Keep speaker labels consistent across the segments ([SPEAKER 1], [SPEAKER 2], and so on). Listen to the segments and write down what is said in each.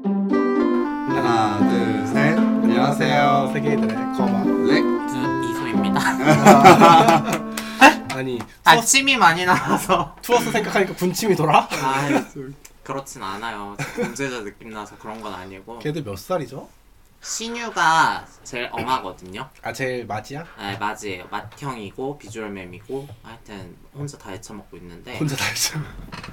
[SPEAKER 1] 네? 아니 투어스,
[SPEAKER 2] 아침이 많이 나와서
[SPEAKER 1] 투어스 생각하니까 군침이 돌아?
[SPEAKER 2] 아 그렇진 않아요 범죄자 느낌 나서 그런 건 아니고
[SPEAKER 1] 걔들 몇 살이죠?
[SPEAKER 2] 신유가 제일 엉하거든요
[SPEAKER 1] 아 제일 맞이야?
[SPEAKER 2] 네 맞이에요 맏형이고 비주얼맴이고 하여튼 혼자 다 헤쳐먹고 있는데
[SPEAKER 1] 혼자 다 했어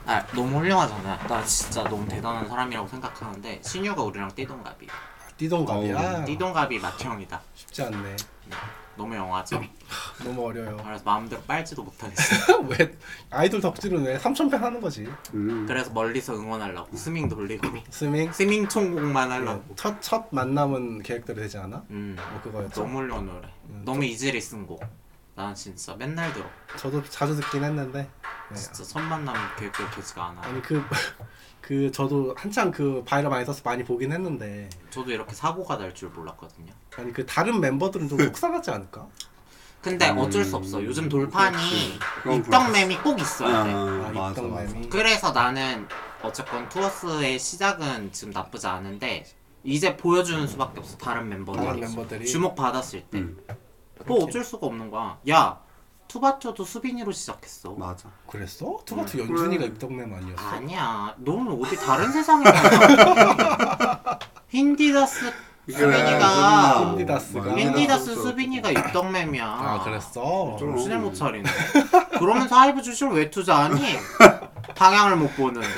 [SPEAKER 2] 아 너무 훌륭하잖아요 나 진짜 너무 대단한 사람이라고 생각하는데 신유가 우리랑 띠동갑이에요
[SPEAKER 1] 아, 띠동갑이야
[SPEAKER 2] 띠동갑이 맏형이다
[SPEAKER 1] 어, 쉽지 않네
[SPEAKER 2] 너무 영화죠
[SPEAKER 1] 너무 어려요
[SPEAKER 2] 그래서 마음대로 빨지도 못하겠어요
[SPEAKER 1] 왜 아이돌 덕질은 왜 3천평 하는 거지
[SPEAKER 3] 음.
[SPEAKER 2] 그래서 멀리서 응원하려고 스밍 돌리고
[SPEAKER 1] 스밍
[SPEAKER 2] 스밍 총공만 하려고
[SPEAKER 1] 첫, 첫 만남은 계획대로 되지 않아?
[SPEAKER 2] 음
[SPEAKER 1] 뭐 그거였죠
[SPEAKER 2] 너무 훌륭한 노래
[SPEAKER 3] 음,
[SPEAKER 2] 너무 이즈리 쓴곡난 진짜 맨날 들어
[SPEAKER 1] 저도 자주 듣긴 했는데 네.
[SPEAKER 2] 진짜 첫 만남 계획대로 되지가 않아요
[SPEAKER 3] 음.
[SPEAKER 1] 아니 그, 그 저도 한창 그 바이럴 많이 써서 많이 보긴 했는데
[SPEAKER 2] 저도 이렇게 사고가 날 줄 몰랐거든요
[SPEAKER 1] 아니 그 다른 멤버들은 좀 속상하지 않을까?
[SPEAKER 2] 근데
[SPEAKER 3] 음,
[SPEAKER 2] 어쩔 수 없어 요즘 돌판이
[SPEAKER 3] 그렇지. 그건
[SPEAKER 2] 입덕맴이 꼭 있어야 돼
[SPEAKER 3] 아,
[SPEAKER 1] 아,
[SPEAKER 3] 맞아
[SPEAKER 1] 입덕
[SPEAKER 3] 맞아.
[SPEAKER 1] 맴이.
[SPEAKER 2] 그래서 나는 어쨌건 투어스의 시작은 지금 나쁘지 않은데 이제 보여주는 수밖에 없어 다른 멤버들이,
[SPEAKER 1] 다른 멤버들이.
[SPEAKER 2] 주목받았을 때
[SPEAKER 3] 음.
[SPEAKER 2] 뭐 어쩔 수가 없는 거야 야 투바투도 수빈이로 시작했어
[SPEAKER 3] 맞아.
[SPEAKER 1] 그랬어? 투바투 연준이가 입덕맨 아니었어?
[SPEAKER 2] 음. 아니야 너는 어디 다른 세상에 가냐 힌디다스 수빈이가
[SPEAKER 3] 네, 그래,
[SPEAKER 1] 윈디다스가.
[SPEAKER 3] 맞아.
[SPEAKER 2] 윈디다스 수빈이가 입덕맴이야
[SPEAKER 1] 아 그랬어?
[SPEAKER 3] 좀-
[SPEAKER 2] 정신을 못 차리네 그러면서 하이브 주식을 왜 투자하니? 방향을 못 보는데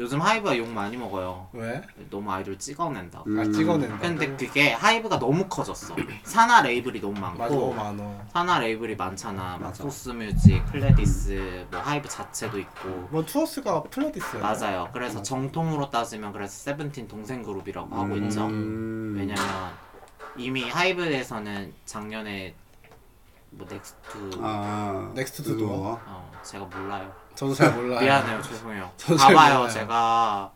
[SPEAKER 2] 요즘 하이브가 욕 많이 먹어요
[SPEAKER 1] 왜?
[SPEAKER 2] 너무 아이돌 찍어낸다고
[SPEAKER 1] 아
[SPEAKER 3] 음.
[SPEAKER 1] 찍어낸다
[SPEAKER 2] 근데 그게 하이브가 너무 커졌어 산하 레이블이 너무
[SPEAKER 1] 맞아 어,
[SPEAKER 2] 많고
[SPEAKER 1] 많어
[SPEAKER 2] 산하 레이블이 많잖아 막
[SPEAKER 3] 맞아.
[SPEAKER 2] 소스뮤직, 클레디스, 뭐 하이브 자체도 있고
[SPEAKER 1] 뭐 투어스가 플라디스야
[SPEAKER 2] 맞아요. 그래서 정통으로 따지면 그래서 세븐틴 동생 그룹이라고 하고 있죠.
[SPEAKER 3] 음.
[SPEAKER 2] 왜냐면 이미 하이브에서는 작년에 뭐 넥스트
[SPEAKER 3] 아
[SPEAKER 1] 넥스트 투 도어.
[SPEAKER 2] 어 제가 몰라요.
[SPEAKER 1] 저도 잘 몰라요
[SPEAKER 2] 미안해요. 죄송해요.
[SPEAKER 1] 아. 저도 잘 몰라요.
[SPEAKER 2] 봐봐요. 제가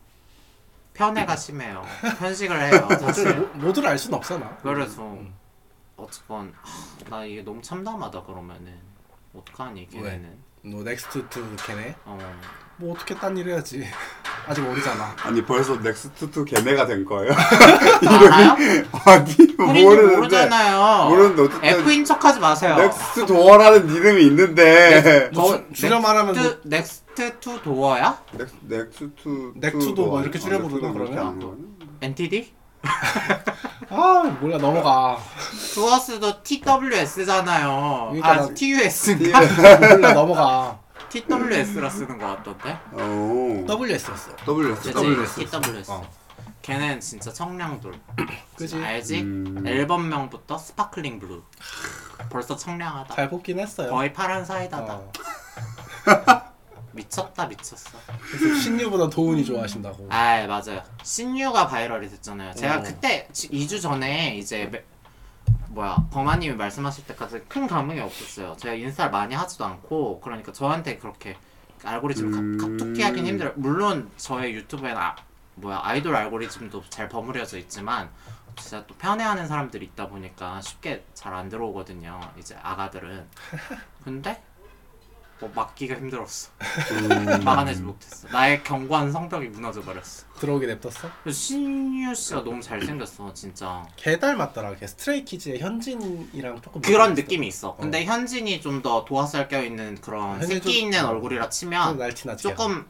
[SPEAKER 2] 편애가 심해요. 편식을 해요.
[SPEAKER 1] 어차피
[SPEAKER 2] 사실.
[SPEAKER 1] 모- 모두를 알 수는 없잖아
[SPEAKER 2] 그래서 어쨌건 하, 나 이게 너무 참담하다 그러면은 어떡하니 걔네는
[SPEAKER 1] 너 넥스트 투 걔네
[SPEAKER 2] 어
[SPEAKER 1] 뭐 어떻게 딴 일 해야지 아직 모르잖아
[SPEAKER 3] 아니 벌써 넥스트 투 걔네가 된 거예요?
[SPEAKER 2] 알아요?
[SPEAKER 3] 아니
[SPEAKER 2] 우리
[SPEAKER 3] 모르는데.
[SPEAKER 2] 모르잖아요.
[SPEAKER 3] 모르는데 어쨌든
[SPEAKER 2] F인 척하지 마세요.
[SPEAKER 3] 넥스트 도어라는 이름이 있는데
[SPEAKER 1] 뭐
[SPEAKER 2] 넥-
[SPEAKER 1] 주- 줄여 말하면 뭐
[SPEAKER 2] 넥스트, 넥스트 투 도어야?
[SPEAKER 3] 넥스- 뭐 넥스트 투
[SPEAKER 1] 넥투 도어 뭐 이렇게 줄여 부르나, 그러면?
[SPEAKER 2] NTD?
[SPEAKER 1] 아 몰라 넘어가
[SPEAKER 2] 두어스도 TWS잖아요.
[SPEAKER 1] 그러니까
[SPEAKER 2] 아,
[SPEAKER 1] 나-
[SPEAKER 2] TUS인가?
[SPEAKER 1] 몰라 넘어가
[SPEAKER 2] TWS라 쓰는 것 같던데?
[SPEAKER 3] 오
[SPEAKER 1] WS였어
[SPEAKER 3] 어. W
[SPEAKER 2] 그치? TWS.
[SPEAKER 1] 어.
[SPEAKER 2] 걔는 진짜 청량돌.
[SPEAKER 1] 그지?
[SPEAKER 2] 알지?
[SPEAKER 3] 음.
[SPEAKER 2] 앨범명부터 스파클링 블루. 벌써 청량하다.
[SPEAKER 1] 잘 뽑긴 했어요
[SPEAKER 2] 거의 파란 사이다다.
[SPEAKER 1] 어.
[SPEAKER 2] 미쳤다, 미쳤어.
[SPEAKER 1] 그래서 신유보다 도훈이 좋아하신다고
[SPEAKER 2] 아 맞아요 신유가 바이럴이 됐잖아요 제가
[SPEAKER 1] 어.
[SPEAKER 2] 그때 2주 전에 이제 매- 뭐야 범아님이 말씀하실 때까지 큰 감흥이 없었어요 제가 인스타를 많이 하지도 않고 그러니까 저한테 그렇게 알고리즘
[SPEAKER 3] 음.
[SPEAKER 2] 가, 가툭히 하긴 힘들어요 물론 저의 유튜브에는 아, 뭐야 아이돌 알고리즘도 잘 버무려져 있지만 진짜 또 편애하는 사람들이 있다 보니까 쉽게 잘 안 들어오거든요 이제 아가들은 근데 뭐 막기가 힘들었어 막아내지 네. 못했어 나의 견고한 성벽이 무너져버렸어
[SPEAKER 1] 들어오게 냅뒀어?
[SPEAKER 2] 신유 씨가 너무 잘생겼어 진짜
[SPEAKER 1] 개 닮았더라 걔 스트레이키즈의 현진이랑 조금
[SPEAKER 2] 그런
[SPEAKER 1] 비슷했어.
[SPEAKER 2] 느낌이 있어 근데 현진이 좀 더 도화살 껴있는 그런
[SPEAKER 1] 현진이
[SPEAKER 2] 새끼
[SPEAKER 1] 좀- 어,
[SPEAKER 2] 있는 얼굴이라
[SPEAKER 1] 좀
[SPEAKER 2] 치면
[SPEAKER 1] 날티나지
[SPEAKER 2] 아, 조금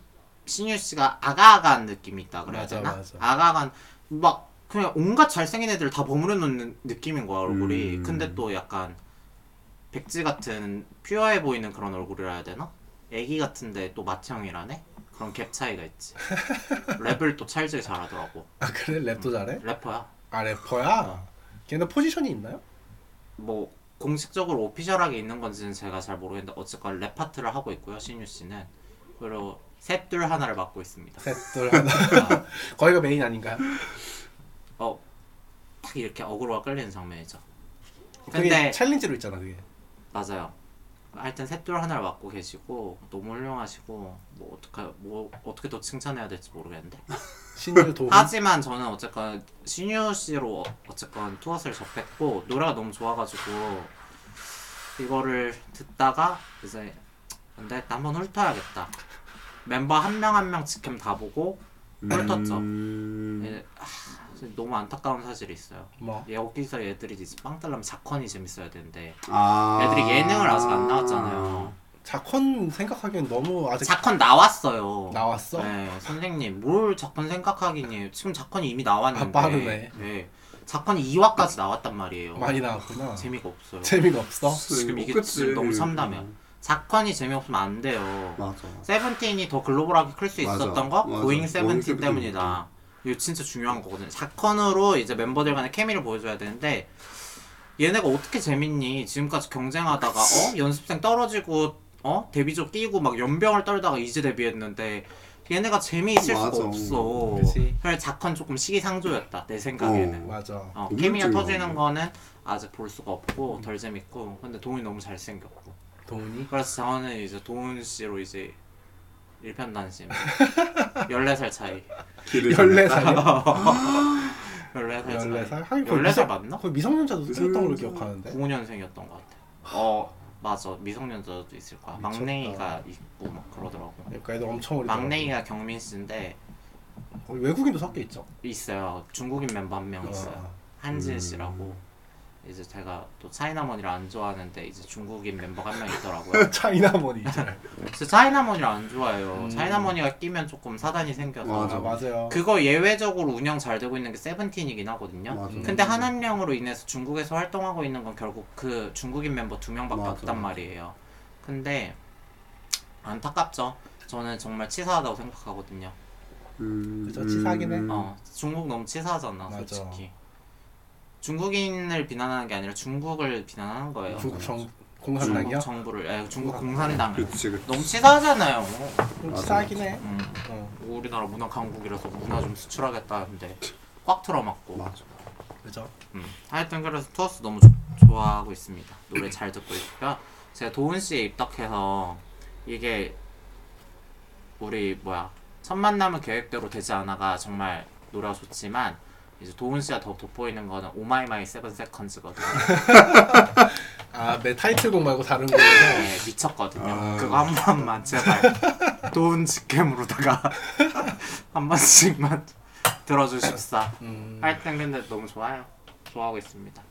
[SPEAKER 2] 신유 씨가 아가아가한 느낌이 있다 그래야
[SPEAKER 1] 맞아,
[SPEAKER 2] 되나?
[SPEAKER 1] 맞아.
[SPEAKER 2] 아가아가한 막 그냥 온갖 잘생긴 애들 다 버무려 놓는 느낌인 거야 얼굴이
[SPEAKER 3] 음.
[SPEAKER 2] 근데 또 약간 백지 같은 퓨어해 보이는 그런 얼굴이라 해야 되나? 애기 같은데 또 마청이라네? 그런 갭 차이가 있지 랩을 또 찰지게 잘하더라고
[SPEAKER 1] 아 그래?
[SPEAKER 2] 음.
[SPEAKER 1] 랩도 잘해?
[SPEAKER 2] 래퍼야
[SPEAKER 1] 아 래퍼야? 걔는 포지션이 있나요?
[SPEAKER 2] 뭐 공식적으로 오피셜하게 있는 건지는 제가 잘 모르겠는데 어쨌건 랩 파트를 하고 있고요 신유 씨는 그리고 셋둘 하나를 맡고 있습니다.
[SPEAKER 1] 셋둘 하나 거기가 메인 아닌가요?
[SPEAKER 2] 어딱 이렇게 어그로가 끌리는 장면이죠.
[SPEAKER 1] 그게
[SPEAKER 2] 근데
[SPEAKER 1] 챌린지로 있잖아 그게
[SPEAKER 2] 맞아요. 하여튼 셋둘 하나를 맡고 계시고 너무 훌륭하시고 뭐 어떡하 뭐 어떻게 더 칭찬해야 될지 모르겠는데
[SPEAKER 1] 신유 도훈
[SPEAKER 2] 하지만 저는 어쨌건 신유 씨로 어쨌건 투어스를 접했고 노래가 너무 좋아가지고 이거를 듣다가 이제 근데 일단 한번 훑어야겠다 멤버 한 명 한 명 직캠 다 보고 훑었죠
[SPEAKER 3] 음.
[SPEAKER 2] 이제, 아, 근데 너무 안타까운 사실이 있어요. 예,
[SPEAKER 1] 뭐
[SPEAKER 2] 여기서 애들이 이제 빵달라면 사건이 재밌어야 되는데
[SPEAKER 3] 아.
[SPEAKER 2] 애들이 예능을 아직 안 나왔잖아요.
[SPEAKER 1] 작헌 생각하기엔 너무 아직
[SPEAKER 2] 사건 나왔어요.
[SPEAKER 1] 나왔어.
[SPEAKER 2] 네, 선생님 뭘 작권 생각하기니 지금 작권이 이미 나왔는데
[SPEAKER 1] 아, 빠르네.
[SPEAKER 2] 네, 작권이 2화까지 나왔단 말이에요.
[SPEAKER 1] 많이 나왔구나.
[SPEAKER 2] 재미가 없어요.
[SPEAKER 1] 재미가 없어.
[SPEAKER 2] 지금 이게
[SPEAKER 3] 아. 그치.
[SPEAKER 2] 지금 너무 참담해요. 작권이 재미없으면 안 돼요.
[SPEAKER 3] 맞아.
[SPEAKER 2] 세븐틴이 더 글로벌하게 클 수
[SPEAKER 3] 맞아,
[SPEAKER 2] 있었던 거
[SPEAKER 3] 맞아.
[SPEAKER 2] 고잉
[SPEAKER 3] 고잉
[SPEAKER 2] 세븐틴
[SPEAKER 3] 세븐틴
[SPEAKER 2] 때문이다. 이거 진짜 중요한 거거든요. 사건으로 이제 멤버들 간의 케미를 보여줘야 되는데 얘네가 어떻게 재밌니? 지금까지 경쟁하다가 어 연습생 떨어지고 어 데뷔조 끼고 막 연병을 떨다가 이제 데뷔했는데 얘네가 재미 있을 수가
[SPEAKER 3] 맞아.
[SPEAKER 2] 없어.
[SPEAKER 1] 그치.
[SPEAKER 2] 그래서 작건 조금 시기상조였다 내 생각에는.
[SPEAKER 1] 맞아.
[SPEAKER 2] 어,
[SPEAKER 3] 너무
[SPEAKER 2] 케미가
[SPEAKER 3] 재미없어.
[SPEAKER 2] 터지는 거는 아직 볼 수가 없고 덜 재밌고 근데 동훈이 너무 잘생겼고
[SPEAKER 1] 도훈이
[SPEAKER 2] 그래서 저는 이제 도훈 씨로 이제 일편단심 14살 차이
[SPEAKER 3] 길을
[SPEAKER 1] 14살. 아.
[SPEAKER 2] 14살 차이
[SPEAKER 1] 14살?
[SPEAKER 2] 14살 맞나?
[SPEAKER 1] 거의 네. 미성년자도 생겼던 걸로
[SPEAKER 3] 미성년자.
[SPEAKER 1] 기억하는데.
[SPEAKER 2] 95년생이었던 것 같아 어 맞아 미성년자도 있을 거야
[SPEAKER 1] 미쳤다.
[SPEAKER 2] 막내이가 있고 막 그러더라고
[SPEAKER 1] 그러니까 애들 엄청 어리다. 어,
[SPEAKER 2] 막내이가 경민 씨인데
[SPEAKER 1] 외국인도 섞여 있죠.
[SPEAKER 2] 있어요 중국인 멤버 한 명 있어요
[SPEAKER 1] 어.
[SPEAKER 2] 한진
[SPEAKER 3] 음.
[SPEAKER 2] 씨라고 이제 제가 또 차이나머니를 안 좋아하는데 이제 중국인 멤버가 한 명 있더라고요
[SPEAKER 1] 차이나머니 이제.
[SPEAKER 2] 저 차이나머니를 안 좋아해요.
[SPEAKER 1] 음.
[SPEAKER 2] 차이나머니가 끼면 조금 사단이 생겨서.
[SPEAKER 1] 아,
[SPEAKER 3] 맞아.
[SPEAKER 1] 맞아요.
[SPEAKER 2] 그거 예외적으로 운영 잘 되고 있는 게 세븐틴이긴 하거든요.
[SPEAKER 3] 맞아. 네.
[SPEAKER 2] 근데 한한령으로 인해서 중국에서 활동하고 있는 건 결국 그 중국인 멤버 두 명밖에
[SPEAKER 3] 맞아.
[SPEAKER 2] 없단 말이에요. 근데 안타깝죠. 저는 정말 치사하다고 생각하거든요.
[SPEAKER 3] 음,
[SPEAKER 1] 그죠, 치사하긴 해.
[SPEAKER 3] 음.
[SPEAKER 2] 어, 중국 너무 치사하잖아,
[SPEAKER 1] 맞아.
[SPEAKER 2] 솔직히. 중국인을 비난하는 게 아니라 중국을 비난하는 거예요.
[SPEAKER 1] 중국 정
[SPEAKER 2] 중국
[SPEAKER 1] 공산당이야?
[SPEAKER 2] 정부를, 예, 중국 공산당을.
[SPEAKER 3] 그치, 그치.
[SPEAKER 2] 너무 치사하잖아요.
[SPEAKER 1] 좀
[SPEAKER 3] 맞아.
[SPEAKER 1] 치사하긴 해.
[SPEAKER 2] 음.
[SPEAKER 1] 어,
[SPEAKER 2] 우리나라 문화 강국이라서 문화 좀 수출하겠다 하는데 꽉 틀어막고
[SPEAKER 3] 맞아.
[SPEAKER 1] 그죠?
[SPEAKER 2] 음. 하여튼 그래서 투어스 너무 조- 좋아하고 있습니다 노래 잘 듣고 있고요 제가 도훈씨에 입덕해서 이게 우리 뭐야 첫 만남은 계획대로 되지 않아가 정말 노래가 좋지만 이제 도훈씨가 더 돋보이는 거는 오마이마이 세븐 세컨즈거든요
[SPEAKER 3] 어.
[SPEAKER 1] 아, 내 타이틀곡 말고 다른 거에서
[SPEAKER 2] 네, 미쳤거든요.
[SPEAKER 3] 아유.
[SPEAKER 2] 그거 한 번만 제발 돈 직캠으로다가 한 번씩만 들어주십사.
[SPEAKER 1] 음,
[SPEAKER 2] 하여튼 근데 너무 좋아요. 좋아하고 있습니다.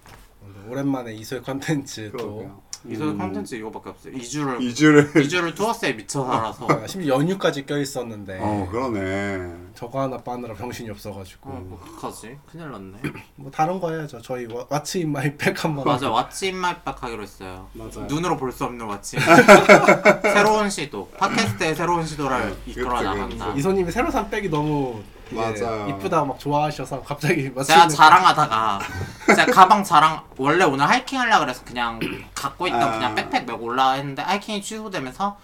[SPEAKER 1] 오랜만에 이소의 컨텐츠 또
[SPEAKER 3] 그러게요.
[SPEAKER 2] 이소의
[SPEAKER 3] 음.
[SPEAKER 2] 컨텐츠 이거밖에 없어요. 2주를
[SPEAKER 3] 이주를.
[SPEAKER 2] 2주를 투어스에 미쳐 살아서
[SPEAKER 1] 아, 심지어 연휴까지 껴있었는데
[SPEAKER 3] 어, 그러네.
[SPEAKER 1] 저거 하나 빠느라 정신이 없어가지고
[SPEAKER 2] 어,
[SPEAKER 3] 음.
[SPEAKER 2] 뭐 어떡하지? 큰일 났네.
[SPEAKER 1] 뭐 다른 거 해야죠 저희 와, 왓츠 인 마이 백 한번
[SPEAKER 2] 맞아 왓츠인 마이박 하기로 했어요.
[SPEAKER 3] 맞아요.
[SPEAKER 2] 눈으로 볼 수 없는 왓츠. 새로운 시도. 팟캐스트의 새로운 시도를
[SPEAKER 3] 네,
[SPEAKER 2] 이끌어
[SPEAKER 3] 그렇죠,
[SPEAKER 2] 나간다.
[SPEAKER 3] 그렇죠.
[SPEAKER 1] 이소님이 새로 산 백이 너무 예,
[SPEAKER 3] 맞아요.
[SPEAKER 1] 이쁘다고 막 좋아하셔서 갑자기 왓츠
[SPEAKER 2] 제가
[SPEAKER 1] 인
[SPEAKER 2] 자랑하다가 제가 가방 자랑 원래 오늘 하이킹 하려고 그래서 그냥 갖고 있던
[SPEAKER 3] 아.
[SPEAKER 2] 그냥 백팩 메고 올라 했는데 하이킹이 취소되면서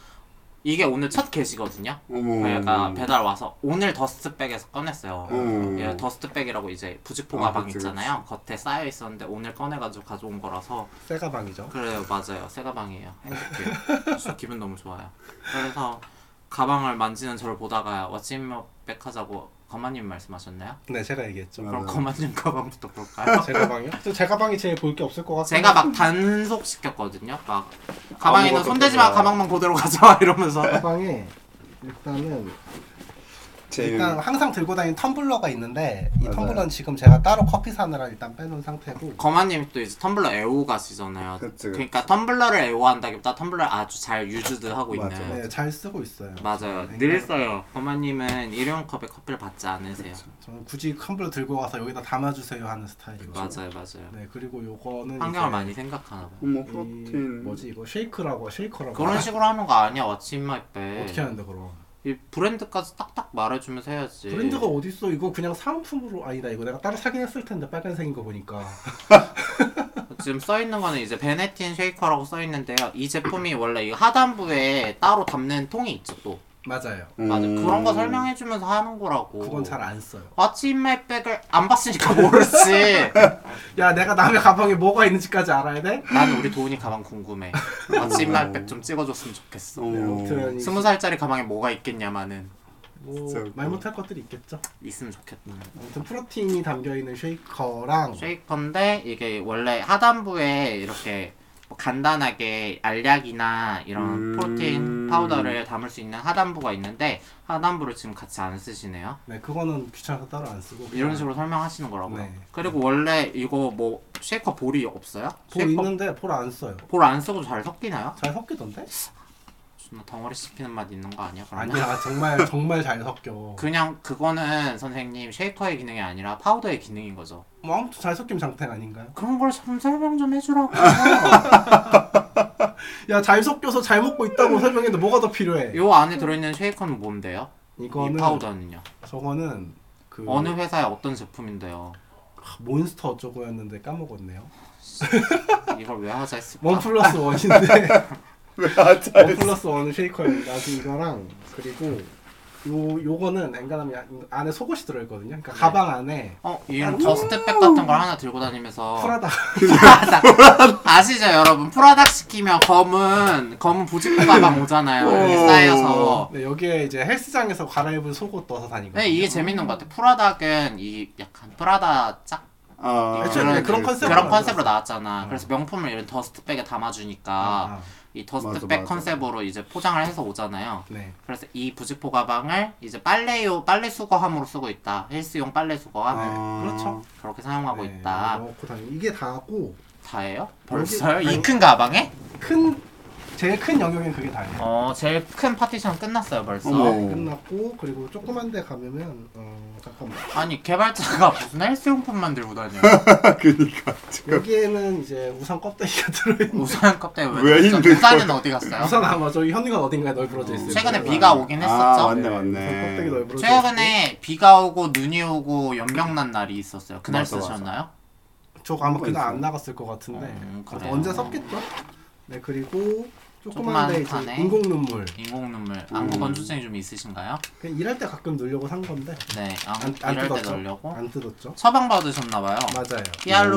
[SPEAKER 2] 이게 오늘 첫 게시거든요.
[SPEAKER 3] 어머.
[SPEAKER 2] 얘가 아, 배달 와서 오늘 더스트백에서 꺼냈어요.
[SPEAKER 3] 음.
[SPEAKER 2] 얘 더스트백이라고 이제 부직포
[SPEAKER 3] 아,
[SPEAKER 2] 가방
[SPEAKER 3] 그치,
[SPEAKER 2] 있잖아요. 겉에 쌓여 있었는데 오늘 꺼내가지고 가져온 거라서
[SPEAKER 1] 새 가방이죠
[SPEAKER 2] 그래요 맞아요 새 가방이에요 행복해요 진짜 기분 너무 좋아요 그래서 가방을 만지는 저를 보다가 왓츠인맥 하자고 거마님 말씀하셨나요?
[SPEAKER 1] 네 제가 얘기했죠
[SPEAKER 3] 음.
[SPEAKER 2] 그럼
[SPEAKER 3] 맞아요.
[SPEAKER 2] 거마님 가방부터 볼까요?
[SPEAKER 1] 제 가방이요? 근데 제 가방이 제일 볼 게 없을 것 같아요
[SPEAKER 2] 제가 막 단속 시켰거든요. 막 가방에 있는
[SPEAKER 3] 아무것도
[SPEAKER 2] 손대지 마,
[SPEAKER 3] 없어서.
[SPEAKER 2] 가방만 그대로 가져와 이러면서.
[SPEAKER 1] 가방에 일단은
[SPEAKER 2] 네,
[SPEAKER 3] 제일
[SPEAKER 1] 일단 항상 들고 다니는 텀블러가 있는데 이
[SPEAKER 3] 맞아요.
[SPEAKER 1] 텀블러는 지금 제가 따로 커피 사느라 일단 빼놓은 상태고
[SPEAKER 2] 거마님이 또 이제 텀블러 애호가시잖아요.
[SPEAKER 3] 그치, 그치.
[SPEAKER 2] 그러니까 텀블러를 애호한다기보다 텀블러를 아주 잘 유즈드 하고
[SPEAKER 3] 맞아.
[SPEAKER 2] 있는.
[SPEAKER 1] 네, 잘 쓰고 있어요
[SPEAKER 2] 맞아요.
[SPEAKER 1] 네,
[SPEAKER 2] 늘 써요. 거마님은 일회용 컵에 커피를 받지 않으세요.
[SPEAKER 1] 저는 굳이 텀블러 들고 가서 여기다 담아주세요 하는 스타일이고
[SPEAKER 2] 맞아요, 맞아요.
[SPEAKER 1] 네 그리고 요거는
[SPEAKER 2] 환경을
[SPEAKER 1] 이제
[SPEAKER 2] 많이 생각하나 봐요.
[SPEAKER 3] 어머,
[SPEAKER 1] 이
[SPEAKER 3] 프로틴.
[SPEAKER 1] 뭐지 이거 쉐이크라고 쉐이커라고
[SPEAKER 2] 그런 식으로 하는 거 아니야, 왓츠인마이빼.
[SPEAKER 1] 어떻게 하는데 그럼
[SPEAKER 2] 이 브랜드까지 딱딱 말해주면서 해야지.
[SPEAKER 1] 브랜드가 어딨어 이거 그냥 사은품으로 아니다 이거 내가 따로 사긴 했을 텐데 빨간색인 거 보니까
[SPEAKER 2] 지금 써 있는 거는 이제 베네틴 쉐이커라고 써 있는데요. 이 제품이 원래 이 하단부에 따로 담는 통이 있죠 또.
[SPEAKER 1] 맞아요
[SPEAKER 3] 음.
[SPEAKER 2] 맞아. 그런 거 설명해 주면서 하는 거라고.
[SPEAKER 1] 그건 잘 안 써요
[SPEAKER 2] 아침 맥백을 안 봤으니까 모르지.
[SPEAKER 1] 야 내가 남의 가방에 뭐가 있는지까지 알아야 돼?
[SPEAKER 2] 난 우리 도훈이 가방 궁금해. 아침 맥백 좀 찍어줬으면 좋겠어.
[SPEAKER 3] 어.
[SPEAKER 1] 네, 아무튼
[SPEAKER 2] 스무 살짜리 가방에 뭐가 있겠냐마는
[SPEAKER 1] 뭐
[SPEAKER 3] 진짜
[SPEAKER 1] 말 못할 것들이 있겠죠
[SPEAKER 2] 있으면 좋겠다.
[SPEAKER 1] 아무튼 프로틴이 담겨있는 쉐이커랑
[SPEAKER 2] 쉐이커인데 이게 원래 하단부에 이렇게 뭐 간단하게 알약이나 이런
[SPEAKER 3] 음.
[SPEAKER 2] 프로테인 파우더를 담을 수 있는 하단부가 있는데 하단부를 지금 같이 안 쓰시네요.
[SPEAKER 1] 네, 그거는 귀찮아서 따로 안 쓰고
[SPEAKER 2] 이런 식으로 설명하시는 거라고요.
[SPEAKER 1] 네.
[SPEAKER 2] 그리고 원래 이거 뭐 쉐이커 볼이 없어요?
[SPEAKER 1] 볼 있는데 볼 안 써요.
[SPEAKER 2] 볼안 쓰고 잘 섞이나요?
[SPEAKER 1] 잘 섞이던데?
[SPEAKER 2] 존나 뭐 덩어리 씹히는 맛 있는 거 아니야? 그러면?
[SPEAKER 1] 아니야, 정말 정말 잘 섞여. 뭐
[SPEAKER 2] 그냥 그거는 선생님 쉐이커의 기능이 아니라 파우더의 기능인 거죠.
[SPEAKER 1] 뭐 아무튼 잘 섞인 장편 아닌가요?
[SPEAKER 2] 그런 걸 좀 설명 좀 해주라고.
[SPEAKER 1] 아, 야, 잘 섞여서 잘 먹고 있다고 설명했는데 뭐가 더 필요해?
[SPEAKER 2] 요 안에 들어있는 쉐이커는 뭔데요? 이
[SPEAKER 1] 이거는
[SPEAKER 2] 파우더는요.
[SPEAKER 1] 저거는 그
[SPEAKER 2] 어느 회사의 어떤 제품인데요?
[SPEAKER 1] 몬스터 어쩌고였는데 까먹었네요.
[SPEAKER 2] 이걸 왜 하자 했을까?
[SPEAKER 1] 원 플러스 원인데
[SPEAKER 3] 왜안
[SPEAKER 1] 원
[SPEAKER 3] 잘?
[SPEAKER 1] 플러스 원 쉐이커입니다. 그 이거랑 그리고 요 요거는 엔간하면 안- 안에 속옷이 들어있거든요. 그러니까
[SPEAKER 2] 네.
[SPEAKER 1] 가방 안에
[SPEAKER 2] 어, 이런 더스트백 같은 걸 하나 들고 다니면서
[SPEAKER 1] 음. 프라다
[SPEAKER 2] 프라닥 아시죠 여러분? 프라닥 시키면 검은 검은 부직포 가방
[SPEAKER 1] 어.
[SPEAKER 2] 오잖아요. 이렇게
[SPEAKER 3] 오.
[SPEAKER 2] 쌓여서.
[SPEAKER 1] 네, 여기에 이제 헬스장에서 갈아입은 속옷 넣어서 다니거든요.
[SPEAKER 2] 어. 네, 이게 재밌는 것 같아. 프라닥은 이 약간 프라다 짝
[SPEAKER 3] 아,
[SPEAKER 1] 애초에 그렇죠. 네, 그냥 그런 컨셉으로
[SPEAKER 2] 그런
[SPEAKER 1] 만들었어.
[SPEAKER 2] 컨셉으로 나왔잖아.
[SPEAKER 1] 어.
[SPEAKER 2] 그래서 명품을 이런 더스트백에 담아주니까
[SPEAKER 1] 아,
[SPEAKER 2] 이
[SPEAKER 3] 맞아,
[SPEAKER 2] 더스트백
[SPEAKER 3] 맞아.
[SPEAKER 2] 컨셉으로 이제 포장을 해서 오잖아요.
[SPEAKER 1] 네.
[SPEAKER 2] 그래서 이 부직포 가방을 이제 빨래요 빨래 수거함으로 쓰고 있다. 헬스용 빨래 수거함
[SPEAKER 3] 아.
[SPEAKER 1] 그렇죠.
[SPEAKER 2] 그렇게 사용하고
[SPEAKER 1] 네,
[SPEAKER 2] 있다.
[SPEAKER 1] 넣고 다니. 이게 다고
[SPEAKER 2] 다예요?
[SPEAKER 1] 뭐지?
[SPEAKER 2] 벌써요?
[SPEAKER 1] 아니-
[SPEAKER 3] 그
[SPEAKER 2] 이 큰 가방에?
[SPEAKER 1] 큰 제일 큰 영역엔 그게 다예요.
[SPEAKER 2] 어 제일 큰 파티션 끝났어요 벌써.
[SPEAKER 3] 어머. 네. 오.
[SPEAKER 1] 끝났고 그리고 조그만데 가면은 어 잠깐만
[SPEAKER 2] 아니 개발자가 무슨 헬스용품 만들고 다녀?
[SPEAKER 3] 그니까
[SPEAKER 1] 여기에는 이제 우산 껍데기가 들어있는
[SPEAKER 2] 우산 껍데기
[SPEAKER 3] 왜
[SPEAKER 2] 왜? 저
[SPEAKER 3] 힘들걸?
[SPEAKER 2] 우산은 어디 갔어요?
[SPEAKER 1] 우산 아마 저기 현이가 어딘가에 널브러져 있어요.
[SPEAKER 2] 최근에 비가 오긴 했었죠.
[SPEAKER 3] 아, 맞네,
[SPEAKER 1] 우산 껍데기
[SPEAKER 3] 맞네.
[SPEAKER 1] 널브러져
[SPEAKER 2] 최근에 비가 오고 눈이 오고 연병난 날이 있었어요. 그날
[SPEAKER 3] 맞아, 맞아.
[SPEAKER 2] 쓰셨나요?
[SPEAKER 1] 있고. 저 아마 그날
[SPEAKER 3] 있어요.
[SPEAKER 1] 안 나갔을 것 같은데
[SPEAKER 2] 음,
[SPEAKER 1] 그래도
[SPEAKER 2] 그래요.
[SPEAKER 1] 언제 섞겠죠? 네 그리고
[SPEAKER 2] 조그만
[SPEAKER 1] 조그만데 이제
[SPEAKER 2] 판에.
[SPEAKER 1] 인공 눈물
[SPEAKER 2] 인공 눈물, 안구
[SPEAKER 3] 음.
[SPEAKER 2] 건조증이 좀 있으신가요?
[SPEAKER 1] 그냥 일할 때 가끔 넣으려고 산 건데
[SPEAKER 2] 네,
[SPEAKER 1] 안,
[SPEAKER 2] 안구
[SPEAKER 1] 안
[SPEAKER 2] 일할 때
[SPEAKER 1] 뜯었죠? 음.
[SPEAKER 2] 넣으려고
[SPEAKER 1] 안 뜯었죠?
[SPEAKER 2] 처방 받으셨나봐요.
[SPEAKER 1] 맞아요.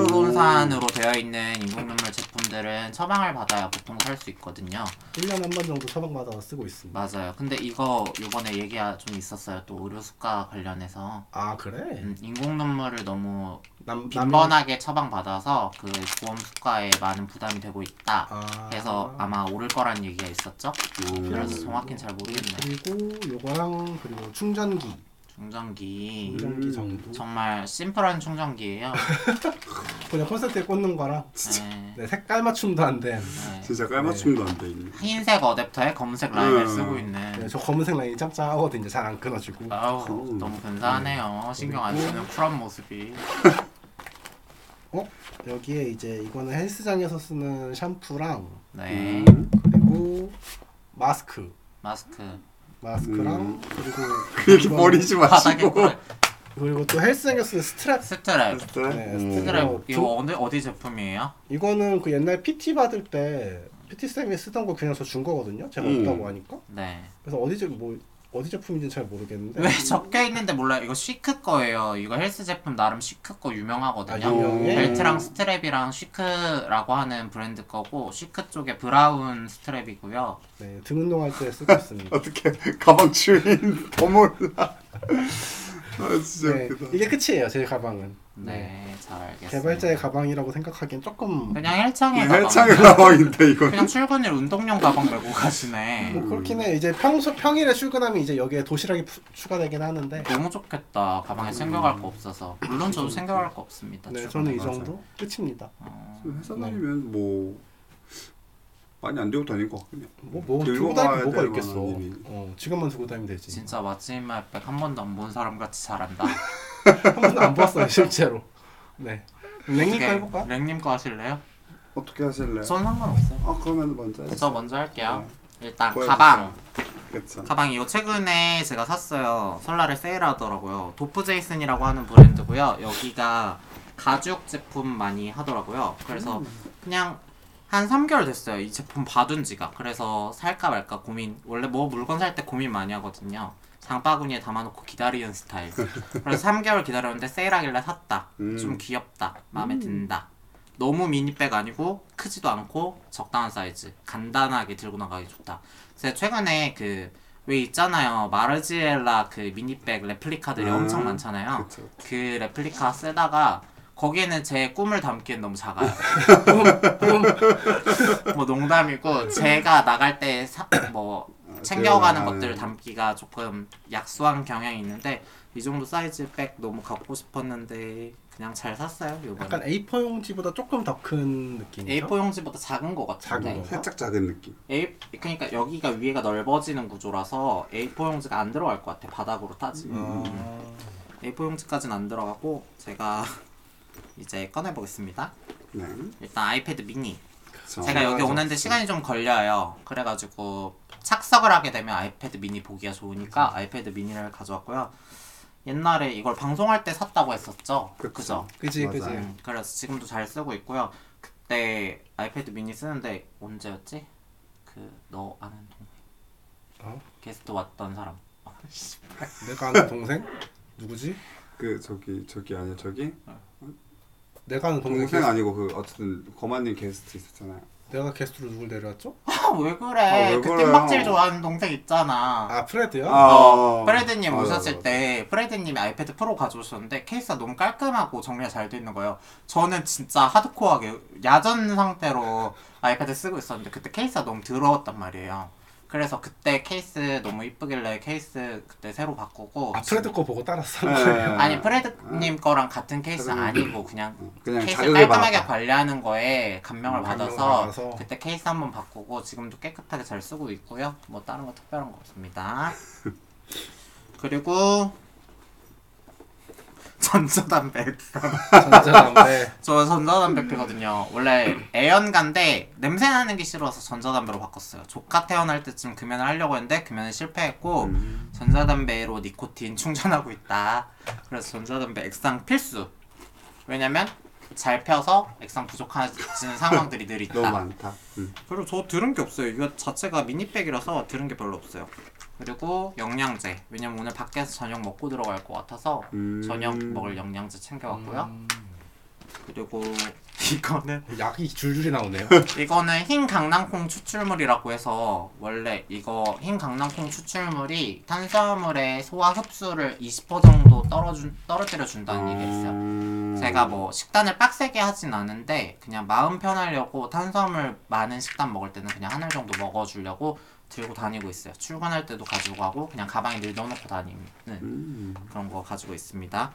[SPEAKER 2] 히알루론산으로 되어 있는 인공 눈물 제품들은 처방을 받아야 보통 살 수 있거든요.
[SPEAKER 1] 1년에 한 번 정도 처방받아 쓰고 있습니다.
[SPEAKER 2] 맞아요. 근데 이거 요번에 얘기가 좀 있었어요. 또 의료 수가 관련해서
[SPEAKER 1] 아 그래?
[SPEAKER 2] 음, 인공 눈물을 너무
[SPEAKER 1] 남 남의-
[SPEAKER 2] 빈번하게 처방 받아서 그 보험 수가에 많은 부담이 되고 있다.
[SPEAKER 1] 아
[SPEAKER 2] 해서 아마 오를 거란 얘기가 있었죠. 그래서
[SPEAKER 1] 음.
[SPEAKER 2] 정확히는 잘 모르겠네.
[SPEAKER 1] 그리고 요거랑 그리고 충전기
[SPEAKER 2] 충전기
[SPEAKER 1] 충전기
[SPEAKER 3] 음.
[SPEAKER 1] 정도
[SPEAKER 2] 정말 심플한 충전기예요.
[SPEAKER 1] 그냥 콘센트에 꽂는 거랑
[SPEAKER 2] 네,
[SPEAKER 1] 네, 색깔 맞춤도 안된
[SPEAKER 2] 네.
[SPEAKER 3] 어, 진짜 깔맞춤도 안 돼. 이게.
[SPEAKER 2] 흰색 어댑터에 검은색 라인을
[SPEAKER 3] 음.
[SPEAKER 2] 쓰고 있는.
[SPEAKER 1] 네, 저 검은색 라인이 짱짱하거든요 잘 안 끊어지고
[SPEAKER 2] 아우
[SPEAKER 3] 음.
[SPEAKER 2] 너무 근사하네요. 신경 안 쓰는 쿨한 모습이.
[SPEAKER 1] 여기에 이제 이거는 헬스장에서 쓰는 샴푸랑
[SPEAKER 2] 네
[SPEAKER 3] 음.
[SPEAKER 1] 그리고 마스크
[SPEAKER 2] 마스크
[SPEAKER 1] 마스크랑
[SPEAKER 3] 음.
[SPEAKER 1] 그리고
[SPEAKER 3] 그렇게
[SPEAKER 1] 이거는-
[SPEAKER 3] 버리지
[SPEAKER 2] 바닥에
[SPEAKER 3] 마시고.
[SPEAKER 2] 뿌려-
[SPEAKER 1] 그리고 또 헬스장에서 쓰는 스트랩
[SPEAKER 2] 스트랩
[SPEAKER 1] 네,
[SPEAKER 3] 음.
[SPEAKER 1] 스트랩.
[SPEAKER 2] 스트랩 이거 어느 어디 제품이에요?
[SPEAKER 1] 이거는 그 옛날 PT 받을 때 PT 쌤이 쓰던 거 그냥 저 준 거거든요 제가
[SPEAKER 3] 음.
[SPEAKER 1] 없다고 하니까
[SPEAKER 2] 네.
[SPEAKER 1] 그래서 어디 제뭐 어디 제품인지 잘 모르겠는데
[SPEAKER 3] 네.
[SPEAKER 2] 왜 적혀 있는데 몰라요? 이거 시크 거예요. 이거 헬스 제품 나름 시크 거
[SPEAKER 1] 아,
[SPEAKER 2] 유명하거든요.
[SPEAKER 1] 유명해?
[SPEAKER 2] 벨트랑 스트랩이랑 시크라고 하는 브랜드 거고 시크 쪽에 브라운 스트랩이고요.
[SPEAKER 1] 네, 등 운동할 때 쓰고 있습니다.
[SPEAKER 3] 어떻게 가방 주인 버물라. 아 진짜
[SPEAKER 1] 네,
[SPEAKER 3] 웃기다.
[SPEAKER 1] 이게 끝이에요, 제 가방은. 네.
[SPEAKER 2] 네, 잘 알겠습니다.
[SPEAKER 1] 개발자의 가방이라고 생각하기엔 조금
[SPEAKER 3] 네.
[SPEAKER 2] 그냥 헬창의 가방.
[SPEAKER 3] 헬창의 가방인데 이거.
[SPEAKER 2] 그냥 출근일 운동용 가방 메고 가시네.
[SPEAKER 1] 뭐 그렇긴 해. 이제 평소 평일에 출근하면 이제 여기에 도시락이 푸- 추가되긴 하는데.
[SPEAKER 2] 너무 좋겠다. 가방에 챙겨갈 거 없어서. 물론 저도 챙겨갈 거 없습니다.
[SPEAKER 1] 네,
[SPEAKER 2] 출근.
[SPEAKER 1] 저는 이
[SPEAKER 3] 맞아요.
[SPEAKER 1] 정도 끝입니다.
[SPEAKER 2] 어,
[SPEAKER 1] 음.
[SPEAKER 3] 회사 다니면 뭐 많이 안 되고 다닐 것 같긴 해.
[SPEAKER 1] 뭐, 뭐
[SPEAKER 3] 들고
[SPEAKER 1] 들고 다닐
[SPEAKER 3] 가야
[SPEAKER 1] 게 뭐가
[SPEAKER 3] 될
[SPEAKER 1] 있겠어.
[SPEAKER 3] 만한 일이.
[SPEAKER 1] 어, 지금만 들고 다니면 되지.
[SPEAKER 2] 진짜 마침 햇백 한 번도 안 본 사람 같이 잘한다.
[SPEAKER 1] 한 번도 안 봤어요, 실제로. 네. 랭님 거 네. 해볼까?
[SPEAKER 2] 랭님 거 하실래요?
[SPEAKER 3] 어떻게 하실래요?
[SPEAKER 2] 전 상관없어요.
[SPEAKER 3] 아 그러면 먼저. 해주세요.
[SPEAKER 2] 저 먼저 할게요.
[SPEAKER 1] 네.
[SPEAKER 2] 일단
[SPEAKER 3] 보여주세요.
[SPEAKER 2] 가방.
[SPEAKER 3] 그쵸.
[SPEAKER 2] 가방 이거 최근에 제가 샀어요. 설날에 세일하더라고요. 도프제이슨이라고 하는 브랜드고요. 여기가 가죽 제품 많이 하더라고요. 그래서 그냥 한 3개월 됐어요. 이 제품 봐둔 지가. 그래서 살까 말까 고민. 원래 뭐 물건 살 때 고민 많이 하거든요. 장바구니에 담아놓고 기다리는 스타일. 그래서 3개월 기다렸는데 세일하길래 샀다.
[SPEAKER 3] 음.
[SPEAKER 2] 좀 귀엽다. 마음에 든다. 너무 미니백 아니고 크지도 않고 적당한 사이즈. 간단하게 들고 나가기 좋다. 제가 최근에 그 왜 있잖아요 마르지엘라 그 미니백 레플리카들이
[SPEAKER 3] 아,
[SPEAKER 2] 엄청 많잖아요.
[SPEAKER 3] 그쵸.
[SPEAKER 2] 그 레플리카 쓰다가 거기에는 제 꿈을 담기엔 너무 작아요. 뭐 농담이고 제가 나갈 때 뭐 챙겨가는
[SPEAKER 3] 아,
[SPEAKER 2] 것들을 담기가 조금 약소한 경향이 있는데 이 정도 사이즈 백 너무 갖고 싶었는데 그냥 잘 샀어요
[SPEAKER 1] 약간
[SPEAKER 2] 요번에.
[SPEAKER 1] A4 용지보다 조금 더 큰 느낌이죠.
[SPEAKER 2] A4 용지보다 작은 것 같은데.
[SPEAKER 1] 작은 거.
[SPEAKER 3] 살짝 작은 느낌.
[SPEAKER 2] A 그러니까 여기가 위에가 넓어지는 구조라서 A4 용지가 안 들어갈 것 같아 바닥으로 따지면
[SPEAKER 3] 음.
[SPEAKER 1] 아,
[SPEAKER 2] A4 용지까지는 안 들어가고 제가 이제 꺼내보겠습니다.
[SPEAKER 3] 네.
[SPEAKER 2] 일단 아이패드 미니.
[SPEAKER 3] 저-
[SPEAKER 2] 제가 여기 오는데 시간이 좀 걸려요. 그래가지고 착석을 하게 되면 아이패드 미니 보기가 좋으니까 아이패드 미니를 가져왔고요. 옛날에 이걸 방송할 때 샀다고 했었죠.
[SPEAKER 3] 그쵸.
[SPEAKER 2] 그죠?
[SPEAKER 1] 그지 그지.
[SPEAKER 3] 맞아요.
[SPEAKER 2] 음, 그래서 지금도 잘 쓰고 있고요. 그때 아이패드 미니 쓰는데 언제였지? 그 너 아는 동생
[SPEAKER 1] 어?
[SPEAKER 2] 게스트 왔던 사람.
[SPEAKER 1] 내가 아는 동생 누구지?
[SPEAKER 3] 그 저기 저기 아니야 저기
[SPEAKER 1] 내가 아는 동생.
[SPEAKER 3] 동생
[SPEAKER 1] 게스트-
[SPEAKER 3] 아니고 그 어쨌든 거만님 게스트 있었잖아요.
[SPEAKER 1] 내가 게스트로 누굴 데려왔죠?
[SPEAKER 2] 아 왜 그래?
[SPEAKER 3] 아, 왜
[SPEAKER 2] 그
[SPEAKER 3] 그래요?
[SPEAKER 2] 띵박질 좋아하는 동생 있잖아.
[SPEAKER 1] 아 프레드요?
[SPEAKER 3] 아.
[SPEAKER 2] 어, 프레드님
[SPEAKER 3] 맞아,
[SPEAKER 2] 오셨을
[SPEAKER 3] 맞아.
[SPEAKER 2] 때 프레드님이 아이패드 프로 가져오셨는데 케이스가 너무 깔끔하고 정리가 잘 돼 있는 거예요. 저는 진짜 하드코어하게 야전 상태로 아이패드 쓰고 있었는데 그때 케이스가 너무 더러웠단 말이에요. 그래서 그때 케이스 너무 이쁘길래 케이스 그때 새로 바꾸고
[SPEAKER 1] 아 프레드 거 보고 따랐어.
[SPEAKER 3] 네.
[SPEAKER 2] 아니 프레드님 거랑 같은 케이스
[SPEAKER 3] 다른-
[SPEAKER 2] 아니고 그냥
[SPEAKER 3] 어. 그냥
[SPEAKER 2] 케이스
[SPEAKER 3] 자극을
[SPEAKER 2] 깔끔하게
[SPEAKER 3] 받았다.
[SPEAKER 2] 관리하는 거에 감명을
[SPEAKER 1] 음, 감명을
[SPEAKER 2] 받아서
[SPEAKER 1] 받아서.
[SPEAKER 2] 그때 케이스 한번 바꾸고 지금도 깨끗하게 잘 쓰고 있고요. 뭐 다른 거 특별한 거 없습니다. 그리고 전자담배
[SPEAKER 1] 전자담배.
[SPEAKER 2] 저 전자담배 피거든요. 원래 애연가인데 냄새 나는 게 싫어서 전자담배로 바꿨어요. 조카 태어날 때쯤 금연을 하려고 했는데 금연에 실패했고
[SPEAKER 3] 음.
[SPEAKER 2] 전자담배로 니코틴 충전하고 있다. 그래서 전자담배 액상 필수. 왜냐면 잘 펴서 액상 부족해지는 상황들이 늘 있다.
[SPEAKER 3] 너무 많다. 음.
[SPEAKER 2] 그리고 저 들은 게 없어요. 이거 자체가 미니백이라서 들은 게 별로 없어요. 그리고 영양제. 왜냐면 오늘 밖에서 저녁 먹고 들어갈 것 같아서
[SPEAKER 3] 음.
[SPEAKER 2] 저녁 먹을 영양제 챙겨왔고요.
[SPEAKER 1] 음,
[SPEAKER 2] 그리고 이거는
[SPEAKER 1] 약이 줄줄이 나오네요.
[SPEAKER 2] 이거는 흰 강낭콩 추출물이라고 해서 원래 이거 흰 강낭콩 추출물이 탄수화물의 소화 흡수를 20% 정도 떨어준 떨어뜨려 준다는 얘기 있어요.
[SPEAKER 3] 음.
[SPEAKER 2] 제가 뭐 식단을 빡세게 하진 않은데 그냥 마음 편하려고 탄수화물 많은 식단 먹을 때는 그냥 하나 정도 먹어주려고 들고 다니고 있어요. 출근할 때도 가지고 가고 그냥 가방에 늘 넣어놓고 다니는
[SPEAKER 3] 음.
[SPEAKER 2] 그런 거 가지고 있습니다.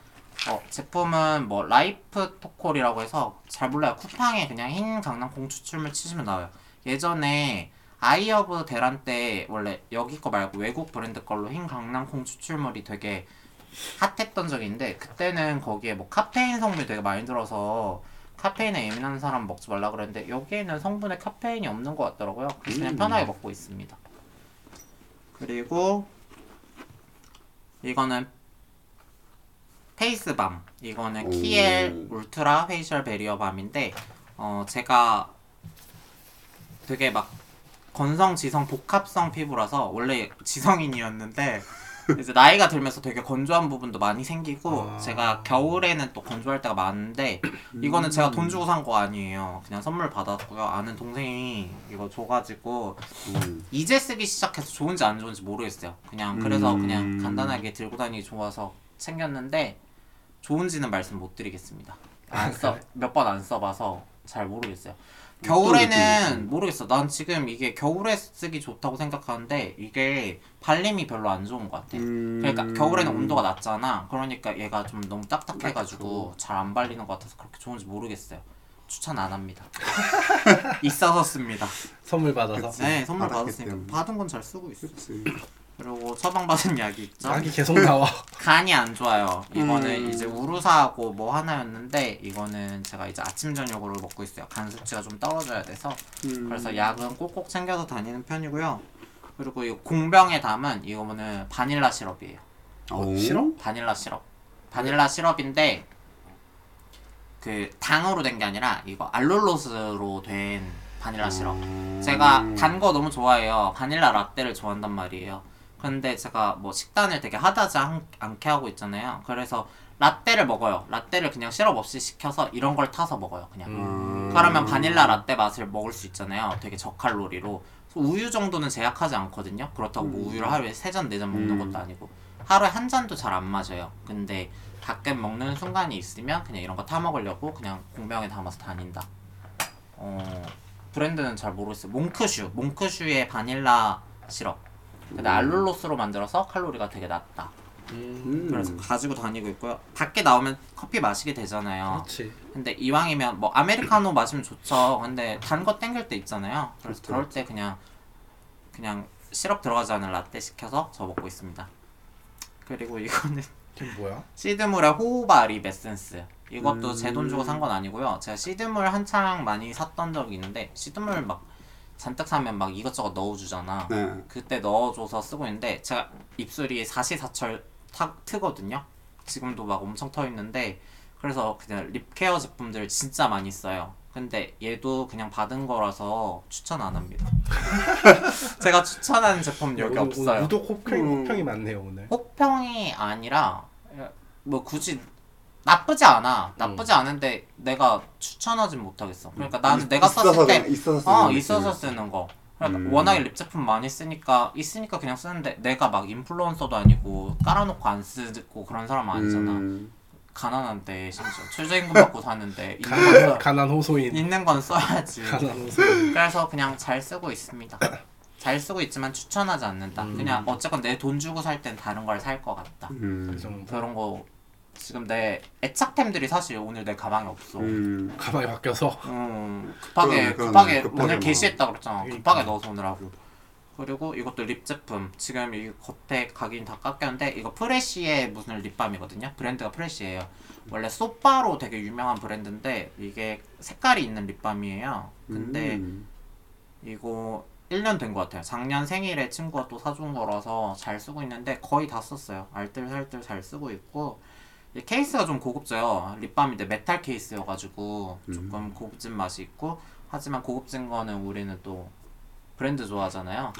[SPEAKER 2] 어, 제품은 뭐 라이프 토콜이라고 해서 잘 몰라요. 쿠팡에 그냥 흰 강낭콩 추출물 치시면 나와요. 예전에 아이허브 대란 때 원래 여기 거 말고 외국 브랜드 걸로 흰 강낭콩 추출물이 되게 핫했던 적이 있는데 그때는 거기에 뭐 카페인 성분이 되게 많이 들어서 카페인에 예민한 사람 먹지 말라 그랬는데 여기에는 성분에 카페인이 없는 것 같더라고요. 그래서 그냥
[SPEAKER 3] 음.
[SPEAKER 2] 편하게 먹고 있습니다. 그리고 이거는 페이스밤 이거는
[SPEAKER 3] 오.
[SPEAKER 2] 키엘 울트라 페이셜 베리어 밤인데 어 제가 되게 막 건성 지성 복합성 피부라서 원래 지성인이었는데 이제 나이가 들면서 되게 건조한 부분도 많이 생기고
[SPEAKER 1] 아.
[SPEAKER 2] 제가 겨울에는 또 건조할 때가 많은데 이거는 제가
[SPEAKER 3] 음.
[SPEAKER 2] 돈 주고 산 거 아니에요 그냥 선물 받았고요 아는 동생이 이거 줘가지고
[SPEAKER 3] 음.
[SPEAKER 2] 이제 쓰기 시작해서 좋은지 안 좋은지 모르겠어요. 그냥 그래서
[SPEAKER 3] 음.
[SPEAKER 2] 그냥 간단하게 들고 다니기 좋아서 챙겼는데 좋은지는 말씀 못 드리겠습니다.
[SPEAKER 3] 아,
[SPEAKER 2] 안써몇 번 안 써봐서 잘 모르겠어요. 겨울에는 모르겠어. 난 지금 이게 겨울에 쓰기 좋다고 생각하는데 이게 발림이 별로 안 좋은 것 같아.
[SPEAKER 3] 음.
[SPEAKER 2] 그러니까 겨울에는 온도가 낮잖아. 그러니까 얘가 좀 너무
[SPEAKER 3] 그렇죠.
[SPEAKER 2] 딱딱해가지고 잘 안 발리는 것 같아서 그렇게 좋은지 모르겠어요. 추천 안 합니다. 있어서 씁니다.
[SPEAKER 1] 선물 받아서.
[SPEAKER 3] 그치.
[SPEAKER 2] 네 선물
[SPEAKER 3] 받았기
[SPEAKER 2] 받았으니까
[SPEAKER 3] 때문에.
[SPEAKER 2] 받은 건 잘 쓰고 있어
[SPEAKER 3] 그치.
[SPEAKER 2] 그리고 처방받은 약이 있죠
[SPEAKER 1] 약이 계속 나와.
[SPEAKER 2] 간이 안 좋아요 이거는
[SPEAKER 3] 음.
[SPEAKER 2] 이제 우루사하고 뭐 하나였는데 이거는 제가 이제 아침 저녁으로 먹고 있어요 간 수치가 좀 떨어져야 돼서
[SPEAKER 3] 음.
[SPEAKER 2] 그래서 약은 꼭꼭 챙겨서 다니는 편이고요 그리고 이 공병에 담은 이거는 바닐라 시럽이에요 아,
[SPEAKER 3] 오.
[SPEAKER 1] 싫어?
[SPEAKER 2] 바닐라 시럽. 바닐라
[SPEAKER 3] 네.
[SPEAKER 2] 시럽인데 그 당으로 된 게 아니라 이거 알룰로스로 된 바닐라 시럽. 아,
[SPEAKER 3] 아.
[SPEAKER 2] 제가 단 거 너무 좋아해요. 바닐라 라떼를 좋아한단 말이에요. 근데 제가 뭐 식단을 되게 하다지 않- 않게 하고 있잖아요. 그래서 라떼를 먹어요. 라떼를 그냥 시럽 없이 시켜서 이런 걸 타서 먹어요. 그냥.
[SPEAKER 1] 음.
[SPEAKER 2] 그러면 바닐라 라떼 맛을 먹을 수 있잖아요. 되게 저칼로리로. 그래서 우유 정도는 제약하지 않거든요. 그렇다고 뭐 우유를 하루에 세 잔 네 잔 먹는
[SPEAKER 3] 음.
[SPEAKER 2] 것도 아니고. 하루에 한 잔도 잘 안 마셔요. 근데 가끔 먹는 순간이 있으면 그냥 이런 거 타 먹으려고 그냥 공병에 담아서 다닌다. 어 브랜드는 잘 모르겠어요. 몽크슈, 몽크슈의 바닐라 시럽. 근데 알룰로스로 만들어서 칼로리가 되게 낮다.
[SPEAKER 3] 음.
[SPEAKER 2] 그래서 가지고 다니고 있고요. 밖에 나오면 커피 마시게 되잖아요.
[SPEAKER 1] 그렇지.
[SPEAKER 2] 근데 이왕이면 뭐 아메리카노 마시면 좋죠. 근데 단 거 땡길 때 있잖아요. 그래서 그럴 때 그냥 그냥 시럽 들어가지 않은 라떼 시켜서 저 먹고 있습니다. 그리고 이거는
[SPEAKER 1] 이게 뭐야?
[SPEAKER 2] 시드물의 호우바 립 에센스. 이것도
[SPEAKER 3] 음.
[SPEAKER 2] 제 돈 주고 산 건 아니고요. 제가 시드물 한창 많이 샀던 적이 있는데 시드물 막 잔뜩 사면 막 이것저것 넣어주잖아.
[SPEAKER 3] 네.
[SPEAKER 2] 그때 넣어줘서 쓰고 있는데 제가 입술이 사시사철 타, 트거든요. 지금도 막 엄청 터 있는데 그래서 그냥 립 케어 제품들 진짜 많이 써요. 근데 얘도 그냥 받은 거라서 추천 안 합니다. 제가 추천하는 제품 여기
[SPEAKER 1] 오늘- 오늘
[SPEAKER 2] 없어요. 어?
[SPEAKER 1] 유독 호평,
[SPEAKER 3] 음.
[SPEAKER 1] 호평이 많네요 오늘.
[SPEAKER 2] 혹평이 아니라 뭐 굳이 나쁘지 않아. 나쁘지 않은데 내가 추천하진 못하겠어. 그러니까 나는 내가 썼을
[SPEAKER 3] 있어서
[SPEAKER 2] 때
[SPEAKER 3] 그냥- 있어서 쓰는
[SPEAKER 2] 어
[SPEAKER 3] 느낌.
[SPEAKER 2] 있어서 쓰는 거 그러니까
[SPEAKER 3] 음.
[SPEAKER 2] 워낙에 립 제품 많이 쓰니까 있으니까 그냥 쓰는데 내가 막 인플루언서도 아니고 깔아놓고 안 쓰고 그런 사람 아니잖아
[SPEAKER 3] 음.
[SPEAKER 2] 가난한데 심지어 최저임금 받고 사는데 있는 건,
[SPEAKER 1] 가난, 가난
[SPEAKER 2] 써,
[SPEAKER 1] 호소인.
[SPEAKER 2] 있는 건 써야지
[SPEAKER 1] 가난 호소인.
[SPEAKER 2] 그래서 그냥 잘 쓰고 있습니다 잘 쓰고 있지만 추천하지 않는다 그냥 어쨌건 내 돈 주고 살 땐 다른 걸 살 것 같다
[SPEAKER 1] 그
[SPEAKER 3] 음.
[SPEAKER 1] 정도.
[SPEAKER 2] 그런 거 지금 내 애착템들이 사실 오늘 내 가방에 없어
[SPEAKER 3] 음.
[SPEAKER 1] 가방이 바뀌어서
[SPEAKER 2] 음, 급하게
[SPEAKER 3] 그러네, 그러네.
[SPEAKER 2] 급하게,
[SPEAKER 3] 급하게
[SPEAKER 2] 오늘
[SPEAKER 3] 뭐.
[SPEAKER 2] 게시했다 그랬잖아.
[SPEAKER 1] 그러니까.
[SPEAKER 2] 급하게 넣어서 오늘 하고. 그리고 이것도 립 제품. 지금 이 겉에 각인 다 깎였는데 이거 프레쉬의 무슨 립밤이거든요. 브랜드가 프레쉬예요. 원래 소파로 되게 유명한 브랜드인데 이게 색깔이 있는 립밤이에요. 근데
[SPEAKER 3] 음.
[SPEAKER 2] 이거 1년 된 것 같아요. 작년 생일에 친구가 또 사준 거라서 잘 쓰고 있는데 거의 다 썼어요. 알뜰살뜰 잘 쓰고 있고 이 케이스가 좀 고급져요. 립밤인데 메탈 케이스여가지고 조금 고급진 맛이 있고 하지만 고급진 거는 우리는 또 브랜드 좋아하잖아요.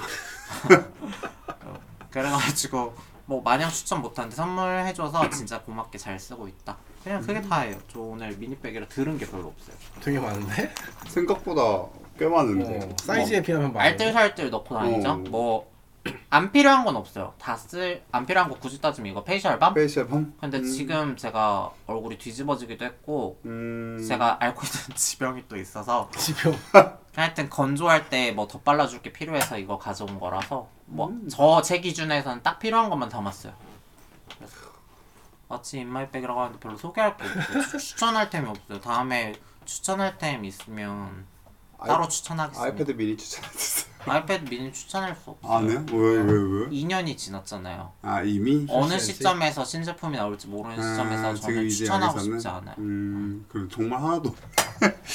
[SPEAKER 2] 어, 그래가지고 뭐 마냥 추천 못하는데 선물해줘서 진짜 고맙게 잘 쓰고 있다. 그냥 그게 다예요. 저 오늘 미니백이라 들은 게 별로 없어요.
[SPEAKER 1] 되게 많은데.
[SPEAKER 3] 생각보다 꽤 많은데. 뭐,
[SPEAKER 1] 어, 사이즈에 비하면 많아.
[SPEAKER 3] 음.
[SPEAKER 2] 알뜰살뜰 넣고 다니죠.
[SPEAKER 3] 어.
[SPEAKER 2] 뭐 안 필요한 건 없어요. 다 쓸 안 필요한 거 굳이 따지면 이거 페이셜 밤.
[SPEAKER 3] 페이셜 음. 펌?
[SPEAKER 2] 근데 지금 제가 얼굴이 뒤집어지기도 했고
[SPEAKER 3] 음.
[SPEAKER 2] 제가 앓고 있는 지병이 또 있어서
[SPEAKER 1] 지표.
[SPEAKER 2] 하여튼 건조할 때 뭐 더 발라줄 게 필요해서 이거 가져온 거라서 뭐
[SPEAKER 3] 음.
[SPEAKER 2] 저 제 기준에서는 딱 필요한 것만 담았어요. 그래서 마치 인마이백이라고 하는데 별로 소개할 게 없어요. 추- 추천할 템이 없어요. 다음에 추천할 템 있으면
[SPEAKER 3] 아이-
[SPEAKER 2] 따로 추천하겠습니다.
[SPEAKER 3] 아이패드 미니 추천해주세요.
[SPEAKER 2] 아이패드 미니 추천할 수 없어요.
[SPEAKER 3] 아, 네? 왜, 왜, 왜?
[SPEAKER 2] 2년이 지났잖아요.
[SPEAKER 3] 아, 이미?
[SPEAKER 2] 어느
[SPEAKER 1] 출시한지?
[SPEAKER 2] 시점에서 신제품이 나올지
[SPEAKER 3] 아,
[SPEAKER 2] 모르는
[SPEAKER 3] 그
[SPEAKER 2] 시점에서 저는 추천하고 싶지 않아요.
[SPEAKER 3] 음, 그럼 정말 하나도. 없-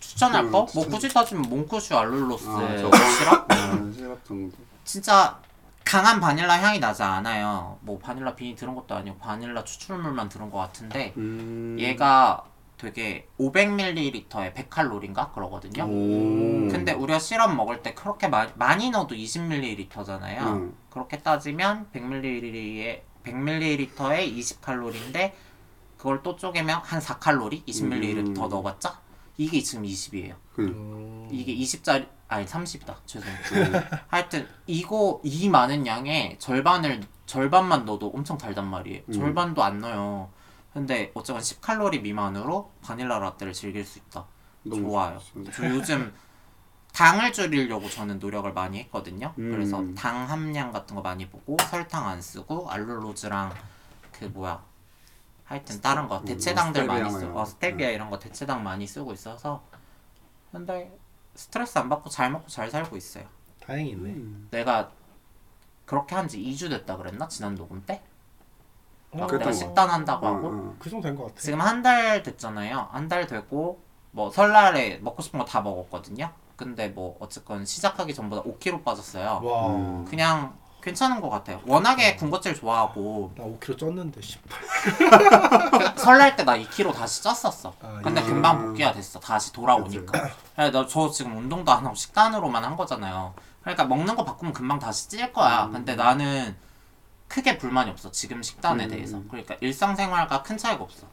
[SPEAKER 2] 추천할 거? 뭐
[SPEAKER 3] 추천.
[SPEAKER 2] 굳이 따지면 몽크슈 알룰로스
[SPEAKER 3] 아,
[SPEAKER 2] 시
[SPEAKER 3] 저거.
[SPEAKER 2] 라 음.
[SPEAKER 3] 아, 시럽 정도.
[SPEAKER 2] 진짜 강한 바닐라 향이 나지 않아요. 뭐 바닐라 비니 들은 것도 아니고 바닐라 추출물만 들은 것 같은데
[SPEAKER 3] 음.
[SPEAKER 2] 얘가 되게 500ml에 100칼로리인가 그러거든요.
[SPEAKER 3] 오.
[SPEAKER 2] 근데 우리가 시럽 먹을 때 그렇게 많이, 많이 넣어도 20ml잖아요.
[SPEAKER 3] 음.
[SPEAKER 2] 그렇게 따지면 100ml에 100ml에 20칼로리인데 그걸 또 쪼개면 한 4칼로리 20ml 더
[SPEAKER 3] 음.
[SPEAKER 2] 넣어봤자 이게 지금 20이에요.
[SPEAKER 1] 음.
[SPEAKER 2] 이게 20짜리 아니 30이다
[SPEAKER 3] 음.
[SPEAKER 2] 죄송해요. 하여튼 이거 이 많은 양의 절반을 절반만 넣어도 엄청 달단 말이에요.
[SPEAKER 3] 음.
[SPEAKER 2] 절반도 안 넣어요. 근데 어쨌건 10칼로리 미만으로 바닐라 라떼를 즐길 수 있다.
[SPEAKER 3] 너무
[SPEAKER 2] 좋아요.
[SPEAKER 3] 좋습니다.
[SPEAKER 2] 저 요즘 당을 줄이려고 저는 노력을 많이 했거든요.
[SPEAKER 3] 음.
[SPEAKER 2] 그래서 당 함량 같은 거 많이 보고 설탕 안 쓰고 알룰로즈랑 그 뭐야 하여튼 다른 거
[SPEAKER 3] 음,
[SPEAKER 2] 대체당들 많이
[SPEAKER 3] 스테비아
[SPEAKER 2] 쓰고
[SPEAKER 3] 말고.
[SPEAKER 2] 어, 스테비아 이런 거 대체당 많이 쓰고 있어서 근데 스트레스 안 받고 잘 먹고 잘 살고 있어요.
[SPEAKER 1] 다행이네.
[SPEAKER 3] 음.
[SPEAKER 2] 내가 그렇게 한 지 2주 됐다 그랬나 지난 녹음 때?
[SPEAKER 1] 어,
[SPEAKER 3] 아, 그랬던
[SPEAKER 2] 내가
[SPEAKER 3] 거.
[SPEAKER 2] 식단 한다고
[SPEAKER 3] 어,
[SPEAKER 2] 하고
[SPEAKER 3] 어.
[SPEAKER 1] 그 정도 된 것 같아.
[SPEAKER 2] 뭐. 지금 한 달 됐잖아요. 한 달 되고 뭐 설날에 먹고 싶은 거 다 먹었거든요. 근데 뭐 어쨌건 시작하기 전보다 5kg 빠졌어요.
[SPEAKER 1] 와.
[SPEAKER 3] 음.
[SPEAKER 2] 그냥 괜찮은 것 같아요. 워낙에 군것질 좋아하고
[SPEAKER 1] 나 5kg 쪘는데 씨발.
[SPEAKER 2] 설날 때 나 2kg 다시 쪘었어.
[SPEAKER 1] 아,
[SPEAKER 2] 근데
[SPEAKER 1] 예.
[SPEAKER 2] 금방 복귀가 됐어. 다시 돌아오니까. 나저 지금 운동도 안 하고 식단으로만 한 거잖아요. 그러니까 먹는 거 바꾸면 금방 다시 찔 거야. 근데 나는 크게 불만이 없어. 지금 식단에
[SPEAKER 3] 음.
[SPEAKER 2] 대해서. 그러니까 일상생활과 큰 차이가 없어.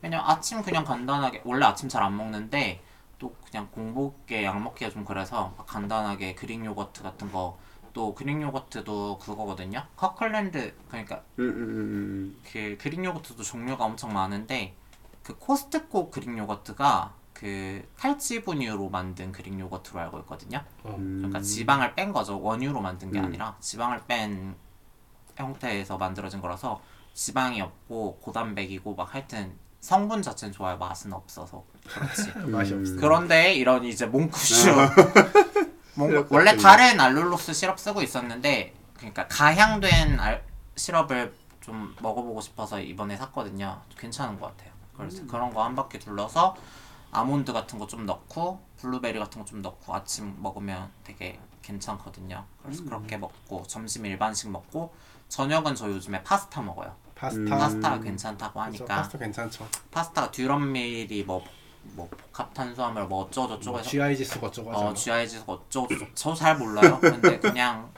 [SPEAKER 2] 왜냐면 아침 그냥 간단하게 원래 아침 잘 안 먹는데 또 그냥 공복에 약 먹기가 좀 그래서 막 간단하게 그릭 요거트 같은 거 또 그릭 요거트도 그거거든요. 커클랜드 그러니까
[SPEAKER 3] 음, 음, 음,
[SPEAKER 2] 그 그릭 요거트도 종류가 엄청 많은데 그 코스트코 그릭 요거트가 그 탈지 분유로 만든 그릭 요거트로 알고 있거든요.
[SPEAKER 1] 어.
[SPEAKER 3] 음.
[SPEAKER 2] 그러니까 지방을 뺀 거죠. 원유로 만든 게
[SPEAKER 3] 음.
[SPEAKER 2] 아니라 지방을 뺀 형태에서 만들어진 거라서 지방이 없고 고단백이고 막 하여튼 성분 자체는 좋아요. 맛은 없어서 그렇지.
[SPEAKER 1] 맛이
[SPEAKER 3] 음.
[SPEAKER 1] 없어.
[SPEAKER 2] 그런데 이런 이제 몽쿠슈
[SPEAKER 3] 아.
[SPEAKER 2] 몽
[SPEAKER 3] 시럽
[SPEAKER 2] 원래
[SPEAKER 3] 같은
[SPEAKER 2] 다른 알룰로스 시럽 쓰고 있었는데 그러니까 가향된 알, 시럽을 좀 먹어보고 싶어서 이번에 샀거든요. 괜찮은 것 같아요.
[SPEAKER 1] 음.
[SPEAKER 2] 그래서 그런 거 한 바퀴 둘러서 아몬드 같은 거 좀 넣고 블루베리 같은 거 좀 넣고 아침 먹으면 되게 괜찮거든요.
[SPEAKER 1] 음.
[SPEAKER 2] 그래서 그렇게 먹고 점심 일반식 먹고 저녁은 저 요즘에 파스타 먹어요.
[SPEAKER 1] 파스타.
[SPEAKER 2] 파스타 괜찮다고
[SPEAKER 1] 음. 그쵸,
[SPEAKER 2] 하니까
[SPEAKER 1] 파스타 괜찮죠.
[SPEAKER 2] 파스타 듀럼밀이 뭐, 뭐 복합 탄수화물 뭐 어쩌고저쩌고 해서
[SPEAKER 1] GI 지수가 어쩌고 하잖아.
[SPEAKER 2] 어 GIG에서 어쩌고저쩌고 저잘 몰라요 근데 그냥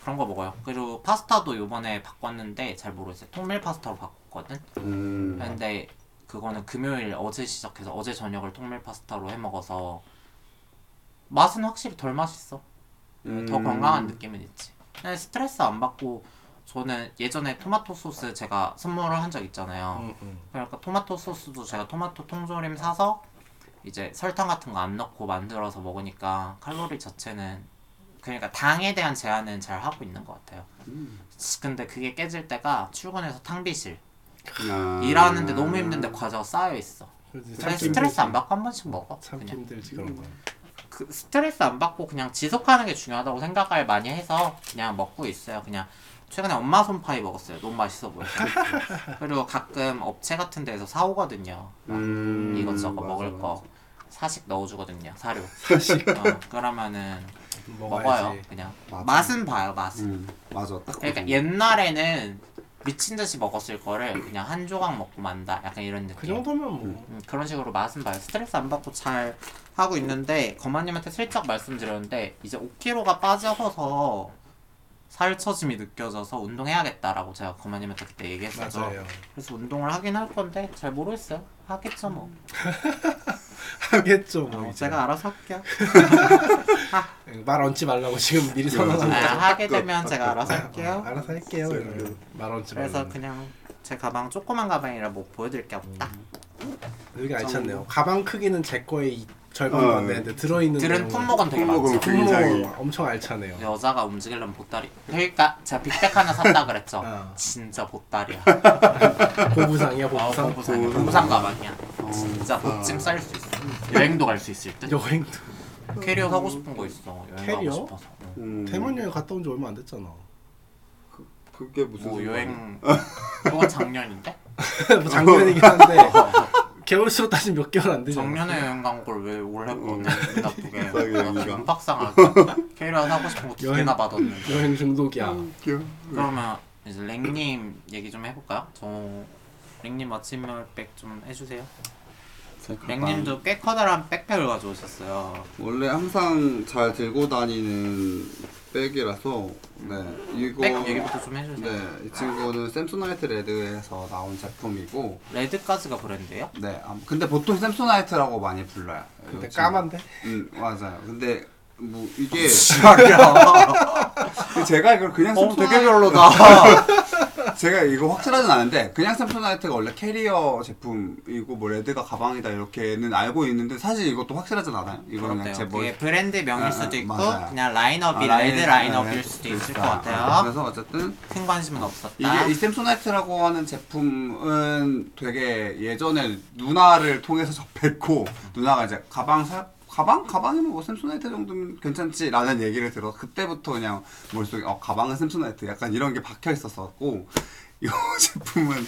[SPEAKER 2] 그런 거 먹어요 그리고 파스타도 요번에 바꿨는데 잘 모르겠어요 통밀 파스타로 바꿨거든
[SPEAKER 3] 음.
[SPEAKER 2] 근데 그거는 금요일 어제 시작해서 어제 저녁을 통밀 파스타로 해 먹어서 맛은 확실히 덜 맛있어
[SPEAKER 3] 음.
[SPEAKER 2] 네, 더 건강한 느낌은 있지. 근데 스트레스 안 받고 저는 예전에 토마토 소스 제가 선물을 한 적 있잖아요.
[SPEAKER 1] 음, 음.
[SPEAKER 2] 그러니까 토마토 소스도 제가 토마토 통조림 사서 이제 설탕 같은 거 안 넣고 만들어서 먹으니까 칼로리 자체는 그러니까 당에 대한 제한은 잘 하고 있는 것 같아요.
[SPEAKER 3] 음.
[SPEAKER 2] 근데 그게 깨질 때가 출근해서 탕비실
[SPEAKER 3] 아.
[SPEAKER 2] 일하는데 너무 힘든데 과자가 쌓여 있어.
[SPEAKER 1] 그래서
[SPEAKER 2] 근데
[SPEAKER 1] 음. 참기
[SPEAKER 2] 스트레스
[SPEAKER 1] 힘들지.
[SPEAKER 2] 안 받고 한 번씩 먹어.
[SPEAKER 1] 참기
[SPEAKER 2] 그냥.
[SPEAKER 1] 힘들지 그런 거.
[SPEAKER 2] 그 스트레스 안 받고 그냥 지속하는 게 중요하다고 생각을 많이 해서 그냥 먹고 있어요. 그냥 최근에 엄마 손파이 먹었어요. 너무 맛있어 보여서. 그리고 가끔 업체 같은 데서 사오거든요. 막
[SPEAKER 3] 음.
[SPEAKER 2] 이것저것
[SPEAKER 3] 맞아,
[SPEAKER 2] 먹을
[SPEAKER 3] 맞아.
[SPEAKER 2] 거 사식 넣어주거든요. 사료.
[SPEAKER 1] 사실
[SPEAKER 2] 어, 그러면은 먹어요.
[SPEAKER 1] 먹어야지.
[SPEAKER 2] 그냥
[SPEAKER 3] 맞아.
[SPEAKER 2] 맛은 봐요. 맛은.
[SPEAKER 3] 음. 맞아. 딱.
[SPEAKER 2] 그러니까
[SPEAKER 3] 그거잖아.
[SPEAKER 2] 옛날에는 미친 듯이 먹었을 거를 그냥 한 조각 먹고 만다. 약간 이런
[SPEAKER 1] 그
[SPEAKER 2] 느낌.
[SPEAKER 1] 정도면 뭐.
[SPEAKER 2] 음, 그런 식으로 맛은 봐요. 스트레스 안 받고 잘 하고 있는데 거마님한테 살짝 말씀드렸는데 이제 5kg가 빠져서 살처짐이 느껴져서 운동해야겠다라고 제가 거마님한테 그때 얘기했어서
[SPEAKER 1] 맞아요.
[SPEAKER 2] 그래서 운동을 하긴 할 건데 잘 모르겠어요. 하겠죠 뭐.
[SPEAKER 1] 하겠죠. 뭐
[SPEAKER 2] 어,
[SPEAKER 1] 이제.
[SPEAKER 2] 제가 알아서 할게요.
[SPEAKER 1] 말 얹지 말라고 지금 미리 선언하고. 음,
[SPEAKER 2] 아, 하게
[SPEAKER 3] 딱
[SPEAKER 2] 되면
[SPEAKER 3] 딱
[SPEAKER 2] 제가
[SPEAKER 3] 딱
[SPEAKER 2] 알아서
[SPEAKER 3] 딱
[SPEAKER 2] 할게요.
[SPEAKER 1] 알아서 아, 할게요. 이러면. 말 얹지
[SPEAKER 2] 그래서
[SPEAKER 1] 말라고.
[SPEAKER 2] 그냥 제 가방 조그만 가방이라 뭐 보여드릴 게 없다. 그
[SPEAKER 1] 되게 알찼네요. 가방 크기는 제 거의 이- 절반도
[SPEAKER 3] 어.
[SPEAKER 1] 안 되는데 들어있는
[SPEAKER 2] 들은
[SPEAKER 1] 내용은
[SPEAKER 2] 품목은 되게
[SPEAKER 3] 품목은
[SPEAKER 2] 많죠.
[SPEAKER 1] 음. 품목
[SPEAKER 3] 굉장히.
[SPEAKER 1] 엄청 알차네요.
[SPEAKER 2] 여자가 움직이려면 보따리. 그러니까 제가 빅백 하나 샀다 그랬죠.
[SPEAKER 1] 어.
[SPEAKER 2] 진짜 보따리야.
[SPEAKER 1] 고부상이야
[SPEAKER 2] 아,
[SPEAKER 1] 고부상.
[SPEAKER 2] 공부상.
[SPEAKER 3] 공부상.
[SPEAKER 2] 공부상 가방이야.
[SPEAKER 3] 어,
[SPEAKER 2] 진짜
[SPEAKER 3] 아.
[SPEAKER 2] 옷짐 쌀 수 있어. 여행도 갈 수 있을 듯.
[SPEAKER 1] 여행도
[SPEAKER 2] 캐리어 사고 싶은 거 있어. 여행
[SPEAKER 1] 캐리어?
[SPEAKER 2] 가고 싶어서. 응.
[SPEAKER 3] 음.
[SPEAKER 1] 태문 여행 갔다 온 지 얼마 안 됐잖아. 뭐
[SPEAKER 3] 그게 무슨
[SPEAKER 2] 뭐
[SPEAKER 3] 상관이야?
[SPEAKER 2] 여행. 그건 작년인데?
[SPEAKER 1] 뭐 작년이긴 한데
[SPEAKER 3] 어.
[SPEAKER 1] 개월수로 따지면 몇 개월 안 되잖아.
[SPEAKER 2] 작년에 여행 간 걸 왜 올해
[SPEAKER 3] 음.
[SPEAKER 2] 거냐? 나쁘게.
[SPEAKER 3] 싸게 여행이가.
[SPEAKER 2] 박상하게. 캐리어 사고 싶은 거 두
[SPEAKER 1] 여행.
[SPEAKER 2] 개나 받았는데.
[SPEAKER 1] 여행 중독이야.
[SPEAKER 2] 음.
[SPEAKER 3] 음, 귀여워.
[SPEAKER 2] 그러면 이제 랭님 얘기 좀 해볼까요? 저 랭님 아침 멸백 좀 해주세요. 랭님도 꽤 커다란 백팩을 가져오셨어요.
[SPEAKER 3] 원래 항상 잘 들고 다니는 백이라서 네 이거
[SPEAKER 2] 백 얘기부터 좀 해주세요.
[SPEAKER 3] 네이 친구는 샘소나이트 레드에서 나온 제품이고
[SPEAKER 2] 레드까지가 브랜드예요?
[SPEAKER 3] 네 아무- 근데 보통 샘소나이트라고 많이 불러요.
[SPEAKER 1] 근데
[SPEAKER 3] 이 친구.
[SPEAKER 1] 까만데?
[SPEAKER 3] 음 맞아요. 근데 뭐 이게 어,
[SPEAKER 2] 지랄이야.
[SPEAKER 3] 제가 이걸 그냥
[SPEAKER 2] 어,
[SPEAKER 3] 샘소나이트
[SPEAKER 2] 되게 별로다.
[SPEAKER 3] 제가 이거 확실하진 않은데 그냥 샘소나이트가 원래 캐리어 제품이고 뭐 레드가 가방이다 이렇게는 알고 있는데 사실 이것도 확실하진 않아요. 이거는 그냥
[SPEAKER 2] 그렇대요.
[SPEAKER 3] 제 머리
[SPEAKER 2] 그게 브랜드 명일
[SPEAKER 3] 아,
[SPEAKER 2] 수도 있고
[SPEAKER 3] 맞아요.
[SPEAKER 2] 그냥 라인업이
[SPEAKER 3] 아,
[SPEAKER 2] 레드
[SPEAKER 3] 라인-
[SPEAKER 2] 라인업일
[SPEAKER 3] 네,
[SPEAKER 2] 수도 있을 것
[SPEAKER 3] 그러니까.
[SPEAKER 2] 같아요.
[SPEAKER 3] 그래서 어쨌든
[SPEAKER 2] 큰 관심은 없었다.
[SPEAKER 3] 이게 이 샘소나이트라고 하는 제품은 되게 예전에 누나를 통해서 접했고 누나가 이제 가방 사 가방 가방이면 뭐 샘소나이트 정도면 괜찮지라는 얘기를 들어 그때부터 그냥 머릿속에 어 가방은 샘소나이트 약간 이런 게 박혀 있었었고 이 제품은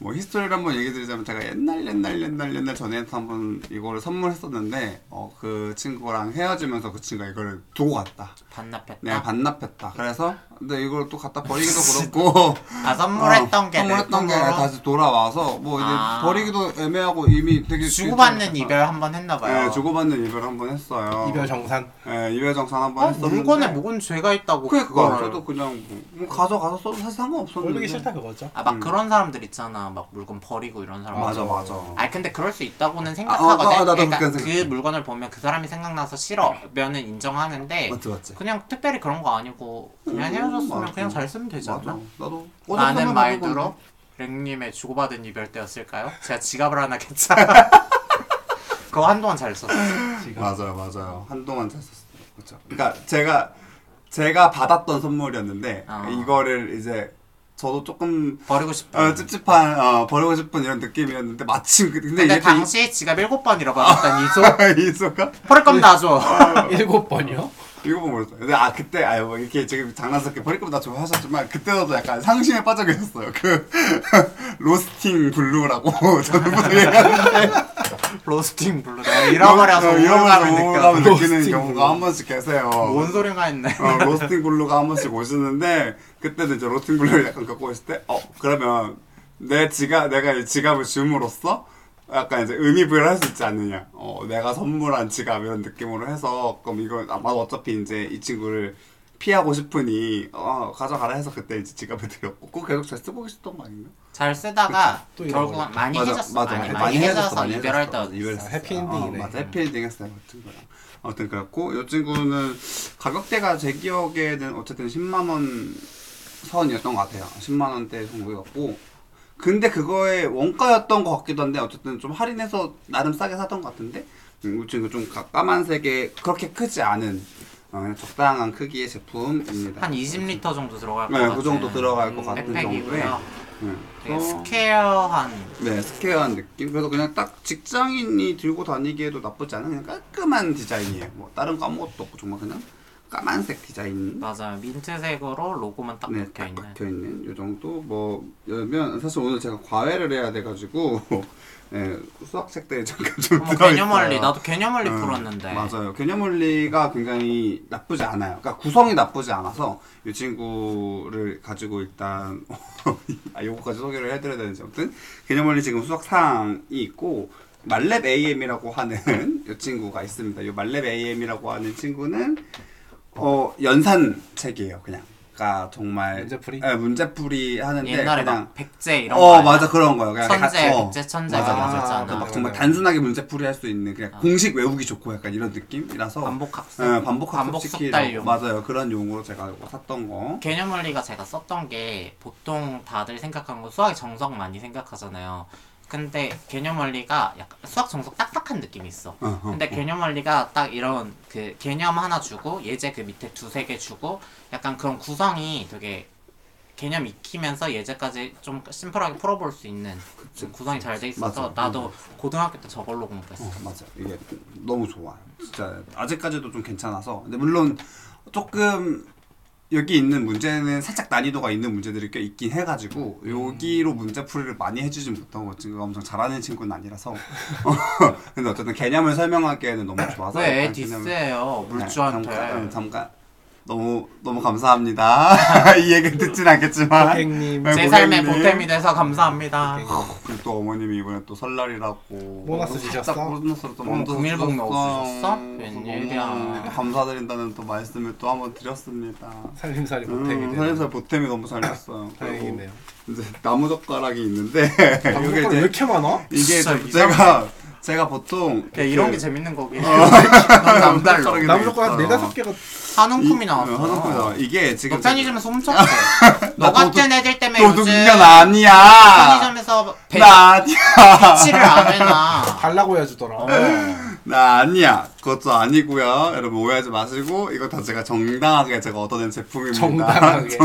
[SPEAKER 3] 뭐 히스토리를 한번 얘기 드리자면 제가 옛날 옛날 옛날 옛날 전에 한번 이거를 선물했었는데 어 그 친구랑 헤어지면서 그 친구가 이거를 두고 갔다
[SPEAKER 2] 반납했다.
[SPEAKER 3] 내가 반납했다 그래서 근데 이걸 또 갖다 버리기도 그렇고
[SPEAKER 2] 아 선물했던
[SPEAKER 3] 어,
[SPEAKER 2] 게
[SPEAKER 3] 선물했던 게
[SPEAKER 2] 내품으로
[SPEAKER 3] 다시 돌아와서 뭐 이제
[SPEAKER 2] 아.
[SPEAKER 3] 버리기도 애매하고 이미 되게
[SPEAKER 2] 주고받는
[SPEAKER 3] 괜찮-
[SPEAKER 2] 이별 한번 했나봐요.
[SPEAKER 3] 예, 주고받는 이별 한번 했어요.
[SPEAKER 1] 이별 정산.
[SPEAKER 3] 예, 이별 정산 한번
[SPEAKER 2] 어,
[SPEAKER 3] 했었는데.
[SPEAKER 2] 물건에 뭔 죄가 있다고
[SPEAKER 3] 그니까
[SPEAKER 2] 그거를.
[SPEAKER 3] 저도 그냥 뭐, 뭐 가져가서 써도 사실 상관없었는데.
[SPEAKER 1] 꼴보기 싫다 그거죠.
[SPEAKER 2] 아 막
[SPEAKER 3] 음.
[SPEAKER 2] 그런 사람들 있잖아 그냥 막 물건 버리고 이런 사람.
[SPEAKER 3] 맞아 맞아.
[SPEAKER 2] 아니 근데 그럴 수 있다고는
[SPEAKER 3] 아,
[SPEAKER 2] 생각하거든.
[SPEAKER 3] 아, 아, 나도
[SPEAKER 2] 그러니까
[SPEAKER 3] 그렇게
[SPEAKER 2] 그
[SPEAKER 3] 생각해.
[SPEAKER 2] 물건을 보면 그 사람이 생각나서 싫어면은 인정하는데
[SPEAKER 3] 맞지 맞지.
[SPEAKER 2] 그냥 특별히 그런 거 아니고 그냥
[SPEAKER 3] 음,
[SPEAKER 2] 헤어졌으면
[SPEAKER 3] 맞아.
[SPEAKER 2] 그냥 잘 쓰면 되지 않나?
[SPEAKER 3] 맞아. 나도
[SPEAKER 2] 나는
[SPEAKER 3] 어젯밤에
[SPEAKER 2] 말
[SPEAKER 3] 보고
[SPEAKER 2] 들어
[SPEAKER 3] 있는데.
[SPEAKER 2] 랭님의 주고받은 이별 때였을까요? 제가 지갑을 하나 괜찮아. 그거 한동안 잘 썼어요.
[SPEAKER 1] 지금
[SPEAKER 3] 맞아요 맞아요. 한동안 잘 썼어. 그렇죠. 그러니까 제가 제가 받았던 선물이었는데
[SPEAKER 2] 어.
[SPEAKER 3] 이거를 이제 저도 조금
[SPEAKER 2] 버리고 싶어.
[SPEAKER 3] 어, 찝찝한 어, 버리고 싶은 이런 느낌이었는데 마침 그- 근데,
[SPEAKER 2] 근데
[SPEAKER 3] 이게 당...
[SPEAKER 2] 당시 지갑 일곱 번 잃어버렸던 이소
[SPEAKER 3] 이소가
[SPEAKER 2] 포레껌 놔줘.
[SPEAKER 3] 음.
[SPEAKER 1] 일곱 번이요?
[SPEAKER 3] 이거 보면 그랬어요. 근데 아 그때 아뭐 이렇게 지금 장난스럽게 버릴거면 다 좋아하셨지만 그때도 약간 상심에 빠져 계셨어요. 그 로스팅 블루라고 뭐 전부터 얘기하는데
[SPEAKER 2] 로스팅 블루 내가 잃어버려서
[SPEAKER 3] 이런
[SPEAKER 2] 우울감을
[SPEAKER 3] 우울감을
[SPEAKER 2] 느껴.
[SPEAKER 3] 느끼는
[SPEAKER 1] 로스팅
[SPEAKER 3] 경우가
[SPEAKER 1] 블루.
[SPEAKER 3] 한 번씩 계세요.
[SPEAKER 2] 뭔 소린가 했네.
[SPEAKER 3] 어, 로스팅 블루가 한 번씩 오시는데 그때도 이제 로스팅 블루를 약간 갖고 있을 때 어 그러면 내 지갑 내가 이 지갑을 줌으로써 약간 이제 의미 부여를 할 수 있지 않느냐 어 내가 선물한 지갑 이런 느낌으로 해서 그럼 이거 아마 어차피 이제 이 친구를 피하고 싶으니 어 가져가라 해서 그때 이제 지갑을 드렸고 그거 계속 잘 쓰고 계셨던 거 아닌가?
[SPEAKER 2] 잘 쓰다가
[SPEAKER 1] 또
[SPEAKER 2] 결국
[SPEAKER 1] 잃어버려.
[SPEAKER 2] 많이 해졌어. 많이, 많이, 해져서 이별할 때
[SPEAKER 3] 이별했어.
[SPEAKER 1] 아, 해피엔딩이네.
[SPEAKER 3] 어, 맞아, 해피엔딩 했어요. 같은 거랑. 아무튼 그렇고 이 친구는 가격대가 제 기억에는 어쨌든 10만 원 선이었던 것 같아요. 10만 원대 정도였고 근데 그거의 원가였던 것 같기도 한데 어쨌든 좀 할인해서 나름 싸게 샀던 것 같은데 음, 이 친구 좀 가- 까만색에 그렇게 크지 않은 어, 그냥 적당한 크기의 제품입니다.
[SPEAKER 2] 한 20리터 정도 들어갈 것
[SPEAKER 3] 음. 네, 그
[SPEAKER 2] 같은. 음,
[SPEAKER 3] 정도 들어갈 것 같은
[SPEAKER 2] 백팩이고요.
[SPEAKER 3] 정도의, 음,
[SPEAKER 2] 되게
[SPEAKER 3] 그래서-
[SPEAKER 2] 스퀘어한
[SPEAKER 3] 네, 스퀘어한 느낌. 그래서 그냥 딱 직장인이 들고 다니기에도 나쁘지 않은 그냥 깔끔한 디자인이에요. 뭐 다른 거 아무것도 없고 정말 그냥 까만색 디자인.
[SPEAKER 2] 맞아요. 민트색으로 로고만 딱
[SPEAKER 3] 네,
[SPEAKER 2] 박혀
[SPEAKER 3] 딱
[SPEAKER 2] 있는.
[SPEAKER 3] 박혀 있는 이 정도. 뭐 그러면 사실 오늘 제가 과외를 해야 돼 가지고 네, 수학 책들에 잠깐 좀
[SPEAKER 2] 어머
[SPEAKER 3] 들어
[SPEAKER 2] 개념원리 나도 개념원리 네. 풀었는데.
[SPEAKER 3] 네. 음, 맞아요. 개념원리가 굉장히 나쁘지 않아요. 그러니까 구성이 나쁘지 않아서 이 친구를 가지고 일단 아 요거까지 소개를 해드려야 되는지 아무튼 개념원리 지금 수학상이 있고 말렙 AM이라고 하는 이 친구가 있습니다. 이 말렙 AM이라고 하는 친구는 어 연산 책이에요. 그냥 그러니까 정말
[SPEAKER 1] 문제풀이?
[SPEAKER 3] 예, 문제풀이 하는데
[SPEAKER 2] 옛날에
[SPEAKER 3] 그냥
[SPEAKER 2] 막 백제 이런 거.
[SPEAKER 3] 어
[SPEAKER 2] 알아?
[SPEAKER 3] 맞아 그런 거예요. 그냥
[SPEAKER 2] 천재,
[SPEAKER 3] 가- 어.
[SPEAKER 2] 백제 천재
[SPEAKER 3] 맞아,
[SPEAKER 2] 이런 거
[SPEAKER 3] 맞아.
[SPEAKER 2] 있잖아.
[SPEAKER 3] 그
[SPEAKER 2] 네. 아.
[SPEAKER 3] 막 정말 단순하게 문제풀이 할 수 있는 그냥 공식 외우기 좋고 약간 이런 느낌이라서
[SPEAKER 2] 반복 학습.
[SPEAKER 3] 예, 반복
[SPEAKER 2] 반복
[SPEAKER 3] 학습 시키려고.
[SPEAKER 2] 숙달용.
[SPEAKER 3] 맞아요 그런 용어로 제가 이거 샀던 거.
[SPEAKER 2] 개념원리가 제가 썼던 게 보통 다들 생각한 거 수학의 정석 많이 생각하잖아요. 근데 개념원리가 약간 수학 정석 딱딱한 느낌이 있어.
[SPEAKER 3] 어, 어,
[SPEAKER 2] 근데 개념원리가 딱 이런 그 개념 하나 주고 예제 그 밑에 두세 개 주고 약간 그런 구성이 되게 개념 익히면서 예제까지 좀 심플하게 풀어볼 수 있는 좀 구성이 잘 돼 있어서
[SPEAKER 3] 맞아. 음.
[SPEAKER 2] 나도 고등학교 때 저걸로 공부했어.
[SPEAKER 3] 어, 맞아 이게 너무 좋아요. 진짜 아직까지도 좀 괜찮아서. 근데 물론 조금 여기 있는 문제는 살짝 난이도가 있는 문제들이 꽤 있긴 해가지고
[SPEAKER 2] 음.
[SPEAKER 3] 여기로 문제풀이를 많이 해주진 못하고 친구가 엄청 잘하는 친구는 아니라서 어, 근데 어쨌든 개념을 설명하기에는 너무 좋아서
[SPEAKER 2] 왜
[SPEAKER 3] 약간
[SPEAKER 2] 애
[SPEAKER 3] 개념을-
[SPEAKER 2] 디스예요
[SPEAKER 3] 네, 잠깐,
[SPEAKER 2] 물주한테?
[SPEAKER 3] 잠깐. 너무 너무 감사합니다. 이 얘기 듣진 않겠지만
[SPEAKER 1] 고객님
[SPEAKER 3] 네.
[SPEAKER 2] 제 삶의
[SPEAKER 3] 고객님.
[SPEAKER 2] 보탬이 돼서 감사합니다.
[SPEAKER 3] 그리고 또 어머님이 이번에 또 설날이라고
[SPEAKER 1] 보너스
[SPEAKER 3] 살짝
[SPEAKER 1] 주셨어?
[SPEAKER 3] 보너스를 또
[SPEAKER 2] 어머,
[SPEAKER 3] 먼저
[SPEAKER 2] 금일봉
[SPEAKER 3] 주셨어.
[SPEAKER 2] 넣어주셨어?
[SPEAKER 3] 그래서
[SPEAKER 2] 웬일이야.
[SPEAKER 3] 너무 감사드린다는 또 말씀을 또 한번 드렸습니다.
[SPEAKER 1] 살림살이 못하게
[SPEAKER 3] 음,
[SPEAKER 1] 되네.
[SPEAKER 3] 살살 보탬이 너무 잘 됐어요. 그리고
[SPEAKER 1] 다행이네요.
[SPEAKER 3] 이제 나무 젓가락이 있는데
[SPEAKER 1] 방송을
[SPEAKER 3] 이게
[SPEAKER 1] 왜
[SPEAKER 3] 이제
[SPEAKER 1] 이렇게 많아?
[SPEAKER 3] 이게
[SPEAKER 2] 진짜
[SPEAKER 3] 좀 제가 제가 보통
[SPEAKER 2] 야, 네, 이런 게 재밌는 거긴 해.
[SPEAKER 3] 어. 나무
[SPEAKER 2] 남달러.
[SPEAKER 3] 젓가락이
[SPEAKER 1] 남조건 한
[SPEAKER 3] 있어요.
[SPEAKER 1] 네다섯 개가
[SPEAKER 2] 한웅품이
[SPEAKER 3] 이- 어, 한웅품이
[SPEAKER 2] 나왔어.
[SPEAKER 3] 나와. 이게 지금
[SPEAKER 2] 노편의점에서 훔쳤어. 너
[SPEAKER 3] 도둑-
[SPEAKER 2] 같은 애들 때문에 네, 요즘
[SPEAKER 3] 도둑년 아니야.
[SPEAKER 2] 편의점에서 배-
[SPEAKER 3] 나 아니야.
[SPEAKER 2] 배치를 안 해놔.
[SPEAKER 1] 달라고 해주더라.
[SPEAKER 2] 어.
[SPEAKER 3] 나 네, 아니야. 그것도 아니고요. 여러분 오해하지 마시고 이거 다 제가 정당하게 제가 얻어낸 제품입니다.
[SPEAKER 1] 정당하게.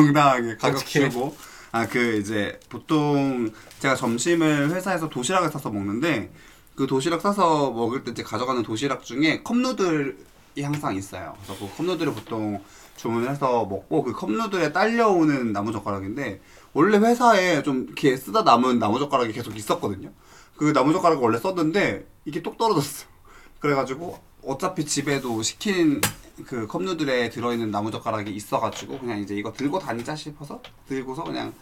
[SPEAKER 3] 정당하게 가격
[SPEAKER 1] 어떻게.
[SPEAKER 3] 주고. 아 그 이제 보통 제가 점심을 회사에서 도시락을 사서 먹는데 그 도시락 사서 먹을 때 이제 가져가는 도시락 중에 컵누들이 항상 있어요. 그래서 그 컵누들을 보통 주문을 해서 먹고 그 컵누들에 딸려오는 나무젓가락인데 원래 회사에 좀 이렇게 쓰다 남은 나무젓가락이 계속 있었거든요. 그 나무젓가락을 원래 썼는데 이게 똑 떨어졌어. 그래가지고 어차피 집에도 시킨 그 컵누들에 들어있는 나무젓가락이 있어가지고 그냥 이제 이거 들고 다니자 싶어서 들고서 그냥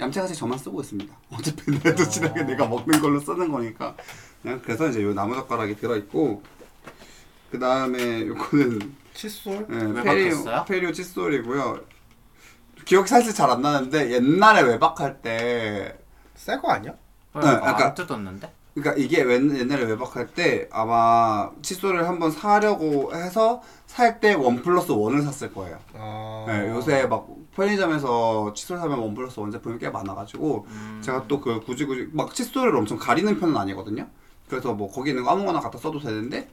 [SPEAKER 3] 얌체같이 저만 쓰고 있습니다. 어차피 내 도시락에 내가 먹는 걸로 쓰는 거니까 그냥 그래서 이제 요 나무젓가락이 들어있고 그 다음에 요거는
[SPEAKER 1] 칫솔?
[SPEAKER 3] 예,
[SPEAKER 2] 왜
[SPEAKER 3] 페리오,
[SPEAKER 2] 박혔어요?
[SPEAKER 3] 페리오 칫솔이고요. 기억이 사실 잘 안 나는데 옛날에 외박할 때
[SPEAKER 1] 새거 아니야?
[SPEAKER 2] 어,
[SPEAKER 3] 네,
[SPEAKER 2] 아,
[SPEAKER 3] 아까-
[SPEAKER 2] 안 뜯었는데?
[SPEAKER 3] 그러니까 이게 웬- 옛날에 외박할 때 아마 칫솔을 한번 사려고 해서 살 때 원 플러스 원을 샀을 거예요.
[SPEAKER 2] 아.
[SPEAKER 1] 어...
[SPEAKER 3] 네, 요새 막 편의점에서 칫솔 사면 원 플러스 원 제품이 꽤 많아가지고
[SPEAKER 2] 음.
[SPEAKER 3] 제가 또 그 굳이 굳이 막 칫솔을 엄청 가리는 편은 아니거든요. 그래서 뭐 거기 있는 거 아무거나 갖다 써도 되는데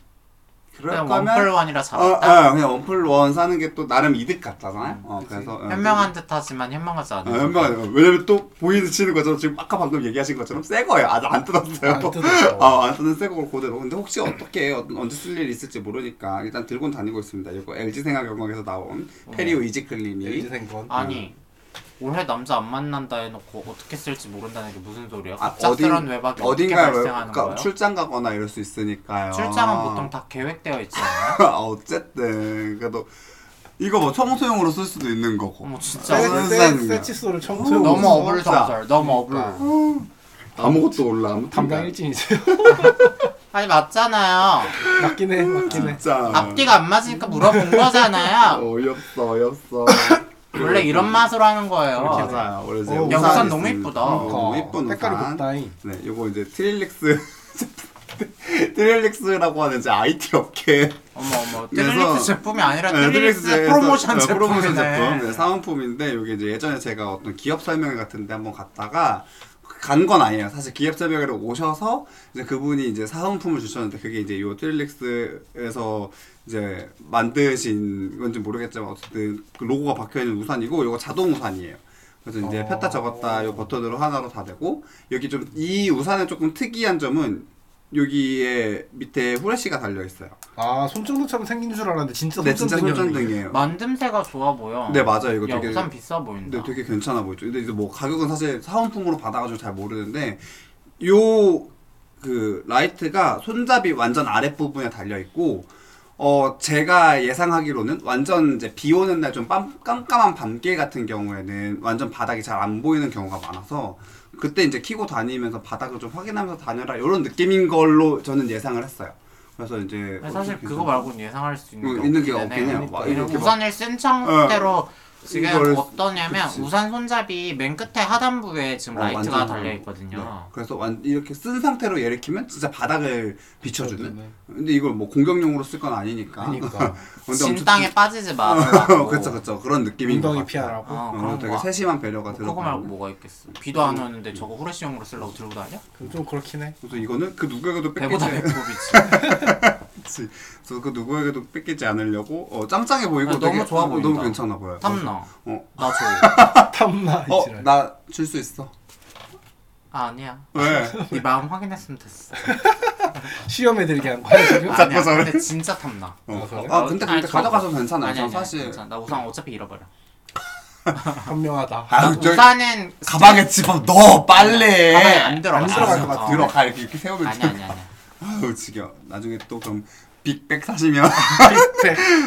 [SPEAKER 3] 그럴
[SPEAKER 2] 그냥
[SPEAKER 3] 거면
[SPEAKER 2] 원플원이라
[SPEAKER 3] 어,
[SPEAKER 2] 잡았다.
[SPEAKER 3] 어, 그냥 원 플러스 원 사는 게 또 나름 이득 같잖아요. 어,
[SPEAKER 1] 그치.
[SPEAKER 3] 그래서 어,
[SPEAKER 2] 현명한 듯하지만 현명하지 않은.
[SPEAKER 3] 아, 현명하네. 어, 왜냐면 또 보이는 치는 것처럼 지금 아까 방금 얘기하신 것처럼 새 거예요. 아직 안 뜯었어요.
[SPEAKER 1] 안 뜯었어.
[SPEAKER 3] 아, 안 뜯은 새 거를 그대로. 근데 혹시 어떻게 어떤- 언제 쓸 일이 있을지 모르니까 일단 들고 다니고 있습니다. 이거 LG 생활경영에서 나온
[SPEAKER 2] 어.
[SPEAKER 3] 페리오 이지클린이.
[SPEAKER 1] 일지생권.
[SPEAKER 2] 아니
[SPEAKER 3] 음.
[SPEAKER 2] 올해 남자 안 만난다 해놓고 어떻게 쓸지 모른다는 게 무슨 소리야?
[SPEAKER 3] 아,
[SPEAKER 2] 갑작스런
[SPEAKER 3] 어딘-
[SPEAKER 2] 외박이 어떻게
[SPEAKER 3] 어딘가에
[SPEAKER 2] 발생하는
[SPEAKER 3] 그러니까
[SPEAKER 2] 거예요?
[SPEAKER 3] 출장 아. 가거나 이럴 수 있으니까요.
[SPEAKER 2] 출장은 보통 다 계획되어 있지 않나요?
[SPEAKER 3] 아, 어쨌든 그래도 이거 뭐 청소용으로 쓸 수도 있는 거고.
[SPEAKER 2] 어머 진짜
[SPEAKER 3] 네.
[SPEAKER 1] 새- 새- 새 칫솔을 청소해
[SPEAKER 2] 너무
[SPEAKER 1] 놓고
[SPEAKER 2] 어불 적절 너무
[SPEAKER 3] 그러니까.
[SPEAKER 2] 어불
[SPEAKER 3] 아무것도 올라 아무
[SPEAKER 1] 담당
[SPEAKER 2] 그러니까.
[SPEAKER 1] 일진이세요?
[SPEAKER 2] 아니 맞잖아요
[SPEAKER 1] 맞긴 해 맞긴 해
[SPEAKER 3] 진짜
[SPEAKER 2] 앞뒤가 안 맞으니까 물어본 거잖아요
[SPEAKER 3] 어이없어 어이없어.
[SPEAKER 2] 원래 이런 맛으로 하는
[SPEAKER 1] 그렇게
[SPEAKER 2] 거예요
[SPEAKER 3] 맞아요. 원래 이제
[SPEAKER 1] 어,
[SPEAKER 3] 우산이
[SPEAKER 2] 우산 너무
[SPEAKER 3] 있습니다.
[SPEAKER 2] 이쁘다.
[SPEAKER 3] 어, 너무
[SPEAKER 1] 그러니까
[SPEAKER 3] 이쁜
[SPEAKER 1] 색깔이
[SPEAKER 3] 우산.
[SPEAKER 1] 곱다잉
[SPEAKER 3] 네, 요거 이제 트릴릭스 제품. 트릴릭스라고 하는 이제 IT 업계
[SPEAKER 2] 어머 어머
[SPEAKER 3] 그래서-
[SPEAKER 2] 트릴릭스 제품이 아니라
[SPEAKER 3] 네,
[SPEAKER 2] 트릴릭스
[SPEAKER 3] 트릴릭스에서-
[SPEAKER 2] 프로모션
[SPEAKER 3] 네,
[SPEAKER 2] 제품이네
[SPEAKER 3] 프로모션 제품 네, 사은품인데 요게 이제 예전에 제가 어떤 기업 설명회 같은데 한번 갔다가 간 건 아니에요. 사실 기업 설명회를 오셔서 이제 그분이 이제 사은품을 주셨는데 그게 이제 요 트릴릭스에서 이제 만드신 건지 모르겠지만 어쨌든 그 로고가 박혀 있는 우산이고 요거 자동 우산이에요. 그래서 이제
[SPEAKER 1] 어.
[SPEAKER 3] 폈다 적었다 요 버튼으로 하나로 다 되고 여기 좀 이 우산의 조금 특이한 점은 여기에 밑에 후레쉬가 달려 있어요.
[SPEAKER 1] 아 손전등처럼 생긴 줄 알았는데 진짜
[SPEAKER 3] 네, 진짜
[SPEAKER 1] 손전등이었네.
[SPEAKER 3] 손전등이에요.
[SPEAKER 2] 만듦새가 좋아 보여
[SPEAKER 3] 네 맞아요 이거
[SPEAKER 2] 어. 야
[SPEAKER 3] 되게
[SPEAKER 2] 우산 비싸 보인다
[SPEAKER 3] 근데 되게 괜찮아 보이죠. 근데 이제 뭐 가격은 사실 사은품으로 받아가지고 잘 모르는데 요 그 라이트가 손잡이 완전 아랫 부분에 달려 있고 어 제가 예상하기로는 완전 이제 비 오는 날 좀 깜깜한 밤길 같은 경우에는 완전 바닥이 잘 안 보이는 경우가 많아서 그때 이제 키고 다니면서 바닥을 좀 확인하면서 다녀라 이런 느낌인 걸로 저는 예상을 했어요. 그래서 이제
[SPEAKER 2] 근데 사실 그거 말고는 예상할 수 있는
[SPEAKER 3] 어,
[SPEAKER 2] 게
[SPEAKER 3] 있는 게
[SPEAKER 2] 없긴
[SPEAKER 3] 없긴 해요.
[SPEAKER 2] 그러니까
[SPEAKER 3] 막 이렇게 막- 어.
[SPEAKER 2] 우산을 쓴 상태로 지금
[SPEAKER 3] 이걸-
[SPEAKER 2] 어떠냐면
[SPEAKER 3] 그치.
[SPEAKER 2] 우산 손잡이 맨 끝에 하단부에 지금
[SPEAKER 3] 어,
[SPEAKER 2] 라이트가
[SPEAKER 3] 완전-
[SPEAKER 2] 달려
[SPEAKER 3] 네.
[SPEAKER 2] 있거든요.
[SPEAKER 3] 그래서 완 이렇게 쓴 상태로 얘를 키면 진짜 바닥을 비춰주는
[SPEAKER 1] 네.
[SPEAKER 3] 근데 이걸 뭐 공격용으로 쓸 건 아니니까.
[SPEAKER 1] 그러니까
[SPEAKER 3] 근데
[SPEAKER 2] 진
[SPEAKER 3] 엄청-
[SPEAKER 2] 땅에 빠지지 마.
[SPEAKER 3] 그쵸 그쵸 그런 느낌인 것
[SPEAKER 1] 엉덩이
[SPEAKER 3] 같아요.
[SPEAKER 1] 피하라고
[SPEAKER 2] 어,
[SPEAKER 3] 어,
[SPEAKER 2] 그런
[SPEAKER 3] 되게
[SPEAKER 2] 거.
[SPEAKER 3] 세심한 배려가
[SPEAKER 2] 그거 말고
[SPEAKER 3] 아, 들어가고.
[SPEAKER 2] 뭐가 있겠어? 비도 안 오는데 저거 후레쉬용으로 쓰려고 들고 다녀?
[SPEAKER 1] 그럼 좀 그렇긴 해
[SPEAKER 3] 그래서 이거는 그 누구에게도 뺏기지.
[SPEAKER 2] 배보다 배꼽이지.
[SPEAKER 3] 그치. 그래서 그 누구에게도 뺏기지 않으려고 어, 짱짱해 보이고
[SPEAKER 2] 아, 너무
[SPEAKER 3] 되게-
[SPEAKER 2] 좋아
[SPEAKER 3] 어, 너무
[SPEAKER 2] 보인다.
[SPEAKER 3] 괜찮아 보여.
[SPEAKER 2] 탐나.
[SPEAKER 3] 어.
[SPEAKER 2] 나 줘.
[SPEAKER 1] 탐나 이 지랄.
[SPEAKER 3] 어나 줄 수 있어.
[SPEAKER 2] 아, 아니야.
[SPEAKER 3] 왜?
[SPEAKER 2] 네 마음 확인했으면 됐어.
[SPEAKER 1] 시험에 들게 한 거야 지금?
[SPEAKER 2] 아니야.
[SPEAKER 3] 저래.
[SPEAKER 2] 근데 진짜 탐나.
[SPEAKER 3] 어.
[SPEAKER 1] 그래?
[SPEAKER 3] 아 근데
[SPEAKER 2] 아니,
[SPEAKER 3] 근데
[SPEAKER 2] 저-
[SPEAKER 3] 가져가서 괜찮아요.
[SPEAKER 2] 아니야,
[SPEAKER 3] 저
[SPEAKER 2] 아니야.
[SPEAKER 3] 사실.
[SPEAKER 2] 괜찮아. 나 우산 어차피 잃어버려.
[SPEAKER 1] 현명하다
[SPEAKER 3] 아 저.
[SPEAKER 2] 우산은
[SPEAKER 3] 가방에 집어 넣어 빨래.
[SPEAKER 2] 가방에 안 들어가.
[SPEAKER 1] 안 들어갈 것 같아.
[SPEAKER 2] 어.
[SPEAKER 3] 들어가 이렇게, 이렇게 세우면.
[SPEAKER 2] 아니 아니 아니.
[SPEAKER 3] 아유 어, 지겨. 나중에 또 그럼 빅백 사시면.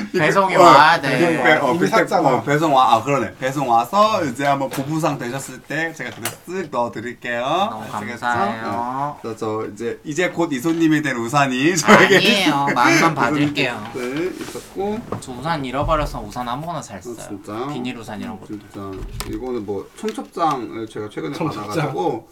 [SPEAKER 2] 배송이
[SPEAKER 3] 어,
[SPEAKER 2] 와야 네.
[SPEAKER 3] 빅백,
[SPEAKER 2] 돼.
[SPEAKER 3] 어,
[SPEAKER 1] 이미
[SPEAKER 3] 빅백,
[SPEAKER 1] 샀잖아.
[SPEAKER 3] 어, 배송 와, 아 그러네. 배송 와서 이제 한번 보부상 되셨을 때 제가 그냥 쓱 넣어드릴게요.
[SPEAKER 2] 너무
[SPEAKER 3] 아시겠죠?
[SPEAKER 2] 감사해요.
[SPEAKER 3] 어. 저, 저 이제 이제 곧 이소님이 된 우산이 저에게
[SPEAKER 2] 아니에요. 마음만 받을게요.
[SPEAKER 3] 네, 있었고
[SPEAKER 2] 저 우산 잃어버려서 우산 아무거나 잘
[SPEAKER 3] 아,
[SPEAKER 2] 써요.
[SPEAKER 3] 진짜?
[SPEAKER 2] 비닐 우산이란 거.
[SPEAKER 3] 진짜 이거는 뭐 청첩장을 제가 최근에
[SPEAKER 1] 청첩장.
[SPEAKER 3] 받아가지고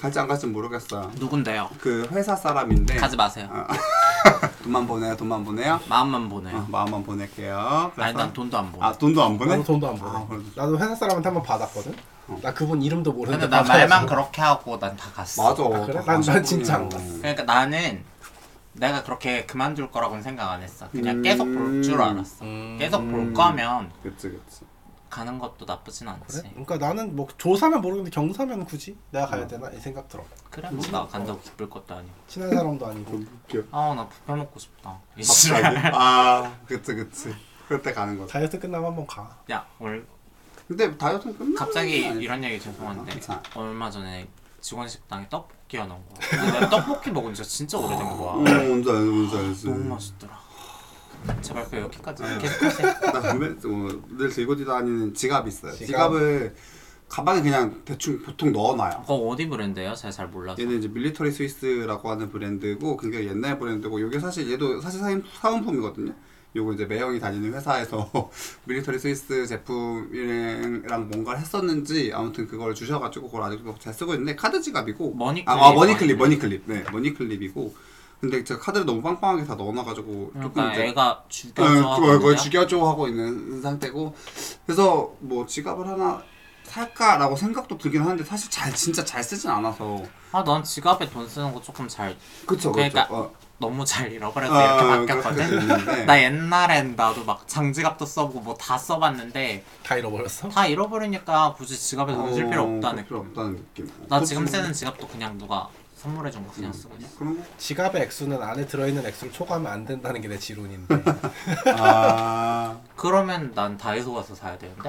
[SPEAKER 3] 갈지 안 갈지 모르겠어요.
[SPEAKER 2] 누군데요?
[SPEAKER 3] 그 회사 사람인데 어.
[SPEAKER 2] 가지 마세요.
[SPEAKER 3] 돈만 보내요, 돈만 보내요.
[SPEAKER 2] 마음만
[SPEAKER 3] 어,
[SPEAKER 2] 보내요.
[SPEAKER 3] 마음만 보낼게요.
[SPEAKER 2] 아니 난 돈도 안 보내.
[SPEAKER 3] 아 돈도 안 보내?
[SPEAKER 1] 나도 돈도 안
[SPEAKER 3] 아,
[SPEAKER 1] 벌어
[SPEAKER 3] 그래도 어.
[SPEAKER 1] 나도 회사 사람한테 한 번 받았거든 나 그분 이름도 모르는데
[SPEAKER 2] 근데 나
[SPEAKER 1] 받아가지고. 네?
[SPEAKER 2] 말만 그렇게 하고 난 다 갔어.
[SPEAKER 3] 맞아.
[SPEAKER 1] 아, 그래?
[SPEAKER 3] 다
[SPEAKER 1] 난- 난
[SPEAKER 3] 가지고
[SPEAKER 1] 진짜 안
[SPEAKER 3] 그냥.
[SPEAKER 1] 갔어.
[SPEAKER 2] 그러니까 나는 내가 그렇게 그만둘 거라고는 생각 안 했어. 그냥
[SPEAKER 3] 음.
[SPEAKER 2] 계속 볼 줄 알았어.
[SPEAKER 1] 음.
[SPEAKER 2] 계속 볼 거면
[SPEAKER 3] 그치 그치.
[SPEAKER 2] 가는 것도 나쁘진 않지.
[SPEAKER 1] 그래? 그러니까 나는 뭐 조사면 모르겠는데 경사면 굳이 내가 가야 되나 이 생각 들어
[SPEAKER 2] 그래 뭐 나 간다고 기쁠 것도 아니고.
[SPEAKER 1] 친한 사람도 아니고
[SPEAKER 3] 웃겨.
[SPEAKER 2] 아우 나 부페 먹고 싶다. 이 씨발.
[SPEAKER 3] 갑자기. 아 그치 그치. 그럴 때 가는 거지.
[SPEAKER 1] 다이어트 끝나면 한번 가
[SPEAKER 2] 야 오늘
[SPEAKER 3] 근데 다이어트는 끝나.
[SPEAKER 2] 갑자기 이런 얘기 죄송한데
[SPEAKER 3] 아, 괜찮아.
[SPEAKER 2] 얼마 전에 직원 식당에 떡볶이가 나온 거야. 근데 내가 떡볶이 먹은 지 진짜 오래된
[SPEAKER 3] 어
[SPEAKER 2] 거야.
[SPEAKER 3] 뭔지 알지 뭔지 알지.
[SPEAKER 2] 아, 너무 맛있더라. 제 발표 그 여기까지 계속하세요.
[SPEAKER 3] 나 근데 어, 뭐늘 들고 다니는 지갑이 있어요.
[SPEAKER 1] 지갑.
[SPEAKER 3] 지갑. 을 가방에 그냥 대충 보통 넣어놔요.
[SPEAKER 2] 그거 어디 브랜드예요? 제가 잘 몰라서.
[SPEAKER 3] 얘는 이제 밀리터리 스위스라고 하는 브랜드고 굉장히 옛날 브랜드고 이게 사실 얘도 사실 사인- 사은품이거든요. 요거 이제 매형이 다니는 회사에서 밀리터리 스위스 제품이랑 뭔가를 했었는지 아무튼 그걸 주셔가지고 그걸 아직도 잘 쓰고 있는데 카드 지갑이고
[SPEAKER 2] 머니
[SPEAKER 3] 아,
[SPEAKER 2] 클립.
[SPEAKER 3] 아 머니 클립 머니 클립 네 머니 클립이고 근데 제가 카드를 너무 빵빵하게 다 넣어놔가지고 조금
[SPEAKER 2] 그러니까
[SPEAKER 3] 이제
[SPEAKER 2] 애가
[SPEAKER 3] 응,
[SPEAKER 2] 죽여서
[SPEAKER 3] 그걸
[SPEAKER 2] 하거든요.
[SPEAKER 3] 네, 거의 죽여줘 하고 있는 상태고 그래서 뭐 지갑을 하나 살까라고 생각도 들긴 하는데 사실 잘 진짜 잘 쓰진 않아서
[SPEAKER 2] 아, 난 지갑에 돈 쓰는 거 조금 잘
[SPEAKER 3] 그쵸
[SPEAKER 2] 그러니까
[SPEAKER 3] 그쵸 어.
[SPEAKER 2] 너무 잘 잃어버려서
[SPEAKER 3] 아, 네.
[SPEAKER 2] 이렇게 바뀌었거든.
[SPEAKER 3] 그렇게 됐는데.
[SPEAKER 2] 나 옛날엔 나도 막 장지갑도 써보고 뭐 다 써봤는데
[SPEAKER 1] 다 잃어버렸어?
[SPEAKER 2] 다 잃어버리니까 굳이 지갑에 돈 쓸 필요
[SPEAKER 3] 어,
[SPEAKER 2] 없다는
[SPEAKER 3] 필요 없다는 느낌
[SPEAKER 2] 나 지금 쓰는 지갑도 그냥 누가 선물해준 거
[SPEAKER 3] 음.
[SPEAKER 2] 그냥 쓰고 있어.
[SPEAKER 3] 그런 거
[SPEAKER 1] 지갑의 액수는 안에 들어있는 액수를 초과하면 안 된다는 게 내 지론인데
[SPEAKER 3] 아
[SPEAKER 2] 그러면 난 다이소 가서 사야 되는데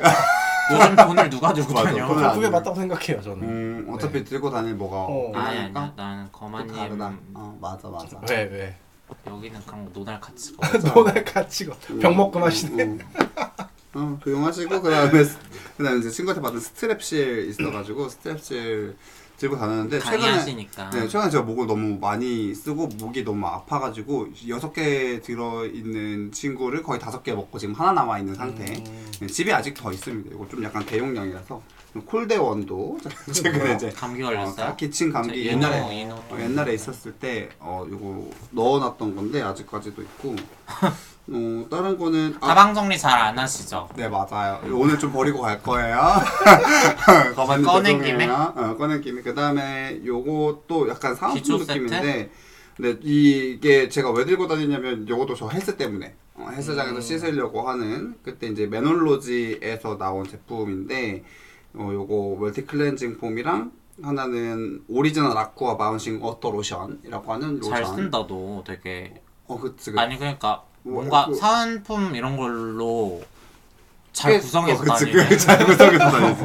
[SPEAKER 2] 요즘 돈을 누가 들고
[SPEAKER 3] 맞아,
[SPEAKER 2] 다녀?
[SPEAKER 3] 돈을 안-
[SPEAKER 1] 그게 맞다고 생각해요 저는
[SPEAKER 3] 음, 어차피 들고 다닐 뭐가
[SPEAKER 1] 어.
[SPEAKER 2] 네. 아니 음. 아니
[SPEAKER 3] 없으니까
[SPEAKER 2] 나는
[SPEAKER 3] 또 다르다
[SPEAKER 2] 거만님
[SPEAKER 3] 어 맞아 맞아
[SPEAKER 1] 왜 왜?
[SPEAKER 2] 여기는 그런 거 노날 가치가
[SPEAKER 1] 너네 같이 가.
[SPEAKER 3] 음.
[SPEAKER 1] 병 먹고 마시네
[SPEAKER 3] 응, 응. 어, 조용하시고 그다음에 스- 그다음에 이제 친구한테 받은 스트랩실 있어가지고 스트랩실 들고 다녔는데 최근에
[SPEAKER 2] 강의하시니까
[SPEAKER 3] 네, 최근에 제가 목을 너무 많이 쓰고 목이 너무 아파가지고 여섯 개 들어 있는 친구를 거의 다섯 개 먹고 지금 하나 남아 있는 상태.
[SPEAKER 1] 음.
[SPEAKER 3] 네, 집에 아직 더 있습니다. 이거 좀 약간 대용량이라서 콜데원도 최근에 이제
[SPEAKER 2] 감기
[SPEAKER 3] 어,
[SPEAKER 2] 걸렸어요?
[SPEAKER 3] 기침 감기
[SPEAKER 2] 저
[SPEAKER 3] 옛날에
[SPEAKER 2] 이노, 이노
[SPEAKER 3] 어, 옛날에 있었을 때 어, 이거 넣어놨던 건데 아직까지도 있고 어, 다른 거는 아,
[SPEAKER 2] 가방 정리 잘 안 하시죠?
[SPEAKER 3] 네 맞아요. 오늘 좀 버리고 갈 거예요. 가만히
[SPEAKER 2] 꺼낸
[SPEAKER 3] 죄송해요.
[SPEAKER 2] 김에?
[SPEAKER 3] 그 어, 꺼낸 김에 그 다음에 요것도 약간
[SPEAKER 2] 기초
[SPEAKER 3] 사은품
[SPEAKER 2] 세트?
[SPEAKER 3] 느낌인데, 근데 이게 제가 왜 들고 다니냐면 요것도 저 헬스 때문에 어, 헬스장에서
[SPEAKER 1] 음.
[SPEAKER 3] 씻으려고 하는 그때 이제 메놀로지에서 나온 제품인데, 어, 요거 멀티 클렌징 폼이랑 하나는 오리지널 아쿠아 바운싱 워터 로션이라고 하는 로션.
[SPEAKER 2] 잘 쓴다 너 되게
[SPEAKER 3] 어, 그치, 그치.
[SPEAKER 2] 아니 그러니까
[SPEAKER 3] 뭐,
[SPEAKER 2] 뭔가
[SPEAKER 3] 그-
[SPEAKER 2] 사은품 이런 걸로 잘
[SPEAKER 3] 꽤-
[SPEAKER 2] 구성해서
[SPEAKER 3] 어, 그치,
[SPEAKER 2] 다니네
[SPEAKER 3] 그잘 구성해서 다니지.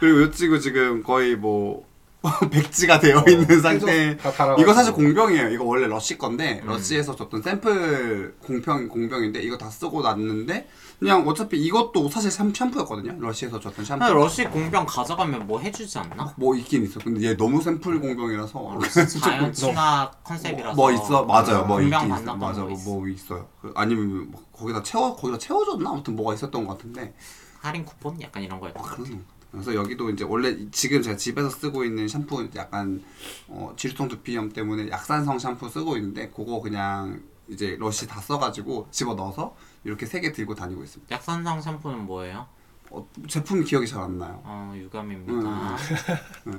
[SPEAKER 3] 그리고 요 친구 지금 거의 뭐 백지가 되어 있는 상태.
[SPEAKER 1] 계속 다 달아가지고.
[SPEAKER 3] 이거 사실 공병이에요. 이거 원래 러쉬 건데
[SPEAKER 2] 음.
[SPEAKER 3] 러쉬에서 줬던 샘플 공평 공병인데 이거 다 쓰고 났는데 그냥 어차피 이것도 사실 샴- 샴푸였거든요. 러쉬에서 줬던 샴푸.
[SPEAKER 2] 아니, 러시 공병 가져가면 뭐 해주지 않나?
[SPEAKER 3] 뭐 있긴 있어. 근데 얘 너무 샘플
[SPEAKER 2] 어,
[SPEAKER 3] 공병이라서
[SPEAKER 2] 자연 친화 컨셉이라서
[SPEAKER 3] 뭐 있어 맞아요 뭐 있긴
[SPEAKER 2] 공병
[SPEAKER 3] 있어
[SPEAKER 2] 받는
[SPEAKER 3] 맞아
[SPEAKER 2] 거뭐
[SPEAKER 3] 뭐,
[SPEAKER 2] 있어
[SPEAKER 3] 뭐 있어요 그- 아니면 뭐 거기다 채워 거기다 채워줬나 아무튼 뭐가 있었던 것 같은데
[SPEAKER 2] 할인 쿠폰 약간 이런 거였
[SPEAKER 3] 아, 그런 거. 그래서 여기도 이제 원래 이- 지금 제가 집에서 쓰고 있는 샴푸 약간 어, 지루통 두피염 때문에 약산성 샴푸 쓰고 있는데 그거 그냥 이제 러쉬 다 써가지고 집어 넣어서 이렇게 세 개 들고 다니고 있습니다.
[SPEAKER 2] 약산성 샴푸는 뭐예요?
[SPEAKER 3] 어, 제품 기억이 잘 안 나요.
[SPEAKER 2] 어 유감입니다.
[SPEAKER 3] 어,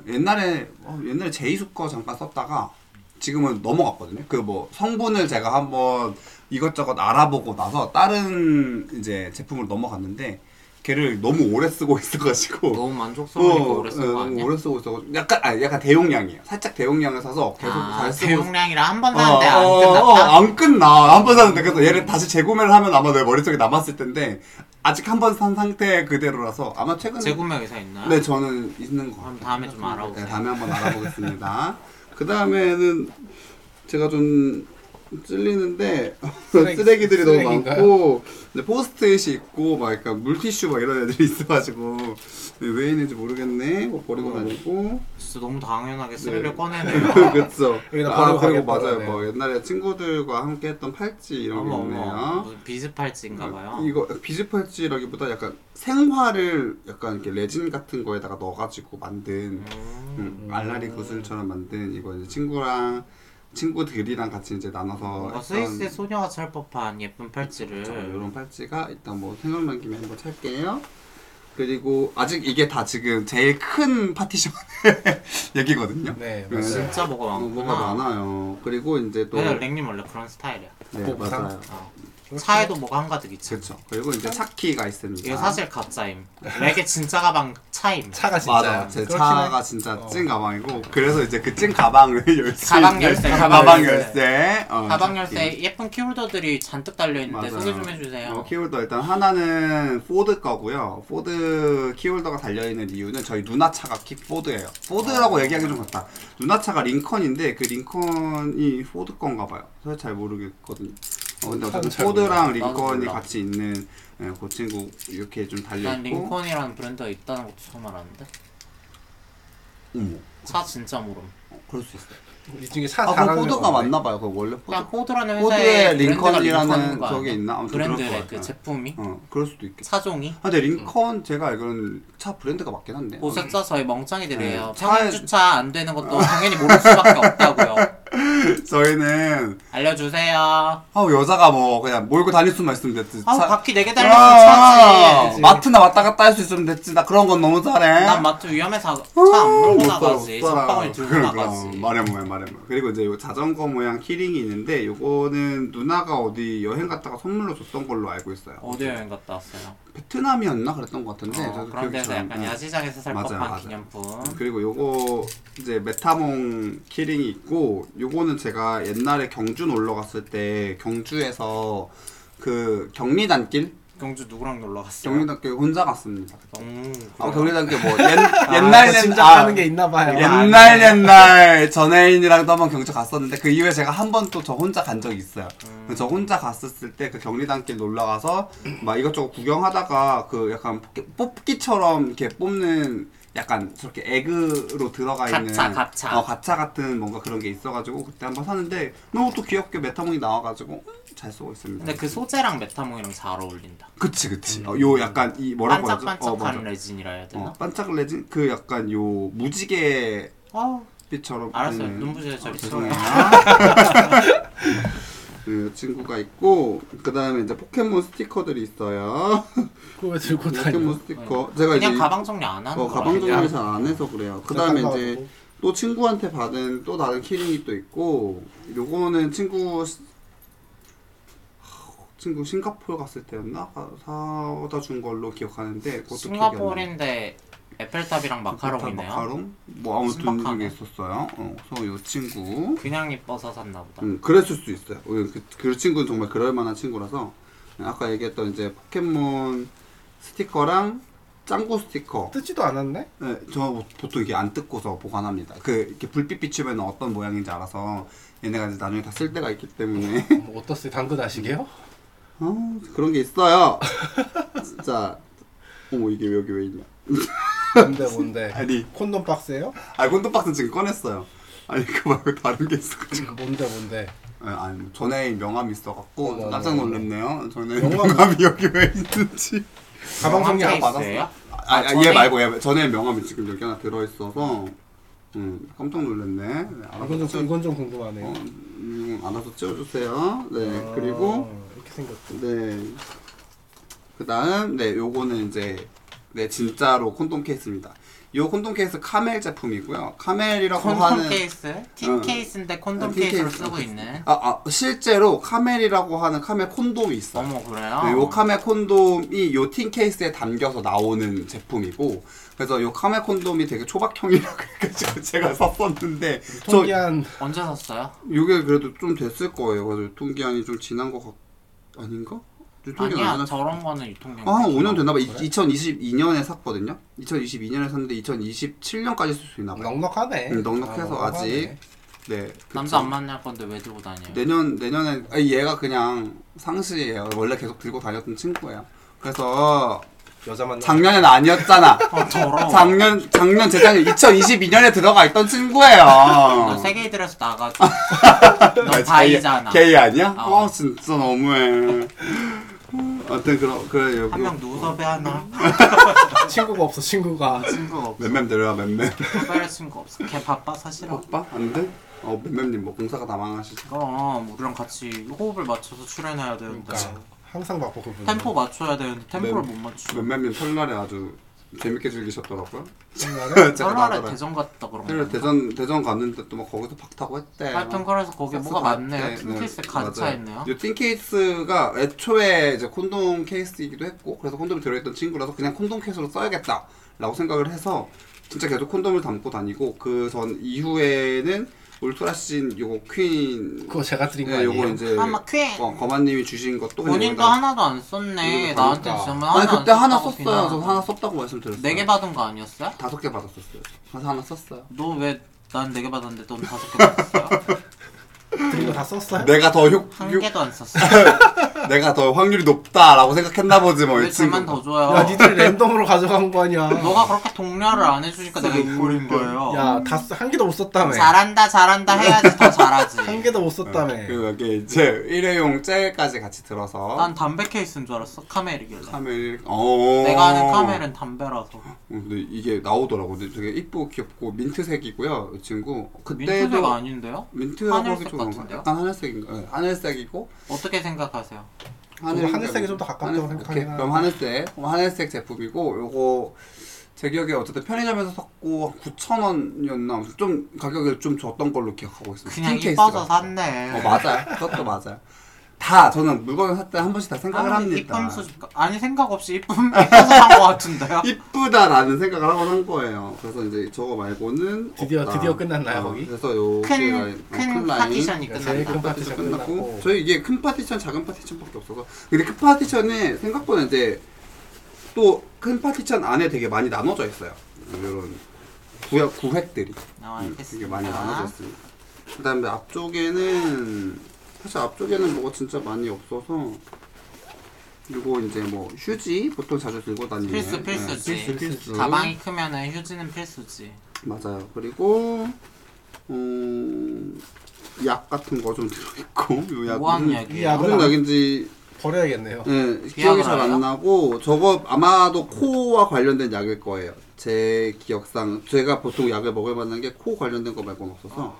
[SPEAKER 3] 옛날에 어, 옛날에 제이수 거 잠깐 썼다가 지금은 넘어갔거든요. 그 뭐 성분을 제가 한번 이것저것 알아보고 나서 다른 이제 제품으로 넘어갔는데 걔를 너무 오래 쓰고 있어가지고
[SPEAKER 2] 너무 만족스러우니까
[SPEAKER 3] 어,
[SPEAKER 2] 오래 쓴거
[SPEAKER 3] 어,
[SPEAKER 2] 아니야?
[SPEAKER 3] 오래 쓰고 있어. 약간 아 약간 대용량이에요. 살짝 대용량을 사서 계속
[SPEAKER 2] 아,
[SPEAKER 3] 잘 쓰고.
[SPEAKER 2] 대용량이라 한 번
[SPEAKER 3] 있- 어,
[SPEAKER 2] 사는데
[SPEAKER 3] 어,
[SPEAKER 2] 안 끝났다?
[SPEAKER 3] 어, 안 끝나. 한 번 사는데 그래서 얘를 다시 재구매를 하면 아마 내 머릿속에 남았을 텐데 아직 한 번 산 상태 그대로라서 아마 최근에
[SPEAKER 2] 재구매 의사 있나요?
[SPEAKER 3] 네 저는 있는 거.
[SPEAKER 2] 그럼 다음에 좀 알아보세요.
[SPEAKER 3] 네, 다음에 한번 알아보겠습니다. 그 다음에는 제가 좀 찔리는데
[SPEAKER 1] 쓰레기-
[SPEAKER 3] 쓰레기들이 너무
[SPEAKER 1] 쓰레기인가요?
[SPEAKER 3] 많고 이제 포스트잇이 있고 막 약간 물티슈 막 이런 애들이 있어가지고 네, 왜 있는지 모르겠네. 뭐
[SPEAKER 1] 어.
[SPEAKER 3] 버리고 다니고
[SPEAKER 2] 진짜 너무 당연하게 쓰레기를
[SPEAKER 3] 네.
[SPEAKER 2] 꺼내네요.
[SPEAKER 3] 그렇죠.
[SPEAKER 1] 여기다
[SPEAKER 3] 아
[SPEAKER 1] 버리고
[SPEAKER 3] 그리고 맞아요.
[SPEAKER 1] 가겠다라네.
[SPEAKER 3] 뭐 옛날에 친구들과 함께 했던 팔찌 이런
[SPEAKER 2] 어머
[SPEAKER 3] 게
[SPEAKER 2] 어머
[SPEAKER 3] 있네요.
[SPEAKER 2] 무슨 비스팔찌인가봐요.
[SPEAKER 3] 이거 비즈 팔찌라기보다 약간 생화를 약간 이렇게 레진 같은 거에다가 넣어가지고 만든 음, 알라리 구슬처럼 만든 이거 이제 친구랑 친구들이랑 같이 이제 나눠서
[SPEAKER 2] 뭔가 어, 스위스의 소녀가 찰 법한 예쁜 팔찌를
[SPEAKER 3] 아, 이런 팔찌가 일단 뭐 생각난 김에 한번 찰게요. 그리고 아직 이게 다 지금 제일 큰 파티션 얘기거든요.
[SPEAKER 1] 네,
[SPEAKER 3] 네.
[SPEAKER 1] 맞아요.
[SPEAKER 2] 진짜 뭐가
[SPEAKER 3] 어,
[SPEAKER 2] 많구나.
[SPEAKER 3] 뭐가 많아요. 그리고 이제 또
[SPEAKER 2] 네, 랭님 원래 그런 스타일이야.
[SPEAKER 3] 네,
[SPEAKER 1] 복상.
[SPEAKER 3] 맞아요.
[SPEAKER 2] 어. 차에도 뭐가 한가득 있지.
[SPEAKER 3] 그렇죠. 그리고 이제 차키가 있습니다.
[SPEAKER 2] 이거 사실 가짜임. 렉의 진짜 가방 차임.
[SPEAKER 1] 차가 진짜
[SPEAKER 3] 맞아요. 제
[SPEAKER 1] 그렇긴
[SPEAKER 3] 차가
[SPEAKER 1] 해.
[SPEAKER 3] 진짜
[SPEAKER 1] 어.
[SPEAKER 3] 찐 가방이고 그래서 이제 그 찐 가방을 열쇠
[SPEAKER 2] 가방 열쇠, 가방
[SPEAKER 3] 가방
[SPEAKER 2] 열쇠.
[SPEAKER 3] 열쇠 어,
[SPEAKER 2] 가방
[SPEAKER 3] 차키.
[SPEAKER 2] 열쇠에 예쁜 키홀더들이 잔뜩 달려 있는데
[SPEAKER 3] 맞아요.
[SPEAKER 2] 네, 소개 좀 해주세요.
[SPEAKER 3] 어, 키홀더 일단 하나는 포드 거고요. 포드 키홀더가 달려 있는 이유는 저희 누나 차가 키 포드예요.
[SPEAKER 2] 아.
[SPEAKER 3] 포드라고 얘기하기 좀 그렇다. 누나 차가 링컨인데 그 링컨이 포드 건가 봐요. 사실 잘 모르겠거든요. 어, 근데 어쨌든
[SPEAKER 1] 나도 잘
[SPEAKER 3] 포드랑
[SPEAKER 2] 몰라. 나도
[SPEAKER 3] 링컨이
[SPEAKER 2] 몰라.
[SPEAKER 3] 같이 있는 예, 그 친구 이렇게 좀 달려
[SPEAKER 2] 난
[SPEAKER 3] 있고
[SPEAKER 2] 링컨이라는 브랜드가 있다는 것도 처음 알았는데.
[SPEAKER 3] 어머.
[SPEAKER 2] 차 진짜 모름.
[SPEAKER 3] 어, 그럴 수 있어.
[SPEAKER 1] 이 중에 차
[SPEAKER 3] 아, 그
[SPEAKER 1] 잘하는
[SPEAKER 3] 포드가
[SPEAKER 1] 건 없네.
[SPEAKER 3] 맞나 봐요. 그 원래 포드.
[SPEAKER 2] 그러니까 포드라는
[SPEAKER 3] 포드에
[SPEAKER 2] 회사에 브랜드가
[SPEAKER 3] 링컨이라는
[SPEAKER 2] 링컨인 거
[SPEAKER 3] 저게
[SPEAKER 2] 아니야?
[SPEAKER 3] 있나? 아무튼 그럴 것
[SPEAKER 2] 브랜드의
[SPEAKER 3] 같아요.
[SPEAKER 2] 그 제품이
[SPEAKER 3] 어, 그럴 수도 있겠다.
[SPEAKER 2] 차종이
[SPEAKER 3] 아, 근데 링컨 제가 알기로는 차 브랜드가 맞긴 한데.
[SPEAKER 2] 보셨죠? 저희 멍청이들이에요.
[SPEAKER 3] 음. 네. 차에- 어.
[SPEAKER 2] 평행 주차 안 되는 것도 당연히 모를 수밖에 없다고요.
[SPEAKER 3] 저희는
[SPEAKER 2] 알려주세요.
[SPEAKER 3] 아, 여자가 뭐 그냥 몰고 다닐 수만 있으면 됐지.
[SPEAKER 2] 아
[SPEAKER 3] 차-
[SPEAKER 2] 바퀴 네개 달리면
[SPEAKER 3] 아,
[SPEAKER 2] 차지.
[SPEAKER 1] 그치.
[SPEAKER 3] 마트나 왔다 갔다 할 수 있으면 됐지. 나 그런 건 너무 잘해.
[SPEAKER 2] 난 마트 위험해서 차 안
[SPEAKER 3] 못
[SPEAKER 2] 몰고
[SPEAKER 3] 네. 살아,
[SPEAKER 2] 나가지.
[SPEAKER 3] 못 살아.
[SPEAKER 2] 책방울 들고
[SPEAKER 3] 그러니까,
[SPEAKER 2] 나가지.
[SPEAKER 3] 말해 뭐야 말해 뭐야. 그리고 이제 요 자전거 모양 키링이 있는데 요거는 누나가 어디 여행 갔다가 선물로 줬던 걸로 알고 있어요.
[SPEAKER 2] 어디 여행 갔다 왔어요?
[SPEAKER 3] 베트남이었나 그랬던 것 같은데.
[SPEAKER 2] 어,
[SPEAKER 3] 저도
[SPEAKER 2] 그런
[SPEAKER 3] 기억이
[SPEAKER 2] 데서
[SPEAKER 3] 잘 안-
[SPEAKER 2] 약간
[SPEAKER 3] 네.
[SPEAKER 2] 야시장에서 살
[SPEAKER 3] 맞아요,
[SPEAKER 2] 법한
[SPEAKER 3] 맞아요.
[SPEAKER 2] 기념품.
[SPEAKER 3] 그리고 요거 이제 메타몽 키링이 있고 요거는 제가 옛날에 경주 놀러 갔을 때 경주에서 그 경리단길
[SPEAKER 2] 경주 누구랑 놀러 갔어요?
[SPEAKER 3] 경리단길 혼자 갔습니다.
[SPEAKER 2] 음,
[SPEAKER 3] 아
[SPEAKER 2] 그래요?
[SPEAKER 3] 경리단길 뭐 옛,
[SPEAKER 1] 아,
[SPEAKER 3] 옛날에는 아,
[SPEAKER 1] 짐작하는 게 있나 아, 네. 봐요.
[SPEAKER 2] 야.
[SPEAKER 3] 옛날 옛날 전혜인이랑도 한번 경주 갔었는데 그 이후에 제가 한 번 또 저 혼자 간 적이 있어요.
[SPEAKER 1] 음.
[SPEAKER 3] 저 혼자 갔었을 때 그 경리단길 놀러 가서 막 이것저것 구경하다가 그 약간 뽑기- 뽑기처럼 이렇게 뽑는 약간 저렇게 에그로 들어가 있는
[SPEAKER 2] 가차, 가차.
[SPEAKER 3] 어, 가차 같은 뭔가 그런 게 있어가지고 그때 한번 사는데 너무 또 귀엽게 메타몽이 나와가지고 음, 잘 쓰고 있습니다.
[SPEAKER 2] 근데 그 소재랑 메타몽이랑 잘 어울린다.
[SPEAKER 3] 그치 그치.
[SPEAKER 1] 음.
[SPEAKER 3] 어, 요 약간 이 뭐라고 하죠? 어,
[SPEAKER 2] 반짝반짝한
[SPEAKER 3] 맞아.
[SPEAKER 2] 레진이라 해야 되나?
[SPEAKER 3] 어, 반짝 레진 그 약간 요 무지개
[SPEAKER 2] 어.
[SPEAKER 3] 빛처럼
[SPEAKER 2] 알았어요.
[SPEAKER 3] 네.
[SPEAKER 2] 눈부셔 저리
[SPEAKER 3] 죄송해요.
[SPEAKER 2] 있어요.
[SPEAKER 3] 그 친구가 있고 그 다음에 이제 포켓몬 스티커들이 있어요.
[SPEAKER 1] 그거 왜 들고
[SPEAKER 3] 포켓몬
[SPEAKER 1] 다니고?
[SPEAKER 3] 스티커. 제가 이제
[SPEAKER 2] 어. 그냥 가방 정리 안 하는 거야.
[SPEAKER 3] 어, 가방 정리 잘안 해서 그래요. 그 다음에 이제
[SPEAKER 1] 깜빡하고. 뭐
[SPEAKER 3] 또 친구한테 받은 또 다른 키링이 또 있고 요거는 친구 시- 친구 싱가포르 갔을 때였나 가- 사다 준 걸로 기억하는데 그것도 기억이 안 나요.
[SPEAKER 2] 싱가포르인데 에펠탑이랑 마카롱이네요.
[SPEAKER 3] 마카롱? 뭐 아무튼
[SPEAKER 2] 신박하네.
[SPEAKER 3] 그게 있었어요. 어, 그래서 요 친구
[SPEAKER 2] 그냥 이뻐서 샀나 보다.
[SPEAKER 3] 음, 그랬을 수도 있어요. 어, 그, 그 친구는 정말 그럴 만한 친구라서 네, 아까 얘기했던 이제 포켓몬 스티커랑 짱구 스티커.
[SPEAKER 1] 뜨지도 않았네?
[SPEAKER 3] 네, 저 보통 이게 안 뜯고서 보관합니다. 그 이렇게 불빛 비추면 어떤 모양인지 알아서 얘네가 이제 나중에 다 쓸 때가 있기 때문에
[SPEAKER 1] 뭐 어떻어요? 당근아시게요?
[SPEAKER 3] 어, 그런 게 있어요. 진짜 어머 이게 여기 왜 있냐?
[SPEAKER 1] 뭔데 뭔데?
[SPEAKER 3] 아니
[SPEAKER 1] 콘돔 박스예요?
[SPEAKER 3] 아 곤도박스 지금 꺼냈어요. 아니 그 말고 다른 게 있어가지고.
[SPEAKER 1] 그 뭔데 뭔데?
[SPEAKER 3] 네, 아니 뭐 전에 명함이 있어갖고
[SPEAKER 1] 어머,
[SPEAKER 3] 깜짝
[SPEAKER 1] 어머.
[SPEAKER 3] 놀랐네요. 전에
[SPEAKER 1] 명함.
[SPEAKER 3] 명함이 여기 왜 있는지.
[SPEAKER 1] 가방 정리 안
[SPEAKER 2] 케이스예요?
[SPEAKER 1] 받았어요?
[SPEAKER 3] 아, 아,
[SPEAKER 2] 전에-
[SPEAKER 3] 얘 말고 얘 전에 명함이 지금 여기 하나 들어 있어서 음, 깜짝 놀랐네. 네,
[SPEAKER 1] 이건
[SPEAKER 3] 알아서
[SPEAKER 1] 좀
[SPEAKER 3] 찢-
[SPEAKER 1] 이건 좀
[SPEAKER 3] 어,
[SPEAKER 1] 궁금하네요.
[SPEAKER 3] 음, 알아서 찢어주세요. 네
[SPEAKER 1] 아,
[SPEAKER 3] 그리고
[SPEAKER 1] 이렇게 생겼고
[SPEAKER 3] 네 그다음 네 요거는 이제 네 진짜로 콘돔 케이스입니다. 요 콘돔 케이스 카멜 제품이고요. 카멜이라고
[SPEAKER 2] 콘돔
[SPEAKER 3] 하는
[SPEAKER 2] 케이스? 틴
[SPEAKER 3] 응.
[SPEAKER 2] 케이스인데
[SPEAKER 3] 아,
[SPEAKER 2] 콘돔
[SPEAKER 3] 틴
[SPEAKER 2] 케이스로
[SPEAKER 3] 케이스.
[SPEAKER 2] 쓰고 있는.
[SPEAKER 3] 아, 아 실제로 카멜이라고 하는 카멜 콘돔이 있어요.
[SPEAKER 2] 어머 그래요?
[SPEAKER 3] 네, 요 카멜 콘돔이 요 틴 케이스에 담겨서 나오는 제품이고 그래서 요 카멜 콘돔이 되게 초박형이라고 해가지고 제가 샀었는데 저
[SPEAKER 1] 통기한
[SPEAKER 2] 언제 샀어요?
[SPEAKER 3] 요게 그래도 좀 됐을 거예요. 그래서 유통기한이 좀 지난 것 같... 아닌가? 유통기한
[SPEAKER 2] 아니야
[SPEAKER 3] 안 지났...
[SPEAKER 2] 저런 거는 유통기한
[SPEAKER 3] 아, 한 5년 됐나 봐.
[SPEAKER 1] 그래?
[SPEAKER 3] 2022년에 샀거든요. 2022년에 샀는데 2027년까지 쓸 수 있나 봐요.
[SPEAKER 1] 넉넉하네.
[SPEAKER 3] 음, 넉넉해서
[SPEAKER 1] 넉넉하네.
[SPEAKER 3] 아직. 네.
[SPEAKER 2] 남자 안
[SPEAKER 3] 그쵸. 네.
[SPEAKER 2] 만날 건데 왜 들고 다녀요?
[SPEAKER 3] 내년 내년에 아, 얘가 그냥 상시예요. 원래 계속 들고 다녔던 친구예요. 그래서
[SPEAKER 1] 여자 만나.
[SPEAKER 3] 작년엔 아니었잖아.
[SPEAKER 2] 아 저런
[SPEAKER 3] 작년 작년 재작년 2022년에 들어가 있던 친구예요.
[SPEAKER 2] 너 세계의 들에서 나가줘 너 바이잖아
[SPEAKER 3] 게이 아니야?
[SPEAKER 2] 어.
[SPEAKER 3] 아 진짜 너무해. 아무튼 그런 그래
[SPEAKER 2] 한 명 누구 섭외하나?
[SPEAKER 1] 친구가 없어 친구가.
[SPEAKER 2] 친구 없어
[SPEAKER 3] 맴맴 데려와 맴맴.
[SPEAKER 2] 섭외할 친구 없어 걔 바빠 사실은
[SPEAKER 3] 오빠 안 돼? 어 맴맴님 뭐 공사가 다 망하시죠?
[SPEAKER 2] 그럼 우리랑 같이 호흡을 맞춰서 출연해야 되는데
[SPEAKER 1] 그러니까 항상 바빠 그분.
[SPEAKER 2] 템포 맞춰야 되는데 템포를
[SPEAKER 3] 네.
[SPEAKER 2] 못 맞추
[SPEAKER 3] 맴맴님 설날에 아주 재밌게 즐기셨더라고요.
[SPEAKER 1] 옛날에
[SPEAKER 3] 제가
[SPEAKER 2] 설날에
[SPEAKER 3] 나더라.
[SPEAKER 2] 대전 갔다 그런
[SPEAKER 3] 그래,
[SPEAKER 2] 거
[SPEAKER 3] 대전 대전 갔는데 또 막 거기서 박타고 했대.
[SPEAKER 2] 하여튼 그래서 거기 뭐가 많네요 틴케이스 가득 차 있네요
[SPEAKER 3] 이 틴케이스가 애초에 이제 콘돔 케이스이기도 했고 그래서 콘돔이 들어있던 친구라서 그냥 콘돔 케이스로 써야겠다라고 생각을 해서 진짜 계속 콘돔을 담고 다니고 그 전 이후에는 울트라신 요거 퀸
[SPEAKER 1] 그거 제가 드린 거
[SPEAKER 3] 예, 요거
[SPEAKER 1] 아니에요?
[SPEAKER 3] 이제
[SPEAKER 2] 아마 퀸
[SPEAKER 3] 어, 네, 거만님이 주신 것도 그냥
[SPEAKER 2] 본인도
[SPEAKER 3] 여기다가-
[SPEAKER 2] 하나도 안 썼네.
[SPEAKER 3] 그러니까.
[SPEAKER 2] 나한테 지금 하나
[SPEAKER 3] 아니
[SPEAKER 2] 안
[SPEAKER 3] 그때 하나
[SPEAKER 2] 썼다고
[SPEAKER 3] 썼어요. 저
[SPEAKER 2] 비난하고.
[SPEAKER 3] 하나 썼다고 말씀드렸어요.
[SPEAKER 2] 네개 받은 거 아니었어요?
[SPEAKER 3] 다섯 개 받았었어요. 그래서 하나 썼어요.
[SPEAKER 2] 너 왜 난 네 개 받았는데 넌 다섯 개 받았어요?
[SPEAKER 3] 네.
[SPEAKER 1] 드린 거 다 썼어요?
[SPEAKER 3] 내가 더 효,
[SPEAKER 2] 한 개도 안 썼어.
[SPEAKER 3] 내가 더 확률이 높다라고 생각했나 보지 뭐
[SPEAKER 2] 왜
[SPEAKER 3] 이
[SPEAKER 2] 저만 더
[SPEAKER 3] 친구.
[SPEAKER 2] 줘요?
[SPEAKER 1] 야 니들이 랜덤으로 가져간 거 아니야
[SPEAKER 2] 너가 그렇게 독려를 안 해주니까 내가 이꼴인 거예요.
[SPEAKER 1] 야다한 개도 못 썼다며
[SPEAKER 2] 잘한다 잘한다 해야지 더 잘하지.
[SPEAKER 1] 한 개도 못 썼다며
[SPEAKER 3] 네, 그리고 여기 이제 일회용 젤까지 같이 들어서.
[SPEAKER 2] 난 담배 케이스인 줄 알았어. 카멜이길래.
[SPEAKER 3] 카멜. 어.
[SPEAKER 2] 내가 아는 카멜은 담배라서.
[SPEAKER 3] 근데 이게 나오더라고. 근데 되게 이쁘고 귀엽고 민트색이고요. 이 친구.
[SPEAKER 2] 민트색
[SPEAKER 3] 그때도
[SPEAKER 2] 아닌데요?
[SPEAKER 3] 민트하고
[SPEAKER 2] 하늘색
[SPEAKER 3] 좀 그런가?
[SPEAKER 2] 같은데요?
[SPEAKER 3] 약간 하늘색인가? 네, 하늘색이고
[SPEAKER 2] 어떻게 생각하세요?
[SPEAKER 1] 저도 하늘색이 좀더 가깝다고 생각하긴
[SPEAKER 3] 오케이,
[SPEAKER 1] 하는데.
[SPEAKER 3] 그럼 하늘색. 그럼 하늘색 제품이고 요거 제 기억에 어쨌든 편의점에서 샀고 9,000원이었나? 좀 가격을 좀 줬던 걸로 기억하고 있습니다.
[SPEAKER 2] 그냥
[SPEAKER 3] 스킨 케이스
[SPEAKER 2] 이뻐서
[SPEAKER 3] 같은 거.
[SPEAKER 2] 샀네.
[SPEAKER 3] 어 맞아요. 그것도 맞아요. 다 저는 물건을 살 때 한 번씩 다 생각을
[SPEAKER 2] 아니,
[SPEAKER 3] 합니다.
[SPEAKER 2] 이쁨 수집가 아니 생각 없이 이쁨 이뻐서 산거 같은데요?
[SPEAKER 3] 이쁘다라는 생각을 하고 한 거예요. 그래서 이제 저거 말고는
[SPEAKER 1] 드디어- 드디어 끝났나요, 거기?
[SPEAKER 3] 그래서 요 라인, 어,
[SPEAKER 2] 큰큰 파티션이
[SPEAKER 1] 그러니까
[SPEAKER 2] 끝났다.
[SPEAKER 1] 제일 큰
[SPEAKER 3] 파티션
[SPEAKER 1] 파티션
[SPEAKER 3] 끝났고,
[SPEAKER 1] 끝났고.
[SPEAKER 3] 저희 이게 큰 파티션 작은 파티션밖에 없어서 근데 큰 파티션이 생각보다 이제 또 큰 파티션 안에 되게 많이 나눠져 있어요. 이런 구역 구획들이
[SPEAKER 2] 아,
[SPEAKER 3] 음, 되게
[SPEAKER 2] 알겠습니다.
[SPEAKER 3] 많이 나눠져 있습니다. 그다음에 앞쪽에는 사실 앞쪽에는 뭐가 진짜 많이 없어서 그리고 이제 뭐 휴지 보통 자주 들고 다니는
[SPEAKER 2] 필수,
[SPEAKER 3] 예,
[SPEAKER 2] 필수지.
[SPEAKER 3] 필수 필수
[SPEAKER 2] 가방이 크면은 휴지는 필수지.
[SPEAKER 3] 맞아요. 그리고 음, 약 같은 거 좀 들어있고 요그 약.
[SPEAKER 2] 뭐한
[SPEAKER 3] 무슨-
[SPEAKER 1] 이
[SPEAKER 2] 약이에요?
[SPEAKER 1] 약은
[SPEAKER 3] 무슨
[SPEAKER 1] 안-
[SPEAKER 3] 약인지
[SPEAKER 1] 버려야겠네요
[SPEAKER 2] 음.
[SPEAKER 3] 예, 기억이 잘
[SPEAKER 2] 알아요?
[SPEAKER 3] 안 나고 저거 아마도 코와 관련된 약일 거예요. 제 기억상 제가 보통 약을 먹을 만한 게 코 관련된 거 말고는 없어서 어,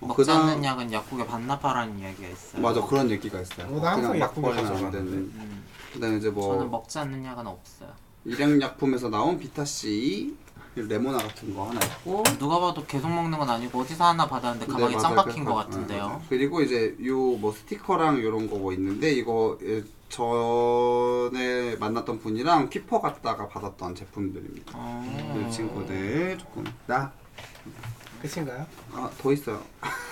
[SPEAKER 2] 먹지
[SPEAKER 3] 그다음-
[SPEAKER 2] 않는 약은 약국에 반납하라는 이야기가 있어요.
[SPEAKER 3] 맞아 그런 얘기가 있어요.
[SPEAKER 1] 어, 나 항상
[SPEAKER 3] 그냥
[SPEAKER 1] 약국에
[SPEAKER 3] 먹거나
[SPEAKER 1] 가서
[SPEAKER 3] 안 되는.
[SPEAKER 2] 음,
[SPEAKER 3] 그다음에 이제
[SPEAKER 2] 저는
[SPEAKER 3] 뭐
[SPEAKER 2] 먹지 않는 약은 없어요.
[SPEAKER 3] 일양약품에서 나온 비타 C 레모나 같은 거 하나 있고
[SPEAKER 2] 누가 봐도 계속 먹는 건 아니고 어디서 하나 받았는데 가방에
[SPEAKER 3] 네,
[SPEAKER 2] 짱
[SPEAKER 3] 맞아요.
[SPEAKER 2] 박힌
[SPEAKER 3] 그래서-
[SPEAKER 2] 것
[SPEAKER 3] 네,
[SPEAKER 2] 같은데요.
[SPEAKER 3] 맞아요. 그리고 이제 요 뭐 스티커랑 요런 거뭐 있는데 이거 예, 전에 만났던 분이랑 키퍼 갔다가 받았던 제품들입니다.
[SPEAKER 2] 어...
[SPEAKER 3] 그 친구들 조금 나.
[SPEAKER 1] 끝인가요?
[SPEAKER 3] 아, 더 있어요.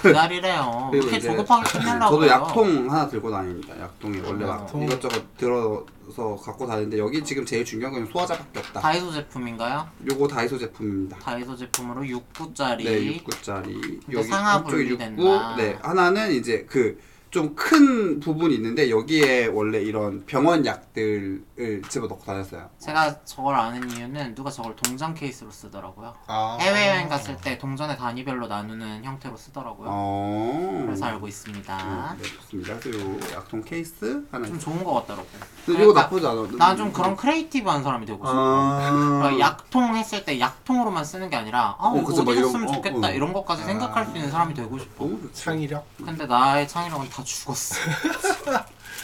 [SPEAKER 2] 기다리래요.
[SPEAKER 3] 그리고
[SPEAKER 2] 어, 이렇게
[SPEAKER 3] 이제-
[SPEAKER 2] 조급하게 끝내려고요.
[SPEAKER 3] 저도 약통 하나 들고 다닙니다. 약통이 원래 막
[SPEAKER 1] 약통.
[SPEAKER 3] 이것저것 들어서 갖고 다니는데 여기 지금 제일 중요한 건 소화자밖에 없다.
[SPEAKER 2] 다이소 제품인가요?
[SPEAKER 3] 요거 다이소 제품입니다.
[SPEAKER 2] 다이소 제품으로 6구짜리
[SPEAKER 3] 네, 6구짜리.
[SPEAKER 2] 근데 상하 분리된다.
[SPEAKER 3] 네, 하나는 이제 그 좀 큰 부분이 있는데 여기에 원래 이런 병원 약들을 집어넣고 다녔어요.
[SPEAKER 2] 제가 저걸 아는 이유는 누가 저걸 동전 케이스로 쓰더라고요.
[SPEAKER 1] 아
[SPEAKER 2] 해외여행 갔을 때 동전의 단위별로 나누는 형태로 쓰더라고요.
[SPEAKER 3] 어.
[SPEAKER 2] 그래서 알고 있습니다.
[SPEAKER 3] 음, 네, 좋습니다. 그래서 요 약통 케이스 하나.
[SPEAKER 2] 좀
[SPEAKER 3] 있어요.
[SPEAKER 2] 좋은 것 같더라고.
[SPEAKER 3] 근데 이거
[SPEAKER 2] 그러니까
[SPEAKER 3] 나쁘지 않아.
[SPEAKER 2] 난 좀 그런 크리에이티브한 사람이 되고 싶어.
[SPEAKER 3] 아.
[SPEAKER 2] 그러니까 약통 했을 때 약통으로만 쓰는 게 아니라 아
[SPEAKER 3] 어,
[SPEAKER 2] 어, 이거
[SPEAKER 3] 그치, 막
[SPEAKER 2] 어디서
[SPEAKER 3] 이런-
[SPEAKER 2] 쓰면
[SPEAKER 3] 어,
[SPEAKER 2] 좋겠다
[SPEAKER 3] 어.
[SPEAKER 2] 이런 것까지
[SPEAKER 1] 아.
[SPEAKER 2] 생각할 수 있는 사람이 되고 싶어.
[SPEAKER 3] 너무 좋지.
[SPEAKER 1] 창의력?
[SPEAKER 2] 근데 나의 창의력은 다 죽었어.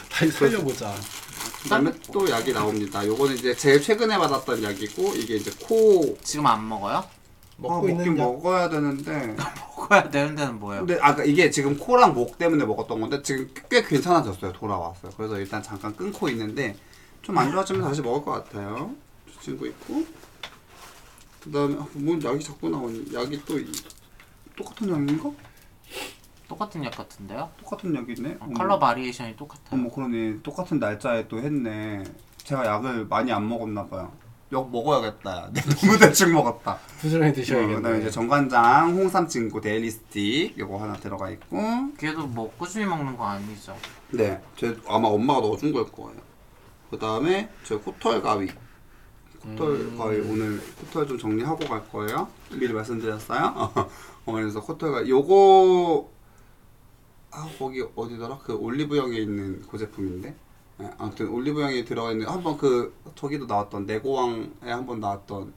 [SPEAKER 1] 다시 살려보자
[SPEAKER 3] 그다음에 또 약이 나옵니다. 요거는 이제 제일 최근에 받았던 약이고 이게 이제 코
[SPEAKER 2] 지금 안 먹어요?
[SPEAKER 1] 먹고
[SPEAKER 3] 아, 먹긴
[SPEAKER 1] 있는 약
[SPEAKER 3] 먹어야 되는데
[SPEAKER 2] 먹어야 되는 데는 뭐예요?
[SPEAKER 3] 근데 아까 이게 지금 코랑 목 때문에 먹었던 건데 지금 꽤 괜찮아졌어요. 돌아왔어요. 그래서 일단 잠깐 끊고 있는데 좀 안 좋아지면 다시 먹을 것 같아요. 저 친구 있고 그다음에 아, 뭔 약이 자꾸 나오니 약이 또 이- 똑같은 약인가?
[SPEAKER 2] 똑같은 약 같은데요?
[SPEAKER 3] 똑같은 약이네.
[SPEAKER 2] 어,
[SPEAKER 3] 어머.
[SPEAKER 2] 컬러 바리에이션이 똑같아요.
[SPEAKER 3] 음. 어머 뭐 그러네. 똑같은 날짜에 또 했네. 제가 약을 많이 안 먹었나 봐요. 약 먹어야겠다. 네, 너무 대충 먹었다. 어,
[SPEAKER 1] 부지런히
[SPEAKER 3] 그다음에
[SPEAKER 1] 드셔야겠네
[SPEAKER 3] 이제 정관장, 홍삼 친구, 데일리 스틱 요거 하나 들어가 있고
[SPEAKER 2] 그래도 뭐 꾸준히 먹는 거 아니죠?
[SPEAKER 3] 네, 제 아마 엄마가 넣어준 걸 거예요. 그다음에 제 코털 가위, 코털 가위 오늘 코털 좀 정리하고 갈 거예요. 미리 말씀드렸어요. 어, 그래서 코털 가위 요거 아 거기 어디더라? 그 올리브영에 있는 그 제품인데. 네, 아무튼 올리브영에 들어가 있는 한번 그 저기도 나왔던 내고왕에 한번 나왔던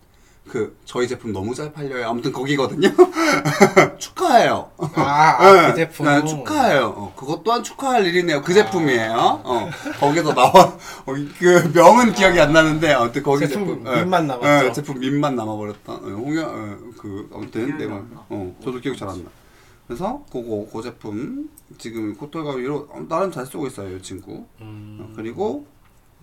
[SPEAKER 3] 그 저희 제품 너무 잘 팔려요. 아무튼 거기거든요. 축하해요.
[SPEAKER 1] 아그
[SPEAKER 3] 네,
[SPEAKER 1] 제품
[SPEAKER 3] 네, 축하해요. 어, 그것 또한 축하할 일이네요. 그
[SPEAKER 1] 아.
[SPEAKER 3] 제품이에요. 어, 거기서 나와 어, 그 명은 기억이 안 나는데 아무튼 거기
[SPEAKER 1] 제품
[SPEAKER 3] 제품
[SPEAKER 1] 밑만 남았죠.
[SPEAKER 3] 예, 제품 민만 남아버렸던 어, 홍영 어, 그 아무튼
[SPEAKER 2] 기억이
[SPEAKER 3] 내가
[SPEAKER 2] 안 나.
[SPEAKER 3] 어 저도 기억 잘 안 나. 그래서 그거 그 제품 지금 코털가위로 어, 나름 잘 쓰고 있어요 이 친구. 어,
[SPEAKER 1] 음.
[SPEAKER 3] 그리고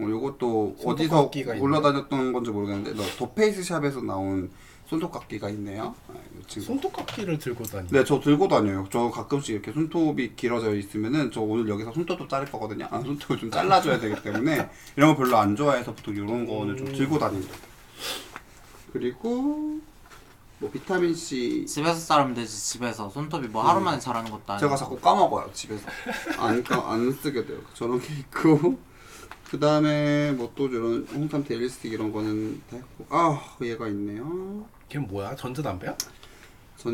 [SPEAKER 3] 어, 요것도
[SPEAKER 1] 손톱
[SPEAKER 3] 어디서
[SPEAKER 1] 깎기가 있네.
[SPEAKER 3] 올라다녔던 건지 모르겠는데 너 도페이스샵에서 나온 손톱깎이가 있네요. 아, 이 친구.
[SPEAKER 1] 손톱깎이를 들고 다니
[SPEAKER 3] 네, 저 들고 다녀요. 저 가끔씩 이렇게 손톱이 길어져 있으면은 저 오늘 여기서 손톱도 자를 거거든요. 아, 손톱을 좀 잘라줘야 되기 때문에 이런 거 별로 안 좋아해서 보통 이런 거는 좀 들고 다닙니다. 그리고 뭐 비타민 C
[SPEAKER 2] 집에서 자르면 되지 집에서 손톱이 뭐 하루 만에 자라는 것도 아니고
[SPEAKER 3] 음. 제가 자꾸 까먹어요 집에서 안안 쓰게 돼요 저런 게 있고 그 다음에 뭐 또 저런 홍삼 데일리 스틱 이런 거는 다 했고 아 얘가 있네요
[SPEAKER 1] 걔 뭐야? 전자담배야?
[SPEAKER 3] 어.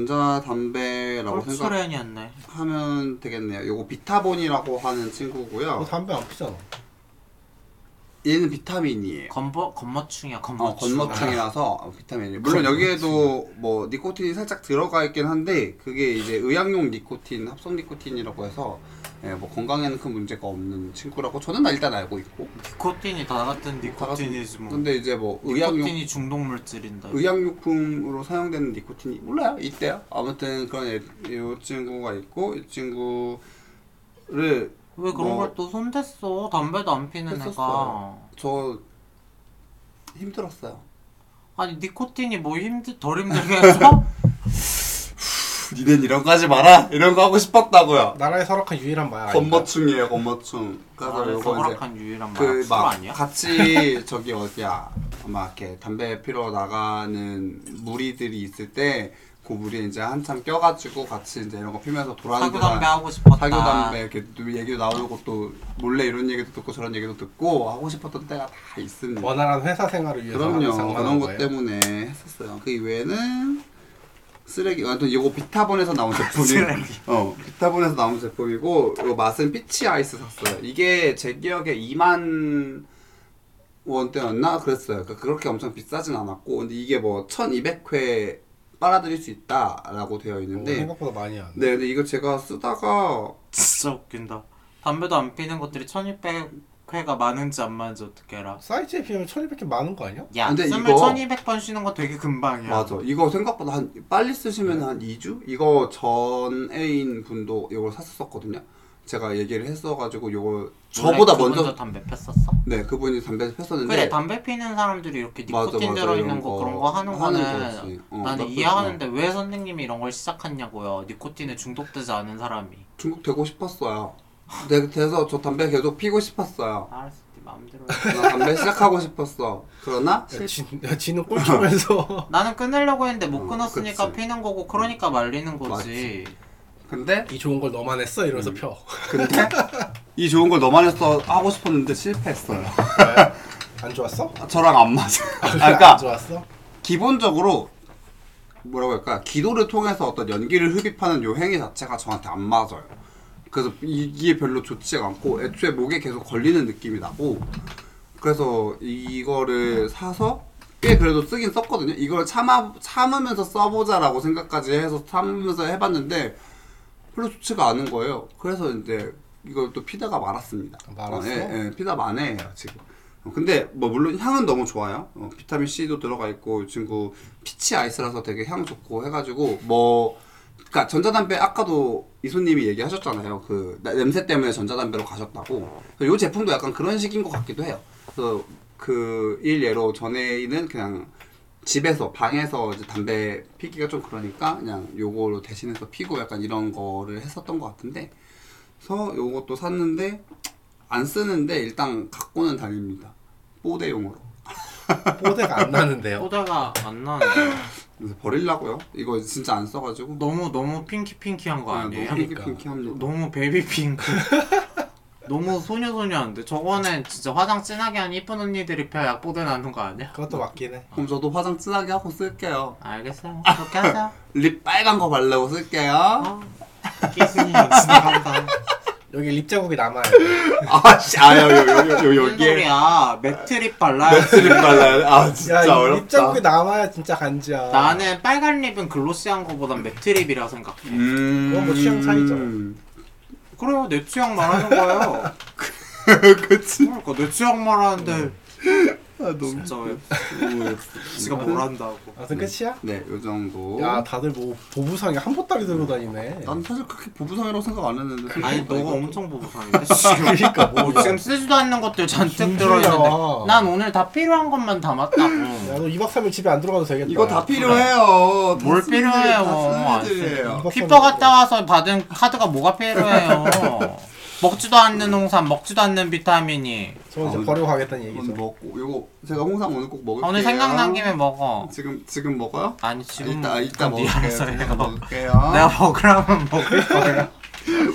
[SPEAKER 3] 전자담배라고 생각하면
[SPEAKER 2] 콜수렌이었네
[SPEAKER 3] 되겠네요 요거 비타본이라고 하는 친구고요
[SPEAKER 1] 너 담배 안 피잖아.
[SPEAKER 3] 얘는 비타민이에요
[SPEAKER 2] 건버 건머충이야 건머충
[SPEAKER 3] 어, 건머충이라서 어, 비타민이 물론
[SPEAKER 1] 건머충.
[SPEAKER 3] 여기에도 뭐 니코틴이 살짝 들어가 있긴 한데 그게 이제 의약용 니코틴 합성 니코틴이라고 해서 예, 뭐 건강에는 큰 문제가 없는 친구라고 저는 일단 알고 있고
[SPEAKER 2] 니코틴이 다 같은 니코틴이지 뭐
[SPEAKER 3] 근데 이제 뭐 의약용
[SPEAKER 2] 니코틴이 중독 물질인데
[SPEAKER 3] 의약용품으로 사용되는 니코틴이 몰라요 이때요 아무튼 그런 애, 이 친구가 있고 이 친구를
[SPEAKER 2] 왜 그런
[SPEAKER 3] 뭐-
[SPEAKER 2] 걸 또 손댔어 담배도 안 피는 애가
[SPEAKER 3] 했었어요. 저 힘들었어요
[SPEAKER 2] 아니 니코틴이 뭐 힘들 덜 힘들게 해서
[SPEAKER 3] 니넨 이런 거 하지 마라 이런 거 하고 싶었다고요
[SPEAKER 1] 나라의 서락한 유일한 마약. 아닌가?
[SPEAKER 3] 건머충이에요 건머충 그래서
[SPEAKER 2] 나를
[SPEAKER 3] 요거 이제
[SPEAKER 2] 소락한 아, 유일한
[SPEAKER 3] 그
[SPEAKER 2] 말술
[SPEAKER 3] 막
[SPEAKER 2] 아니야?
[SPEAKER 3] 같이 저기 어디야 아마 이렇게 담배 피러 나가는 무리들이 있을 때 그 무리에 이제 한참 껴가지고 같이 이제 이런 거 피면서 돌아다니는
[SPEAKER 2] 사교 담배 하고 싶었다
[SPEAKER 3] 사교 담배 이렇게 또 얘기도 나오고 또 몰래 이런 얘기도 듣고 저런 얘기도 듣고 하고 싶었던 때가 다 있습니다.
[SPEAKER 1] 원활한 회사 생활을 위해서 하는
[SPEAKER 3] 음. 그럼요.
[SPEAKER 1] 상관한
[SPEAKER 3] 그런 것
[SPEAKER 1] 거예요.
[SPEAKER 3] 때문에 했었어요. 그 이외에는 쓰레기. 완전 이거 비타본에서 나온 제품이.
[SPEAKER 2] 쓰레기.
[SPEAKER 3] 어, 비타본에서 나온 제품이고 이거 맛은 피치 아이스 샀어요. 이게 제 기억에 2만 원대였나 그랬어요. 그러니까 그렇게 엄청 비싸진 않았고 근데 이게 뭐 1,200회 빨아들일 수 있다라고 되어
[SPEAKER 1] 어,
[SPEAKER 3] 있는데
[SPEAKER 1] 생각보다 많이 안.
[SPEAKER 3] 네, 근데 이거 제가 쓰다가
[SPEAKER 2] 진짜 웃긴다 담배도 안 피는 것들이 1200회가 많은지 안 많은지 어떻게 알아
[SPEAKER 1] 사이즈에 비하면 1200개 많은 거 아니야?
[SPEAKER 2] 야
[SPEAKER 3] 근데
[SPEAKER 2] 숨을
[SPEAKER 3] 이거-
[SPEAKER 2] 1200번 쉬는 거 되게 금방이야 네.
[SPEAKER 3] 맞아. 이거 생각보다 한 빨리 쓰시면 한 2주? 이거 전 애인 분도 이걸 샀었거든요. 제가 얘기를 했어가지고 이거 저보다
[SPEAKER 2] 원래
[SPEAKER 3] 먼저
[SPEAKER 2] 그분도 담배 폈었어?
[SPEAKER 3] 네 그분이 담배 폈었는데
[SPEAKER 2] 그래 담배 피는 사람들이 이렇게
[SPEAKER 3] 맞아,
[SPEAKER 2] 니코틴
[SPEAKER 3] 맞아,
[SPEAKER 2] 들어있는
[SPEAKER 3] 이런
[SPEAKER 2] 거,
[SPEAKER 3] 거
[SPEAKER 2] 그런 거 하는
[SPEAKER 3] 하는
[SPEAKER 2] 거는
[SPEAKER 3] 거지. 어,
[SPEAKER 2] 나는
[SPEAKER 3] 나쁘지
[SPEAKER 2] 이해하는데 왜 선생님이 이런 걸 시작했냐고요 니코틴에 중독되지 않은 사람이
[SPEAKER 3] 중국 되고 싶었어요. 네, 그래서 저 담배 계속 피고 싶었어요.
[SPEAKER 2] 알았어 네 마음대로
[SPEAKER 3] 나 담배 시작하고 싶었어. 그러나
[SPEAKER 2] 네.
[SPEAKER 1] 야, 진, 야, 지는 꼴찌면서
[SPEAKER 2] 나는 끊으려고 했는데 못
[SPEAKER 3] 어,
[SPEAKER 2] 끊었으니까
[SPEAKER 3] 그치.
[SPEAKER 2] 피는 거고 그러니까 말리는 거지
[SPEAKER 3] 맞지. 근데
[SPEAKER 1] 이 좋은 걸 너만 했어
[SPEAKER 3] 음.
[SPEAKER 1] 이러면서 펴.
[SPEAKER 3] 근데 이 좋은 걸 너만 해서 하고 싶었는데 실패했어요.
[SPEAKER 1] 안 좋았어?
[SPEAKER 3] 저랑 안 맞아. 아,
[SPEAKER 1] 안
[SPEAKER 3] 그러니까
[SPEAKER 1] 좋았어?
[SPEAKER 3] 기본적으로 뭐라고 할까 기도를 통해서 어떤 연기를 흡입하는 요 행위 자체가 저한테 안 맞아요. 그래서 이게 별로 좋지가 않고 애초에 목에 계속 걸리는 느낌이 나고 그래서 이거를 사서 꽤 그래도 쓰긴 썼거든요. 이걸 참아 참으면서 써보자라고 생각까지 해서 참으면서 해봤는데 별로 좋지가 않은 거예요. 그래서 이제 이걸 또 피다가 말았습니다.
[SPEAKER 1] 말았어?
[SPEAKER 3] 어, 예, 예, 피다 만해요 지금. 어, 근데 뭐 물론 향은 너무 좋아요. 어, 비타민 C도 들어가 있고 이 친구 피치 아이스라서 되게 향 좋고 해가지고 뭐 그러니까 전자담배 아까도 이소님이 얘기하셨잖아요. 그 나- 냄새 때문에 전자담배로 가셨다고. 그래서 이 제품도 약간 그런 식인 것 같기도 해요. 그래서 그 일례로 전에는 그냥 집에서 방에서 이제 담배 피기가 좀 그러니까 그냥 요거로 대신해서 피고 약간 이런 거를 했었던 것 같은데 그래서 요것도 샀는데 안 쓰는데 일단 갖고는 다닙니다 뽀대용으로
[SPEAKER 1] 뽀대가 안 나는데요.
[SPEAKER 2] 소다가 안 나는데
[SPEAKER 3] 그래서 버리려고요 이거 진짜 안 써가지고
[SPEAKER 2] 너무 너무 핑키핑키한 거 아니에요?
[SPEAKER 3] 어, 너무
[SPEAKER 1] 그러니까.
[SPEAKER 3] 핑키핑키합니다
[SPEAKER 2] 너무 베이비핑크 너무 소녀소녀한데 저거는 진짜 화장 진하게 한 이쁜 언니들이 펴야 약보대 나는 거 아니야?
[SPEAKER 1] 그것도 맞긴 해.
[SPEAKER 3] 그럼 저도 화장 진하게 하고 쓸게요
[SPEAKER 2] 알겠어요 그렇게 하세요
[SPEAKER 3] 립 빨간 거 바르고 쓸게요
[SPEAKER 2] 어? 기순이 지나간다
[SPEAKER 1] 여기 립 자국이 남아요.
[SPEAKER 3] 아씨 아요요요요
[SPEAKER 2] 무슨
[SPEAKER 3] 여기에
[SPEAKER 2] 소리야 매트립 발라야
[SPEAKER 3] 립 발라요 아
[SPEAKER 1] 야,
[SPEAKER 3] 진짜
[SPEAKER 1] 이 립
[SPEAKER 3] 어렵다
[SPEAKER 1] 자국이 남아야 진짜 간지야.
[SPEAKER 2] 나는 빨간 립은 글로시한 거보단 매트립이라 생각해
[SPEAKER 3] 음
[SPEAKER 1] 그건 뭐 취향 차이죠.
[SPEAKER 2] 그래요 내 취향 말하는 거예요
[SPEAKER 3] 그치
[SPEAKER 2] 그러니까 내 취향 말하는데
[SPEAKER 3] 아 너무
[SPEAKER 2] 진짜 왜 지가
[SPEAKER 3] 지금
[SPEAKER 2] 뭘 한다고
[SPEAKER 1] 아무튼 끝이야?
[SPEAKER 3] 네, 요 정도.
[SPEAKER 1] 야, 다들 뭐 보부상에 한 보따리 들고 다니네.
[SPEAKER 3] 난 사실 그렇게 보부상이라고 생각 안 했는데.
[SPEAKER 2] 아니 너가
[SPEAKER 3] 이거-
[SPEAKER 2] 엄청 보부상인데 지금
[SPEAKER 1] 그러니까 뭐.
[SPEAKER 2] 지금 쓰지도 않는 것들 잔뜩 들어있는데
[SPEAKER 1] 진주야.
[SPEAKER 2] 난 오늘 다 필요한 것만 담았다고
[SPEAKER 1] 야, 너 2박 3일 집에 안 들어가도 되겠다.
[SPEAKER 3] 이거 다 필요해요. 다
[SPEAKER 2] 뭘
[SPEAKER 3] 쓰는 애들,
[SPEAKER 2] 필요해요. 아,
[SPEAKER 3] 다
[SPEAKER 2] 안
[SPEAKER 3] 쓰는 애들이에요.
[SPEAKER 1] 쓰는
[SPEAKER 2] 피퍼 갔다 와서 받은 카드가 뭐가 필요해요 먹지도 않는 홍삼 먹지도 않는 비타민이
[SPEAKER 1] 저는
[SPEAKER 3] 아,
[SPEAKER 1] 이제 버리고 가겠다는
[SPEAKER 3] 이건
[SPEAKER 1] 얘기죠.
[SPEAKER 3] 먹고 요거 제가 홍삼 오늘 꼭 먹을게요.
[SPEAKER 2] 아, 오늘 생각난 김에 먹어.
[SPEAKER 3] 지금 지금 먹어요?
[SPEAKER 2] 아니 지금
[SPEAKER 3] 이따 이따
[SPEAKER 2] 그럼 네
[SPEAKER 3] 먹을게요. 음.
[SPEAKER 2] 알아서
[SPEAKER 3] 제가
[SPEAKER 2] 해요.
[SPEAKER 3] 먹을게요.
[SPEAKER 2] 내가 먹으라면 먹을 거야.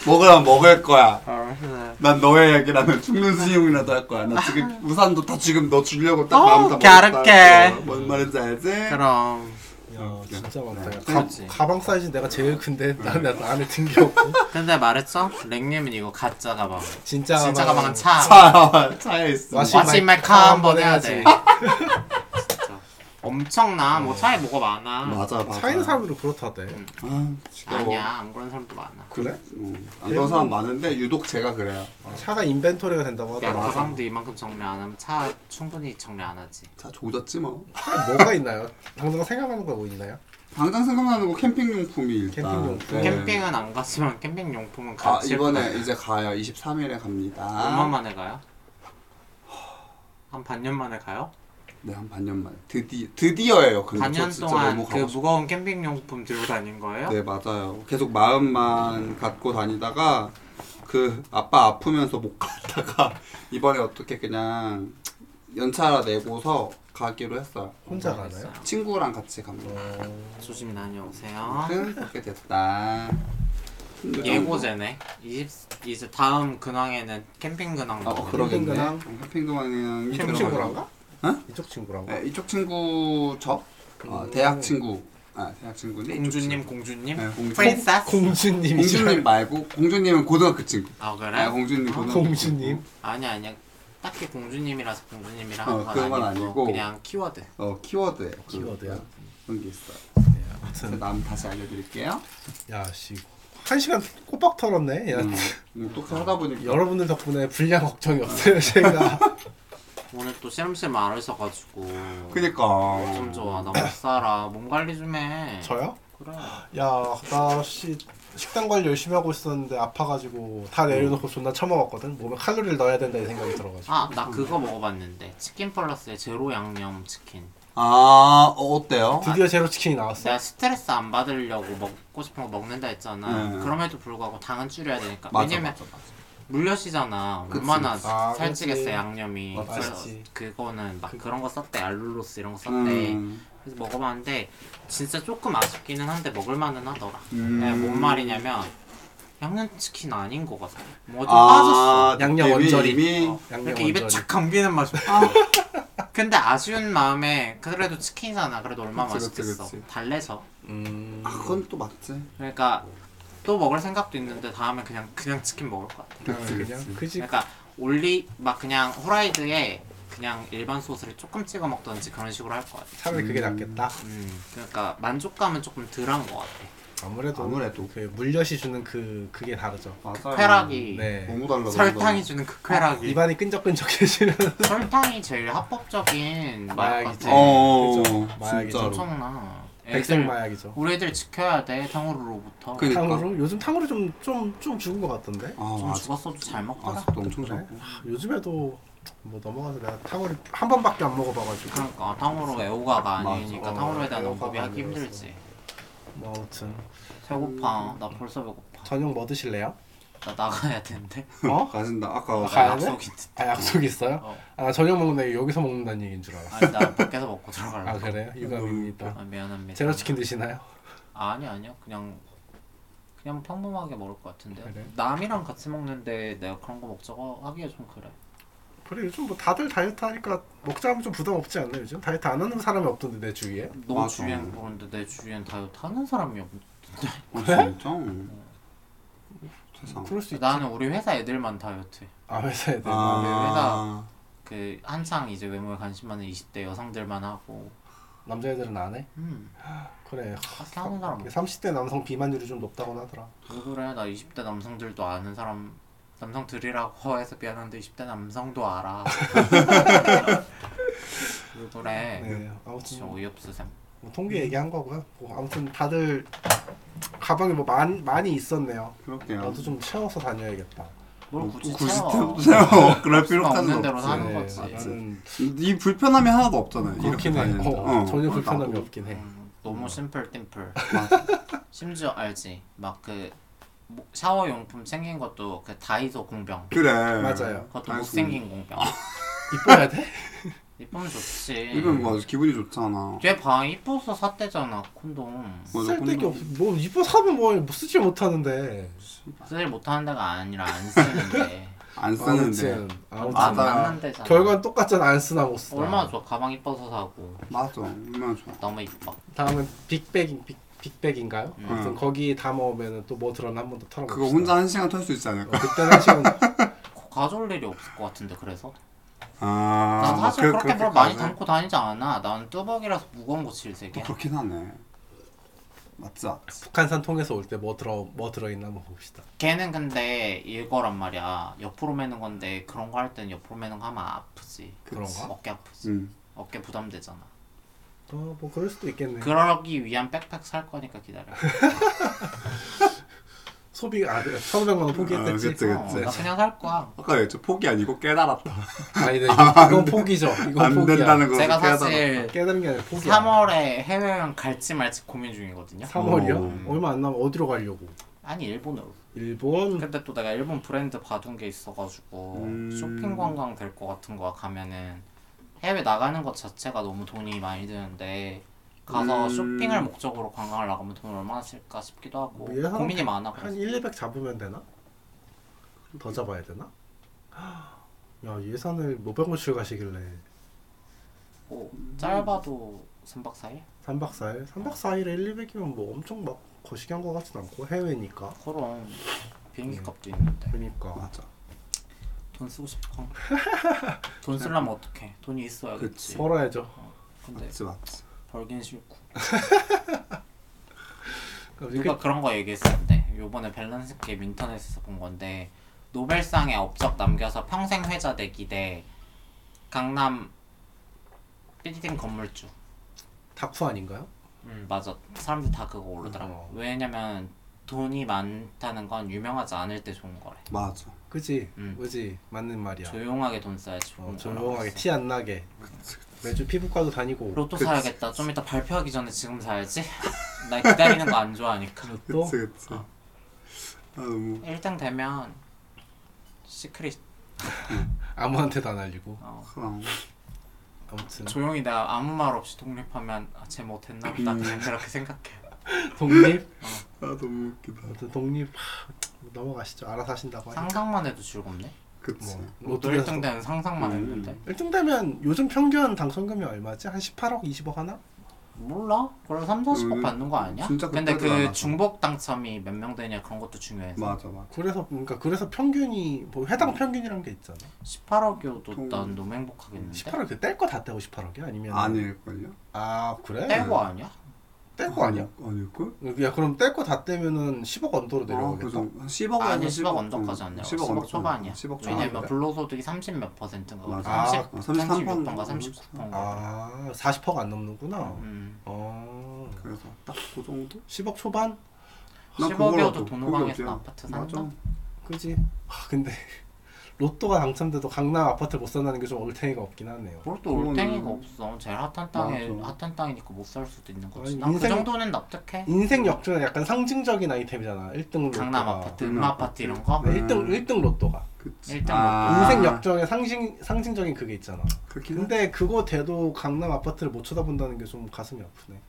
[SPEAKER 3] 먹으라면 먹을 거야.
[SPEAKER 2] 알았어.
[SPEAKER 3] 난 너의 얘기라면 죽는 수용이라도 할 거야. 나 지금 우산도 다 지금 너 주려고 딱
[SPEAKER 2] 어우,
[SPEAKER 3] 마음 다
[SPEAKER 2] 갸륵해.
[SPEAKER 3] 먹었다. 뭔 말인지 알지?
[SPEAKER 2] 그럼
[SPEAKER 1] 야 진짜 많다. 야, 가,
[SPEAKER 2] 그렇지.
[SPEAKER 1] 가방 사이즈 내가 제일 큰데 나는 안에 든 게 없고
[SPEAKER 2] 근데 말했어? 랭님은 이거 가짜 가방.
[SPEAKER 1] 진짜
[SPEAKER 2] 진짜 가방은 아, 차.
[SPEAKER 3] 차 차에 있어.
[SPEAKER 1] 마시-
[SPEAKER 2] 마치
[SPEAKER 1] 마이-
[SPEAKER 2] 메카 한번
[SPEAKER 1] 한번
[SPEAKER 2] 해야
[SPEAKER 1] 해야지.
[SPEAKER 2] 돼. 진짜 엄청나. 뭐 차에 뭐가 많아.
[SPEAKER 3] 맞아 맞아.
[SPEAKER 1] 차 있는 사람들은 그렇다대.
[SPEAKER 3] 아, 진짜
[SPEAKER 2] 아니야 안 그런 사람도 많아.
[SPEAKER 1] 그래?
[SPEAKER 3] 음, 안 그런 사람 많은데 유독 제가 그래요.
[SPEAKER 1] 차가 인벤토리가 된다고
[SPEAKER 3] 네.
[SPEAKER 2] 야
[SPEAKER 1] 하더라.
[SPEAKER 2] 가방도 그 이만큼 정리 안 하면 차 충분히 정리 안 하지.
[SPEAKER 3] 자 조졌지 뭐.
[SPEAKER 1] 차에 뭐가 있나요? 당장 생각하는 거 뭐 있나요?
[SPEAKER 3] 당장 생각나는 거 캠핑 용품이 일단.
[SPEAKER 1] 캠핑용품.
[SPEAKER 3] 네.
[SPEAKER 2] 캠핑은 안 갔지만 캠핑 용품은
[SPEAKER 3] 아
[SPEAKER 2] 같이.
[SPEAKER 3] 이번에 아? 이제 가요. 23일에 갑니다.
[SPEAKER 2] 얼마 만에 가요? 한 반년 만에 가요?
[SPEAKER 3] 네한 반년 만에 드디 드디어예요. 근데 저
[SPEAKER 2] 반년
[SPEAKER 3] 진짜
[SPEAKER 2] 동안
[SPEAKER 3] 너무
[SPEAKER 2] 그
[SPEAKER 3] 가고 싶어요.
[SPEAKER 2] 무거운 캠핑 용품 들고 다닌 거예요?
[SPEAKER 3] 네 맞아요. 계속 마음만 갖고 다니다가 그 아빠 아프면서 못 갔다가 이번에 어떻게 그냥 연차라 내고서 가기로 했어요.
[SPEAKER 1] 혼자 가나요?
[SPEAKER 3] 친구랑 같이 갑니다.
[SPEAKER 2] 조심히 다녀오세요.
[SPEAKER 3] 아무튼 그렇게 됐다. 근데 좀-
[SPEAKER 2] 예고제네. 20 이제 다음 근황에는 캠핑 근황.
[SPEAKER 3] 어 그러겠네.
[SPEAKER 1] 캠핑그랑?
[SPEAKER 3] 캠핑그랑
[SPEAKER 1] 이쪽 친구랑가? 이쪽 친구랑가?
[SPEAKER 3] 네, 이쪽 친구 저 어, 대학 친구. 아 대학 친구인데 이쪽
[SPEAKER 2] 공주님
[SPEAKER 3] 친구.
[SPEAKER 2] 공주님.
[SPEAKER 3] 네, 공주.
[SPEAKER 2] 프린세스.
[SPEAKER 1] 공주님이죠.
[SPEAKER 3] 공주님 말고 공주님은 고등학교 친구.
[SPEAKER 2] 아 그래?
[SPEAKER 3] 아 공주님 고등학교 친구.
[SPEAKER 1] 공주님.
[SPEAKER 2] 아니 아니야. 딱히 공주님이라서 공주님이라
[SPEAKER 3] 어,
[SPEAKER 2] 하는 건
[SPEAKER 3] 그건
[SPEAKER 2] 아니고,
[SPEAKER 3] 아니고.
[SPEAKER 2] 그냥 키워드.
[SPEAKER 3] 어 키워드예요. 그-
[SPEAKER 1] 키워드요?
[SPEAKER 3] 그런 게 있어요.
[SPEAKER 1] 네,
[SPEAKER 3] 제가
[SPEAKER 1] 아무튼
[SPEAKER 3] 남 다시 알려드릴게요.
[SPEAKER 1] 야씨 한 시간 꼬박 털었네. 야,
[SPEAKER 3] 음, 음, 또 하다 보니까
[SPEAKER 1] 여러분들 덕분에 분량 걱정이 없어요 제가.
[SPEAKER 2] 오늘 또 씨름씨름 안 했어가지고.
[SPEAKER 3] 그니까
[SPEAKER 2] 좀 좋아. 나 못 살아. 몸 관리 좀 해.
[SPEAKER 1] 저요?
[SPEAKER 2] 그래. 아,
[SPEAKER 1] 야 나씨 식단 관리 열심히 하고 있었는데 아파가지고 다 내려놓고 존나 처먹었거든. 몸에 칼로리를 넣어야 된다 이 생각이 들어가지고.
[SPEAKER 2] 아 나 그거 먹어봤는데 치킨 플러스의 제로 양념 치킨.
[SPEAKER 3] 아 어, 어때요?
[SPEAKER 1] 드디어 제로 치킨이 나왔어.
[SPEAKER 2] 내가 스트레스 안 받으려고 먹고 싶은 거 먹는다 했잖아.
[SPEAKER 3] 네.
[SPEAKER 2] 그럼에도 불구하고 당은 줄여야 되니까.
[SPEAKER 3] 맞아,
[SPEAKER 2] 왜냐면
[SPEAKER 3] 맞아, 맞아.
[SPEAKER 2] 물엿이잖아.
[SPEAKER 3] 그치.
[SPEAKER 2] 얼마나
[SPEAKER 1] 아,
[SPEAKER 2] 살찌겠어
[SPEAKER 1] 그치.
[SPEAKER 2] 양념이.
[SPEAKER 1] 맞지.
[SPEAKER 2] 그래서
[SPEAKER 1] 맞지.
[SPEAKER 2] 그거는 막
[SPEAKER 1] 그-
[SPEAKER 2] 그런 거 썼대. 알룰로스 이런 거 썼대.
[SPEAKER 3] 음,
[SPEAKER 2] 그래서 먹어봤는데 진짜 조금 아쉽기는 한데 먹을만은 하더라.
[SPEAKER 3] 음.
[SPEAKER 2] 네, 뭔 말이냐면 양념치킨 아닌 거 같아. 뭐좀
[SPEAKER 3] 아
[SPEAKER 2] 빠졌어.
[SPEAKER 1] 양념
[SPEAKER 3] 이미-
[SPEAKER 1] 원절이.
[SPEAKER 3] 이미
[SPEAKER 2] 어,
[SPEAKER 1] 양념
[SPEAKER 2] 이렇게 입에
[SPEAKER 1] 완전히.
[SPEAKER 2] 착 감기는 맛이. 아. 근데 아쉬운 마음에 그래도 치킨이잖아. 그래도 얼마 나
[SPEAKER 3] 그치, 그치,
[SPEAKER 2] 맛있겠어.
[SPEAKER 3] 그치.
[SPEAKER 2] 달래서.
[SPEAKER 1] 음.
[SPEAKER 3] 아 그건 또 맞지.
[SPEAKER 2] 그러니까 또 먹을 생각도 있는데 다음에 그냥 그냥 치킨 먹을 것 같아.
[SPEAKER 3] 그치,
[SPEAKER 1] 그냥
[SPEAKER 3] 그치.
[SPEAKER 1] 그지.
[SPEAKER 2] 그러니까 올리 막 그냥 후라이드에 그냥 일반 소스를 조금 찍어 먹던지 그런 식으로 할 것 같아.
[SPEAKER 1] 차라리 그게 낫겠다.
[SPEAKER 2] 음, 그러니까 만족감은 조금 덜한 것 같아.
[SPEAKER 1] 아무래도
[SPEAKER 3] 아무래도.
[SPEAKER 1] 그 물엿이 주는 그 그게 다르죠.
[SPEAKER 3] 맞아요.
[SPEAKER 2] 쾌락이
[SPEAKER 1] 음, 네.
[SPEAKER 3] 너무 달라.
[SPEAKER 2] 설탕이 주는 그 쾌락이
[SPEAKER 1] 입안이 끈적끈적해지는
[SPEAKER 2] 설탕이 제일 합법적인 마약
[SPEAKER 1] 마약이지. 예.
[SPEAKER 2] 같아.
[SPEAKER 3] 어,
[SPEAKER 1] 그죠. 마약이죠.
[SPEAKER 3] 진짜로.
[SPEAKER 2] 엄청나.
[SPEAKER 1] 백색
[SPEAKER 2] 애들
[SPEAKER 1] 마약이죠.
[SPEAKER 2] 우리 애들 지켜야 돼 탕후루로부터.
[SPEAKER 3] 그니까.
[SPEAKER 1] 탕후루 요즘 탕후루 좀좀좀 죽은 것 같던데.
[SPEAKER 3] 아,
[SPEAKER 2] 좀
[SPEAKER 3] 아직
[SPEAKER 2] 죽었어도 잘 먹더라.
[SPEAKER 3] 아직도 엄청 작고.
[SPEAKER 1] 요즘에도 뭐 넘어가서 내가 탕후루 한 번밖에 안 먹어봐가지고.
[SPEAKER 2] 그러니까 탕후루 애호가가
[SPEAKER 3] 맞아.
[SPEAKER 2] 아니니까
[SPEAKER 1] 어,
[SPEAKER 2] 탕후루에 대한
[SPEAKER 1] 애호가가
[SPEAKER 2] 언급이 하기
[SPEAKER 1] 아니라서.
[SPEAKER 2] 힘들지.
[SPEAKER 1] 뭐 아무튼
[SPEAKER 2] 배고파. 나 벌써 배고파.
[SPEAKER 1] 저녁 뭐 드실래요?
[SPEAKER 2] 나 나가야 되는데.
[SPEAKER 1] 어?
[SPEAKER 3] 가신다. 아까
[SPEAKER 1] 아,
[SPEAKER 2] 나
[SPEAKER 1] 가야 돼?
[SPEAKER 2] 약속 있는데.
[SPEAKER 1] 아 약속 있어요?
[SPEAKER 2] 어.
[SPEAKER 1] 아 저녁 먹는다 여기서 먹는다는 얘기인 줄 알아.
[SPEAKER 2] 아니 나 밖에서 먹고 들어가려고.
[SPEAKER 1] 아 그래요? 그 유감입니다.
[SPEAKER 2] 아, 미안합니다.
[SPEAKER 1] 제로 치킨 드시나요?
[SPEAKER 2] 아니 아니요. 그냥 그냥 평범하게 먹을 것 같은데.
[SPEAKER 1] 그래?
[SPEAKER 2] 남이랑 같이 먹는데 내가 그런 거 먹자고 하기가 좀 그래.
[SPEAKER 1] 그래 요즘 뭐 다들 다이어트 하니까 먹자 하면 좀 부담 없지 않나 요즘? 다이어트 안 하는 사람이 없던데 내 주위에.
[SPEAKER 2] 너
[SPEAKER 3] 맞아.
[SPEAKER 2] 주위엔 그런데 내 주위엔 다이어트 하는 사람이 없.
[SPEAKER 3] 아, 진짜? 어, 세상.
[SPEAKER 1] 그럴 수 있지.
[SPEAKER 2] 나는 우리 회사 애들만 다이어트. 해.
[SPEAKER 1] 어. 아 회사에 대해.
[SPEAKER 3] 아,
[SPEAKER 2] 그 한창 이제 외모에 관심 많은 20대 여성들만 하고.
[SPEAKER 1] 남자애들은 안 해?
[SPEAKER 2] 음.
[SPEAKER 1] 그래.
[SPEAKER 2] 같이 하는 사람 없어.
[SPEAKER 1] 30대 남성 비만율이 좀 높다고 하더라.
[SPEAKER 2] 왜 그래? 나 20대 남성들도 아는 사람 남성들이라고 해서 미안한데 20대 남성도 알아. 왜 그래?
[SPEAKER 1] 네. 아무튼
[SPEAKER 2] 진짜 어이없으셈.
[SPEAKER 1] 뭐 통계 얘기한 거고요. 뭐 아무튼 다들 가방에 뭐 많, 많이 있었네요.
[SPEAKER 3] 그럴게요. 뭐,
[SPEAKER 1] 나도 좀 채워서 다녀야겠다.
[SPEAKER 2] 뭘 굳이
[SPEAKER 3] 굳이
[SPEAKER 2] 채워?
[SPEAKER 3] 태워. 채워. 그럴
[SPEAKER 2] 필요가 없는
[SPEAKER 3] 필요까지는
[SPEAKER 2] 대로
[SPEAKER 3] 없어.
[SPEAKER 2] 사는 거지.
[SPEAKER 1] 네. 나는
[SPEAKER 3] 이 불편함이 하나도 없잖아요. 이렇게
[SPEAKER 1] 그렇긴 해.
[SPEAKER 3] 다니는.
[SPEAKER 1] 어,
[SPEAKER 3] 어.
[SPEAKER 1] 전혀 불편함이
[SPEAKER 3] 나도.
[SPEAKER 1] 없긴 해.
[SPEAKER 2] 음, 너무 심플 띵플.
[SPEAKER 3] 맞아.
[SPEAKER 2] 심지어 알지? 막 그 뭐, 샤워 용품 생긴 것도 그 다이소 공병.
[SPEAKER 3] 그래.
[SPEAKER 1] 맞아요.
[SPEAKER 2] 그것도
[SPEAKER 3] 다이소.
[SPEAKER 2] 못생긴 공병.
[SPEAKER 1] 이뻐야 돼?
[SPEAKER 2] 이쁘면 좋지.
[SPEAKER 3] 이건 뭐 아주 기분이 좋잖아.
[SPEAKER 2] 걔봐 이뻐서 샀대잖아 콘돔.
[SPEAKER 3] 맞아,
[SPEAKER 1] 쓸데기
[SPEAKER 3] 콘돔.
[SPEAKER 1] 없. 뭐 이뻐 사면 뭐 쓰지 못하는데.
[SPEAKER 2] 쓰질 못하는 데가 아니라 안 쓰는데.
[SPEAKER 3] 안 쓰는데.
[SPEAKER 1] 아무튼, 아무튼
[SPEAKER 3] 맞아.
[SPEAKER 2] 맞는 데잖아.
[SPEAKER 1] 결과는 똑같잖아. 안 쓰나 못 쓰나.
[SPEAKER 2] 얼마나 좋아 가방 이뻐서 사고
[SPEAKER 3] 맞아. 얼마나 좋아.
[SPEAKER 2] 너무 이뻐.
[SPEAKER 1] 다음은 빅백인 빅, 빅백인가요?
[SPEAKER 2] 음.
[SPEAKER 1] 아무튼 거기 담아오면은 또 뭐 들었나 한 번 더 털어봅시다.
[SPEAKER 3] 그거 혼자 한 시간 털 수 있지
[SPEAKER 1] 어,
[SPEAKER 3] 않을까?
[SPEAKER 1] 그때는 한 시간
[SPEAKER 2] 거- 가져올 일이 없을 것 같은데 그래서.
[SPEAKER 3] 아.
[SPEAKER 2] 난 사실
[SPEAKER 3] 그-
[SPEAKER 2] 그렇게 뭘 많이
[SPEAKER 3] 가네.
[SPEAKER 2] 담고 다니지 않아. 난 뚜벅이라서 무거운 거
[SPEAKER 3] 또
[SPEAKER 2] 질색이야.
[SPEAKER 3] 그렇긴 하네. 맞지?
[SPEAKER 1] 북한산 통해서 올 때 뭐 들어 뭐 들어 있나 한번 봅시다.
[SPEAKER 2] 걔는 근데 이거란 말이야. 옆으로 매는 건데 그런 거 할 때는 옆으로 매는 거 하면 아프지.
[SPEAKER 1] 그런가?
[SPEAKER 2] 어깨 아프지.
[SPEAKER 3] 응.
[SPEAKER 2] 어깨 부담되잖아.
[SPEAKER 1] 어뭐 그럴 수도 있겠네.
[SPEAKER 2] 그러기 위한 백팩 살 거니까 기다려.
[SPEAKER 1] 소비 아 1,500만 원
[SPEAKER 3] 아,
[SPEAKER 1] 포기했댔지.
[SPEAKER 3] 그치.
[SPEAKER 2] 어, 나 그냥 살 거야.
[SPEAKER 3] 아까 얘기했죠. 포기 아니고 깨달았다.
[SPEAKER 1] 아, 니 이건, 이건 포기죠. 이건
[SPEAKER 3] 안
[SPEAKER 1] 포기야.
[SPEAKER 3] 된다는 것을
[SPEAKER 2] 제가
[SPEAKER 3] 깨달았다.
[SPEAKER 2] 사실
[SPEAKER 1] 깨달은 게 아니라 포기야.
[SPEAKER 2] 3월에 해외여행 갈지 말지 고민 중이거든요.
[SPEAKER 1] 3월이요?
[SPEAKER 2] 어.
[SPEAKER 1] 얼마 안 남아 어디로 가려고?
[SPEAKER 2] 아니 일본으로.
[SPEAKER 1] 일본
[SPEAKER 2] 근데 또 내가 일본 브랜드 봐둔 게 있어가지고
[SPEAKER 3] 음.
[SPEAKER 2] 쇼핑 관광 될 것 같은 거 가면은 해외 나가는 것 자체가 너무 돈이 많이 드는데 가서
[SPEAKER 3] 음.
[SPEAKER 2] 쇼핑을 목적으로 관광을 나가면 돈 얼마나 쓸까 싶기도 하고
[SPEAKER 1] 뭐 예상-
[SPEAKER 2] 고민이 많아.
[SPEAKER 1] 한
[SPEAKER 2] 그래서
[SPEAKER 1] 1, 200 잡으면 되나? 더 잡아야 되나? 야 예산을 500원씩 가시길래
[SPEAKER 2] 뭐 짧아도 3박 4일?
[SPEAKER 1] 3박 4일? 3박 4일에 1, 200이면 뭐 엄청 막 거시기한 것 같진 않고 해외니까
[SPEAKER 2] 그럼 비행기 값도 있는데
[SPEAKER 1] 그러니까
[SPEAKER 3] 맞아.
[SPEAKER 2] 돈 쓰고 싶어. 돈 쓰려면 어떡해. 돈이
[SPEAKER 3] 그치.
[SPEAKER 2] 있어야겠지.
[SPEAKER 1] 벌어야죠
[SPEAKER 2] 근데
[SPEAKER 3] 맞지 맞지.
[SPEAKER 2] 벌긴 싫고.
[SPEAKER 1] 그러니까
[SPEAKER 2] 누가 그런 거 얘기했었는데 요번에 밸런스 게임 인터넷에서 본 건데 노벨상에 업적 남겨서 평생 회자 되기 대 강남 빌딩 건물주
[SPEAKER 1] 다쿠 아닌가요?
[SPEAKER 2] 음 맞아 사람들 다 그거 오르더라
[SPEAKER 1] 어.
[SPEAKER 2] 왜냐면 돈이 많다는 건 유명하지 않을 때 좋은 거래
[SPEAKER 3] 맞아.
[SPEAKER 1] 그지?
[SPEAKER 2] 음.
[SPEAKER 1] 그지? 맞는 말이야
[SPEAKER 2] 조용하게 돈 써야 좋은
[SPEAKER 1] 어,
[SPEAKER 2] 거라고
[SPEAKER 1] 조용하게
[SPEAKER 2] 했어.
[SPEAKER 1] 티 안 나게 매주 피부과도 다니고
[SPEAKER 2] 로또
[SPEAKER 3] 그치.
[SPEAKER 2] 사야겠다 좀 이따 발표하기 전에 지금 사야지 나 기다리는 거 안 좋아하니까
[SPEAKER 1] 로또?
[SPEAKER 3] 그치 그치. 아 너무
[SPEAKER 2] 1등 되면 시크릿
[SPEAKER 1] 아무한테도 안 알리고
[SPEAKER 2] 어,
[SPEAKER 3] 크랑.
[SPEAKER 1] 아무튼
[SPEAKER 2] 조용히 나 아무 말 없이 독립하면 아, 쟤 못했나 보다
[SPEAKER 3] 음.
[SPEAKER 2] 그냥 그렇게 생각해
[SPEAKER 1] 독립?
[SPEAKER 3] 아 너무 웃기다.
[SPEAKER 1] 아무튼 독립 하, 넘어가시죠 알아서 하신다고 하니까
[SPEAKER 2] 상상만 해도 즐겁네
[SPEAKER 3] 그치.
[SPEAKER 1] 뭐
[SPEAKER 2] 로또
[SPEAKER 1] 로또 해서
[SPEAKER 2] 1등 되는 상상만
[SPEAKER 3] 음.
[SPEAKER 2] 했는데
[SPEAKER 1] 1등 되면 요즘 평균 당첨금이 얼마지? 한 18억, 20억 하나?
[SPEAKER 2] 몰라 그럼 3, 40억
[SPEAKER 3] 음,
[SPEAKER 2] 받는 거 아니야?
[SPEAKER 3] 진짜
[SPEAKER 2] 근데
[SPEAKER 3] 그때도
[SPEAKER 2] 그
[SPEAKER 3] 많아서.
[SPEAKER 2] 중복 당첨이 몇 명 되냐 그런 것도 중요해서
[SPEAKER 1] 뭐.
[SPEAKER 3] 맞아 맞아.
[SPEAKER 1] 그래서 그러니까 그래서 평균이 뭐 해당 평균이란 게 있잖아.
[SPEAKER 2] 18억이어도
[SPEAKER 3] 통-
[SPEAKER 2] 난 너무 행복하겠는데
[SPEAKER 1] 18억 그뗄거다 떼고 18억이 아니면
[SPEAKER 3] 아닐걸요?
[SPEAKER 1] 아 그래?
[SPEAKER 2] 떼고 아니야?
[SPEAKER 3] 음.
[SPEAKER 1] 뗄거 아니야?
[SPEAKER 3] 아닐걸?
[SPEAKER 1] 야 그럼 뗄 거 다 떼면은 10억 언더로
[SPEAKER 3] 아,
[SPEAKER 1] 내려가겠다.
[SPEAKER 3] 그래서 한 10억
[SPEAKER 2] 아니 10억 언더까지 안 내려
[SPEAKER 3] 10억,
[SPEAKER 2] 10억, 초반이야
[SPEAKER 3] 10억
[SPEAKER 2] 왜냐면
[SPEAKER 3] 초반.
[SPEAKER 2] 불로소득이 30 몇 퍼센트인가
[SPEAKER 1] 맞아.
[SPEAKER 2] 30,
[SPEAKER 3] 아, 33
[SPEAKER 2] 36%인가
[SPEAKER 3] 퍼센트.
[SPEAKER 2] 39%인가
[SPEAKER 1] 아 40억 안
[SPEAKER 3] 아.
[SPEAKER 1] 넘는구나.
[SPEAKER 2] 음.
[SPEAKER 1] 어
[SPEAKER 3] 그래서 딱 그 정도?
[SPEAKER 1] 10억 초반?
[SPEAKER 3] 난
[SPEAKER 2] 10억이어도
[SPEAKER 3] 그거라도,
[SPEAKER 2] 도노방에서
[SPEAKER 3] 그게 어때요?
[SPEAKER 2] 아파트 산다?
[SPEAKER 3] 맞아.
[SPEAKER 1] 그지? 아 근데 로또가 당첨돼도 강남 아파트 못 산다는 게 좀 올탱이가 없긴 하네요.
[SPEAKER 2] 뭘 또
[SPEAKER 3] 그거는-
[SPEAKER 2] 올땡이가 없어. 제일 핫한 땅에
[SPEAKER 3] 맞아.
[SPEAKER 2] 핫한 땅이니까 못 살 수도 있는 거지.
[SPEAKER 1] 아니,
[SPEAKER 2] 난 그
[SPEAKER 1] 인생- 음,
[SPEAKER 2] 정도는 납득해.
[SPEAKER 1] 인생 역전은 약간 상징적인 아이템이잖아. 1등 로또가.
[SPEAKER 2] 강남 아파트,
[SPEAKER 3] 강남
[SPEAKER 2] 음마 아파트 이런 거.
[SPEAKER 3] 네.
[SPEAKER 1] 1등 1등 로또가.
[SPEAKER 3] 그치. 아,
[SPEAKER 2] 일단
[SPEAKER 1] 인생 역전의 상징 상징적인 그게 있잖아.
[SPEAKER 3] 그렇긴 한데
[SPEAKER 1] 근데 그거 돼도 강남 아파트를 못 쳐다본다는 게 좀 가슴이 아프네.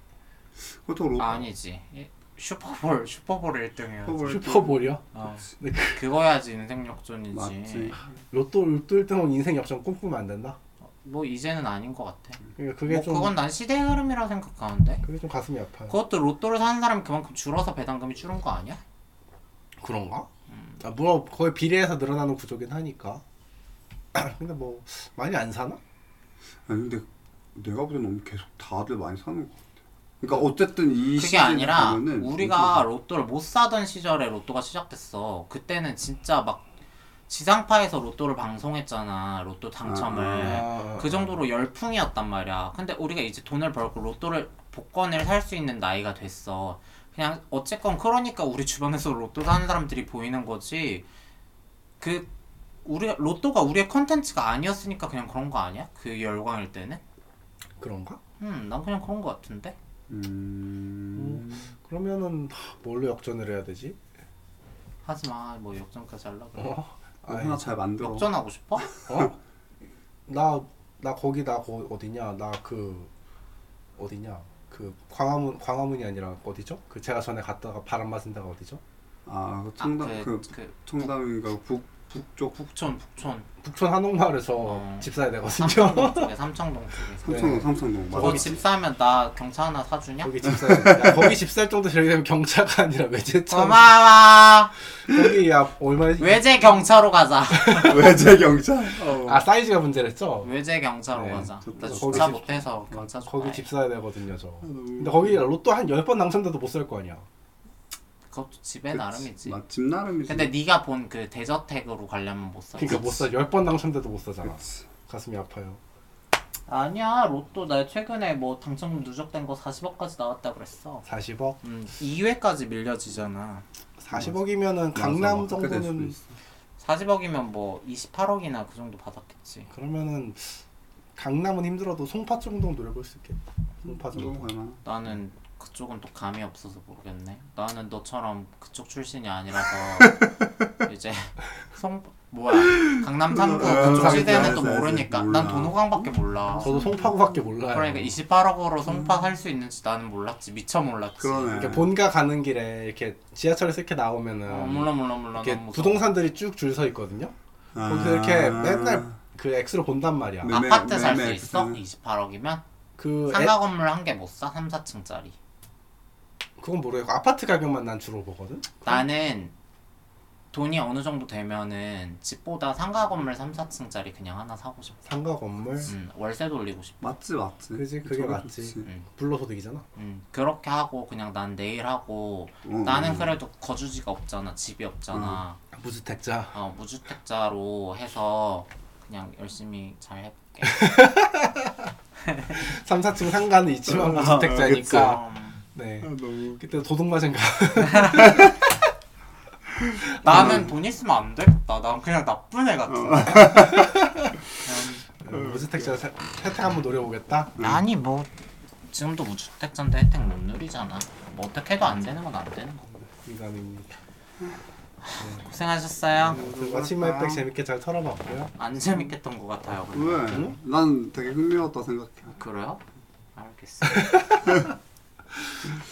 [SPEAKER 3] 보통 로
[SPEAKER 2] 아니지. 이- 슈퍼볼 슈퍼볼 1등이야.
[SPEAKER 3] 슈퍼볼
[SPEAKER 1] 슈퍼볼이요?
[SPEAKER 2] 어.
[SPEAKER 1] 근데 그
[SPEAKER 2] 그거야지 인생 역전이지.
[SPEAKER 3] 맞지.
[SPEAKER 1] 로또 로또 1등은 인생 역전 꿈꾸면 안 된다.
[SPEAKER 2] 뭐 이제는 아닌 것 같아.
[SPEAKER 1] 그러니까 그게
[SPEAKER 2] 뭐
[SPEAKER 1] 좀
[SPEAKER 2] 그건 난 시대의 흐름이라 생각하는데.
[SPEAKER 1] 그게 좀 가슴이 아파요.
[SPEAKER 2] 그것도 로또를 사는 사람이 그만큼 줄어서 배당금이 줄은 거 아니야?
[SPEAKER 1] 그런가? 아, 뭐 거의 비례해서 늘어나는 구조긴 하니까. 근데 뭐 많이 안 사나?
[SPEAKER 3] 아니 근데 내가 보기엔 너무 계속 다들 많이 사는 것 같아. 그러니까 어쨌든 이
[SPEAKER 2] 그게
[SPEAKER 3] 시즌
[SPEAKER 2] 아니라
[SPEAKER 3] 보면은
[SPEAKER 2] 우리가 로또를 못 사던 시절에 로또가 시작됐어. 그때는 진짜 막 지상파에서 로또를 방송했잖아. 로또 당첨을.
[SPEAKER 1] 아,
[SPEAKER 2] 그 정도로 열풍이었단 말이야. 근데 우리가 이제 돈을 벌고 로또를 복권을 살 수 있는 나이가 됐어. 그냥 어쨌건 그러니까 우리 주변에서 로또 사는 사람들이 보이는 거지. 그 우리 로또가 우리의 컨텐츠가 아니었으니까 그냥 그런 거 아니야? 그 열광일 때는?
[SPEAKER 1] 그런가?
[SPEAKER 2] 음, 난 그냥 그런 거 같은데.
[SPEAKER 3] 음...
[SPEAKER 1] 그러면은 뭘로 역전을 해야 되지?
[SPEAKER 2] 하지마 뭐 역전까지 하려고 그래.
[SPEAKER 1] 어?
[SPEAKER 3] 뭐
[SPEAKER 1] 아이,
[SPEAKER 3] 하나 잘 만들어.
[SPEAKER 2] 역전하고 싶어? 아,
[SPEAKER 1] 어? 나, 나 거기 나 거, 어디냐? 나 그 어디냐? 그 광화문 광화문이 아니라 어디죠? 그 제가 전에 갔다가 바람 맞은 데가 어디죠?
[SPEAKER 3] 아, 그 청담
[SPEAKER 2] 아,
[SPEAKER 3] 그,
[SPEAKER 2] 그, 그
[SPEAKER 3] 청담인가 북 북쪽
[SPEAKER 2] 북촌 북촌
[SPEAKER 1] 북촌 한옥마을에서
[SPEAKER 2] 어.
[SPEAKER 1] 집 사야
[SPEAKER 3] 아,
[SPEAKER 1] 되거든요.
[SPEAKER 2] 삼청동 쪽에 삼청동 쪽에
[SPEAKER 3] 삼성동
[SPEAKER 1] 네.
[SPEAKER 3] 삼성동 맞아.
[SPEAKER 2] 거기 집 사면 나 경차 하나 사주냐?
[SPEAKER 1] 거기 집 사야 돼. 야, 거기 집 살 정도 저기 되면 경차가 아니라 외제차.
[SPEAKER 2] 고마워
[SPEAKER 1] 거기 야 얼마?
[SPEAKER 2] 외제 경차로 가자
[SPEAKER 3] 외제 경찰. 어.
[SPEAKER 1] 아 사이즈가 문제랬죠?
[SPEAKER 2] 외제 경차로
[SPEAKER 1] 네,
[SPEAKER 2] 가자
[SPEAKER 3] 저도
[SPEAKER 2] 나
[SPEAKER 3] 거기
[SPEAKER 2] 주차
[SPEAKER 1] 집-
[SPEAKER 2] 못해서 경차
[SPEAKER 1] 거기
[SPEAKER 2] 좋아해
[SPEAKER 1] 집 사야 되거든요 저.
[SPEAKER 3] 너무-
[SPEAKER 1] 근데 거기 로또 한 10번 당첨돼도 못 살 거 아니야.
[SPEAKER 2] 그것도 집의
[SPEAKER 3] 그치.
[SPEAKER 2] 나름이지
[SPEAKER 3] 맞, 집 나름이지.
[SPEAKER 2] 근데 네가 본 그 대저택으로 가려면 못 사.
[SPEAKER 1] 그러니까 못 사. 10번 당첨돼도 못 사잖아.
[SPEAKER 3] 그치.
[SPEAKER 1] 가슴이 아파요.
[SPEAKER 2] 아니야 로또 나 최근에 뭐 당첨금 누적된 거 40억까지 나왔다 그랬어.
[SPEAKER 1] 40억?
[SPEAKER 2] 음 2회까지 밀려지잖아.
[SPEAKER 1] 40억이면은
[SPEAKER 3] 맞아,
[SPEAKER 1] 강남
[SPEAKER 3] 뭐 그렇게 될 수도
[SPEAKER 1] 정도는
[SPEAKER 3] 있어.
[SPEAKER 2] 40억이면 뭐 28억이나 그 정도 받았겠지.
[SPEAKER 1] 그러면은 강남은 힘들어도 송파 정도는 노려볼 수 있겠다. 송파
[SPEAKER 3] 너무
[SPEAKER 1] 정도.
[SPEAKER 3] 얼마나?
[SPEAKER 2] 나는 그쪽은 또 감이 없어서 모르겠네. 나는 너처럼 그쪽 출신이 아니라서 이제 성 뭐야 강남 삼구
[SPEAKER 3] 어,
[SPEAKER 2] 그쪽
[SPEAKER 3] 알지,
[SPEAKER 2] 시대는
[SPEAKER 3] 알지,
[SPEAKER 2] 또
[SPEAKER 3] 알지.
[SPEAKER 2] 모르니까
[SPEAKER 3] 몰라.
[SPEAKER 2] 난 도노강밖에 몰라.
[SPEAKER 1] 저도 송파구밖에 몰라요.
[SPEAKER 2] 그러니까 28억으로 송파 살 수 있는지 나는 몰랐지 미처 몰랐지.
[SPEAKER 3] 그러네.
[SPEAKER 1] 이렇게 본가 가는 길에 이렇게 지하철에서 이렇게 나오면은
[SPEAKER 2] 어, 몰라 몰라 몰라.
[SPEAKER 1] 이렇게
[SPEAKER 2] 너무 무서워.
[SPEAKER 1] 부동산들이 쭉 줄 서 있거든요.
[SPEAKER 3] 아.
[SPEAKER 1] 거기서 이렇게 맨날 그 X로 본단 말이야.
[SPEAKER 3] 네. 매매-
[SPEAKER 2] 아파트 살 수
[SPEAKER 3] 매매
[SPEAKER 2] 있어?
[SPEAKER 3] 비슷하네.
[SPEAKER 2] 28억이면?
[SPEAKER 1] 그 애,
[SPEAKER 2] 상가 건물 한 개 못 사? 3, 4층짜리
[SPEAKER 1] 그건 모르겠고 아파트 가격만 난 주로 보거든.
[SPEAKER 2] 나는 돈이 어느 정도 되면은 집보다 상가 건물 3, 4층짜리 그냥 하나 사고 싶어
[SPEAKER 1] 상가 건물
[SPEAKER 2] 음, 월세도 올리고 싶어
[SPEAKER 3] 맞지 맞지.
[SPEAKER 1] 그지, 그게
[SPEAKER 3] 저거
[SPEAKER 1] 맞지. 네.
[SPEAKER 3] 좋지.
[SPEAKER 1] 불로소득이잖아.
[SPEAKER 2] 음, 그렇게 하고 그냥 난 내일 하고
[SPEAKER 3] 어,
[SPEAKER 2] 나는
[SPEAKER 3] 어.
[SPEAKER 2] 그래도 거주지가 없잖아 집이 없잖아
[SPEAKER 1] 음. 무주택자.
[SPEAKER 2] 어, 무주택자로 해서 그냥 열심히 잘 해볼게
[SPEAKER 1] 3, 4층 상가는 있지만
[SPEAKER 3] 어,
[SPEAKER 1] 무주택자니까.
[SPEAKER 2] 음,
[SPEAKER 1] 네.
[SPEAKER 3] 아, 너무
[SPEAKER 1] 그때 도둑맞은가.
[SPEAKER 2] 나는 돈 있으면 안 되겠다 난 그냥 나쁜 애 같아 그냥
[SPEAKER 1] 어. 네. 무주택자 세- 혜택 한번 노려보겠다.
[SPEAKER 2] 아니 뭐 지금도 무주택자인데 혜택 못 누리잖아 뭐 어떻게 해도 안 되는 건 안 되는 거
[SPEAKER 1] 이감입니다.
[SPEAKER 2] 고생하셨어요
[SPEAKER 1] 음, 아침 햇백 재밌게 잘 털어봤고요.
[SPEAKER 2] 안 재밌겠던 것 같아요 근데.
[SPEAKER 3] 왜? 난 되게 흥미로웠다 생각해.
[SPEAKER 2] 그래요? 알겠어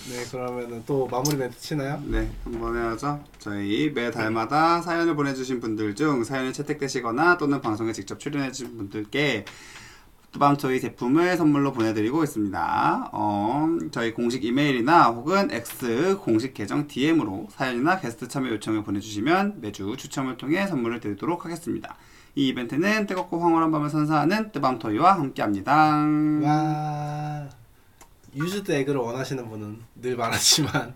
[SPEAKER 1] 네, 그러면은 또 마무리 멘트 치나요?
[SPEAKER 3] 네, 한번 해야죠. 저희 매 달마다 사연을 보내주신 분들 중 사연이 채택되시거나 또는 방송에 직접 출연해주신 분들께 또밤 저희 제품을 선물로 보내드리고 있습니다. 어, 저희 공식 이메일이나 혹은 X 공식 계정 DM으로 사연이나 게스트 참여 요청을 보내주시면 매주 추첨을 통해 선물을 드리도록 하겠습니다. 이 이벤트는 뜨겁고 황홀한 밤을 선사하는 뜨밤토이와 함께합니다.
[SPEAKER 1] 와. 유즈드 에그를 원하시는 분은 늘 많았지만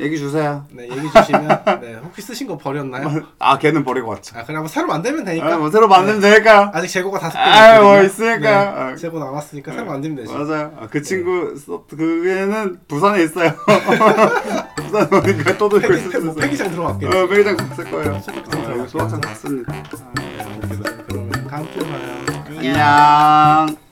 [SPEAKER 3] 얘기 주세요.
[SPEAKER 1] 네 얘기 주시면 네 혹시 쓰신 거 버렸나요?
[SPEAKER 3] 아, 걔는 버리고 왔죠.
[SPEAKER 1] 아 그럼 새로 만들면 되니까
[SPEAKER 3] 아, 뭐 새로 만들면 되니까요.
[SPEAKER 1] 아직 재고가 다섯 개
[SPEAKER 3] 아유,
[SPEAKER 1] 있거든요. 네,
[SPEAKER 3] 뭐 있으니까요. 아.
[SPEAKER 1] 재고 남았으니까 새로 만들면 되지
[SPEAKER 3] 맞아요. 아, 그 친구 써- 그게는 부산에 있어요. 부산 오니까 또 들고
[SPEAKER 1] 폐기, 폐- 뭐
[SPEAKER 3] 있었어요.
[SPEAKER 1] 폐기장 들어갈게요 네,
[SPEAKER 3] 어, 폐기장 갔을 거예요.
[SPEAKER 1] 소각장
[SPEAKER 3] 아, 소각장 갔습니다.
[SPEAKER 1] 그러면 다음 주에 봐요
[SPEAKER 3] 안녕.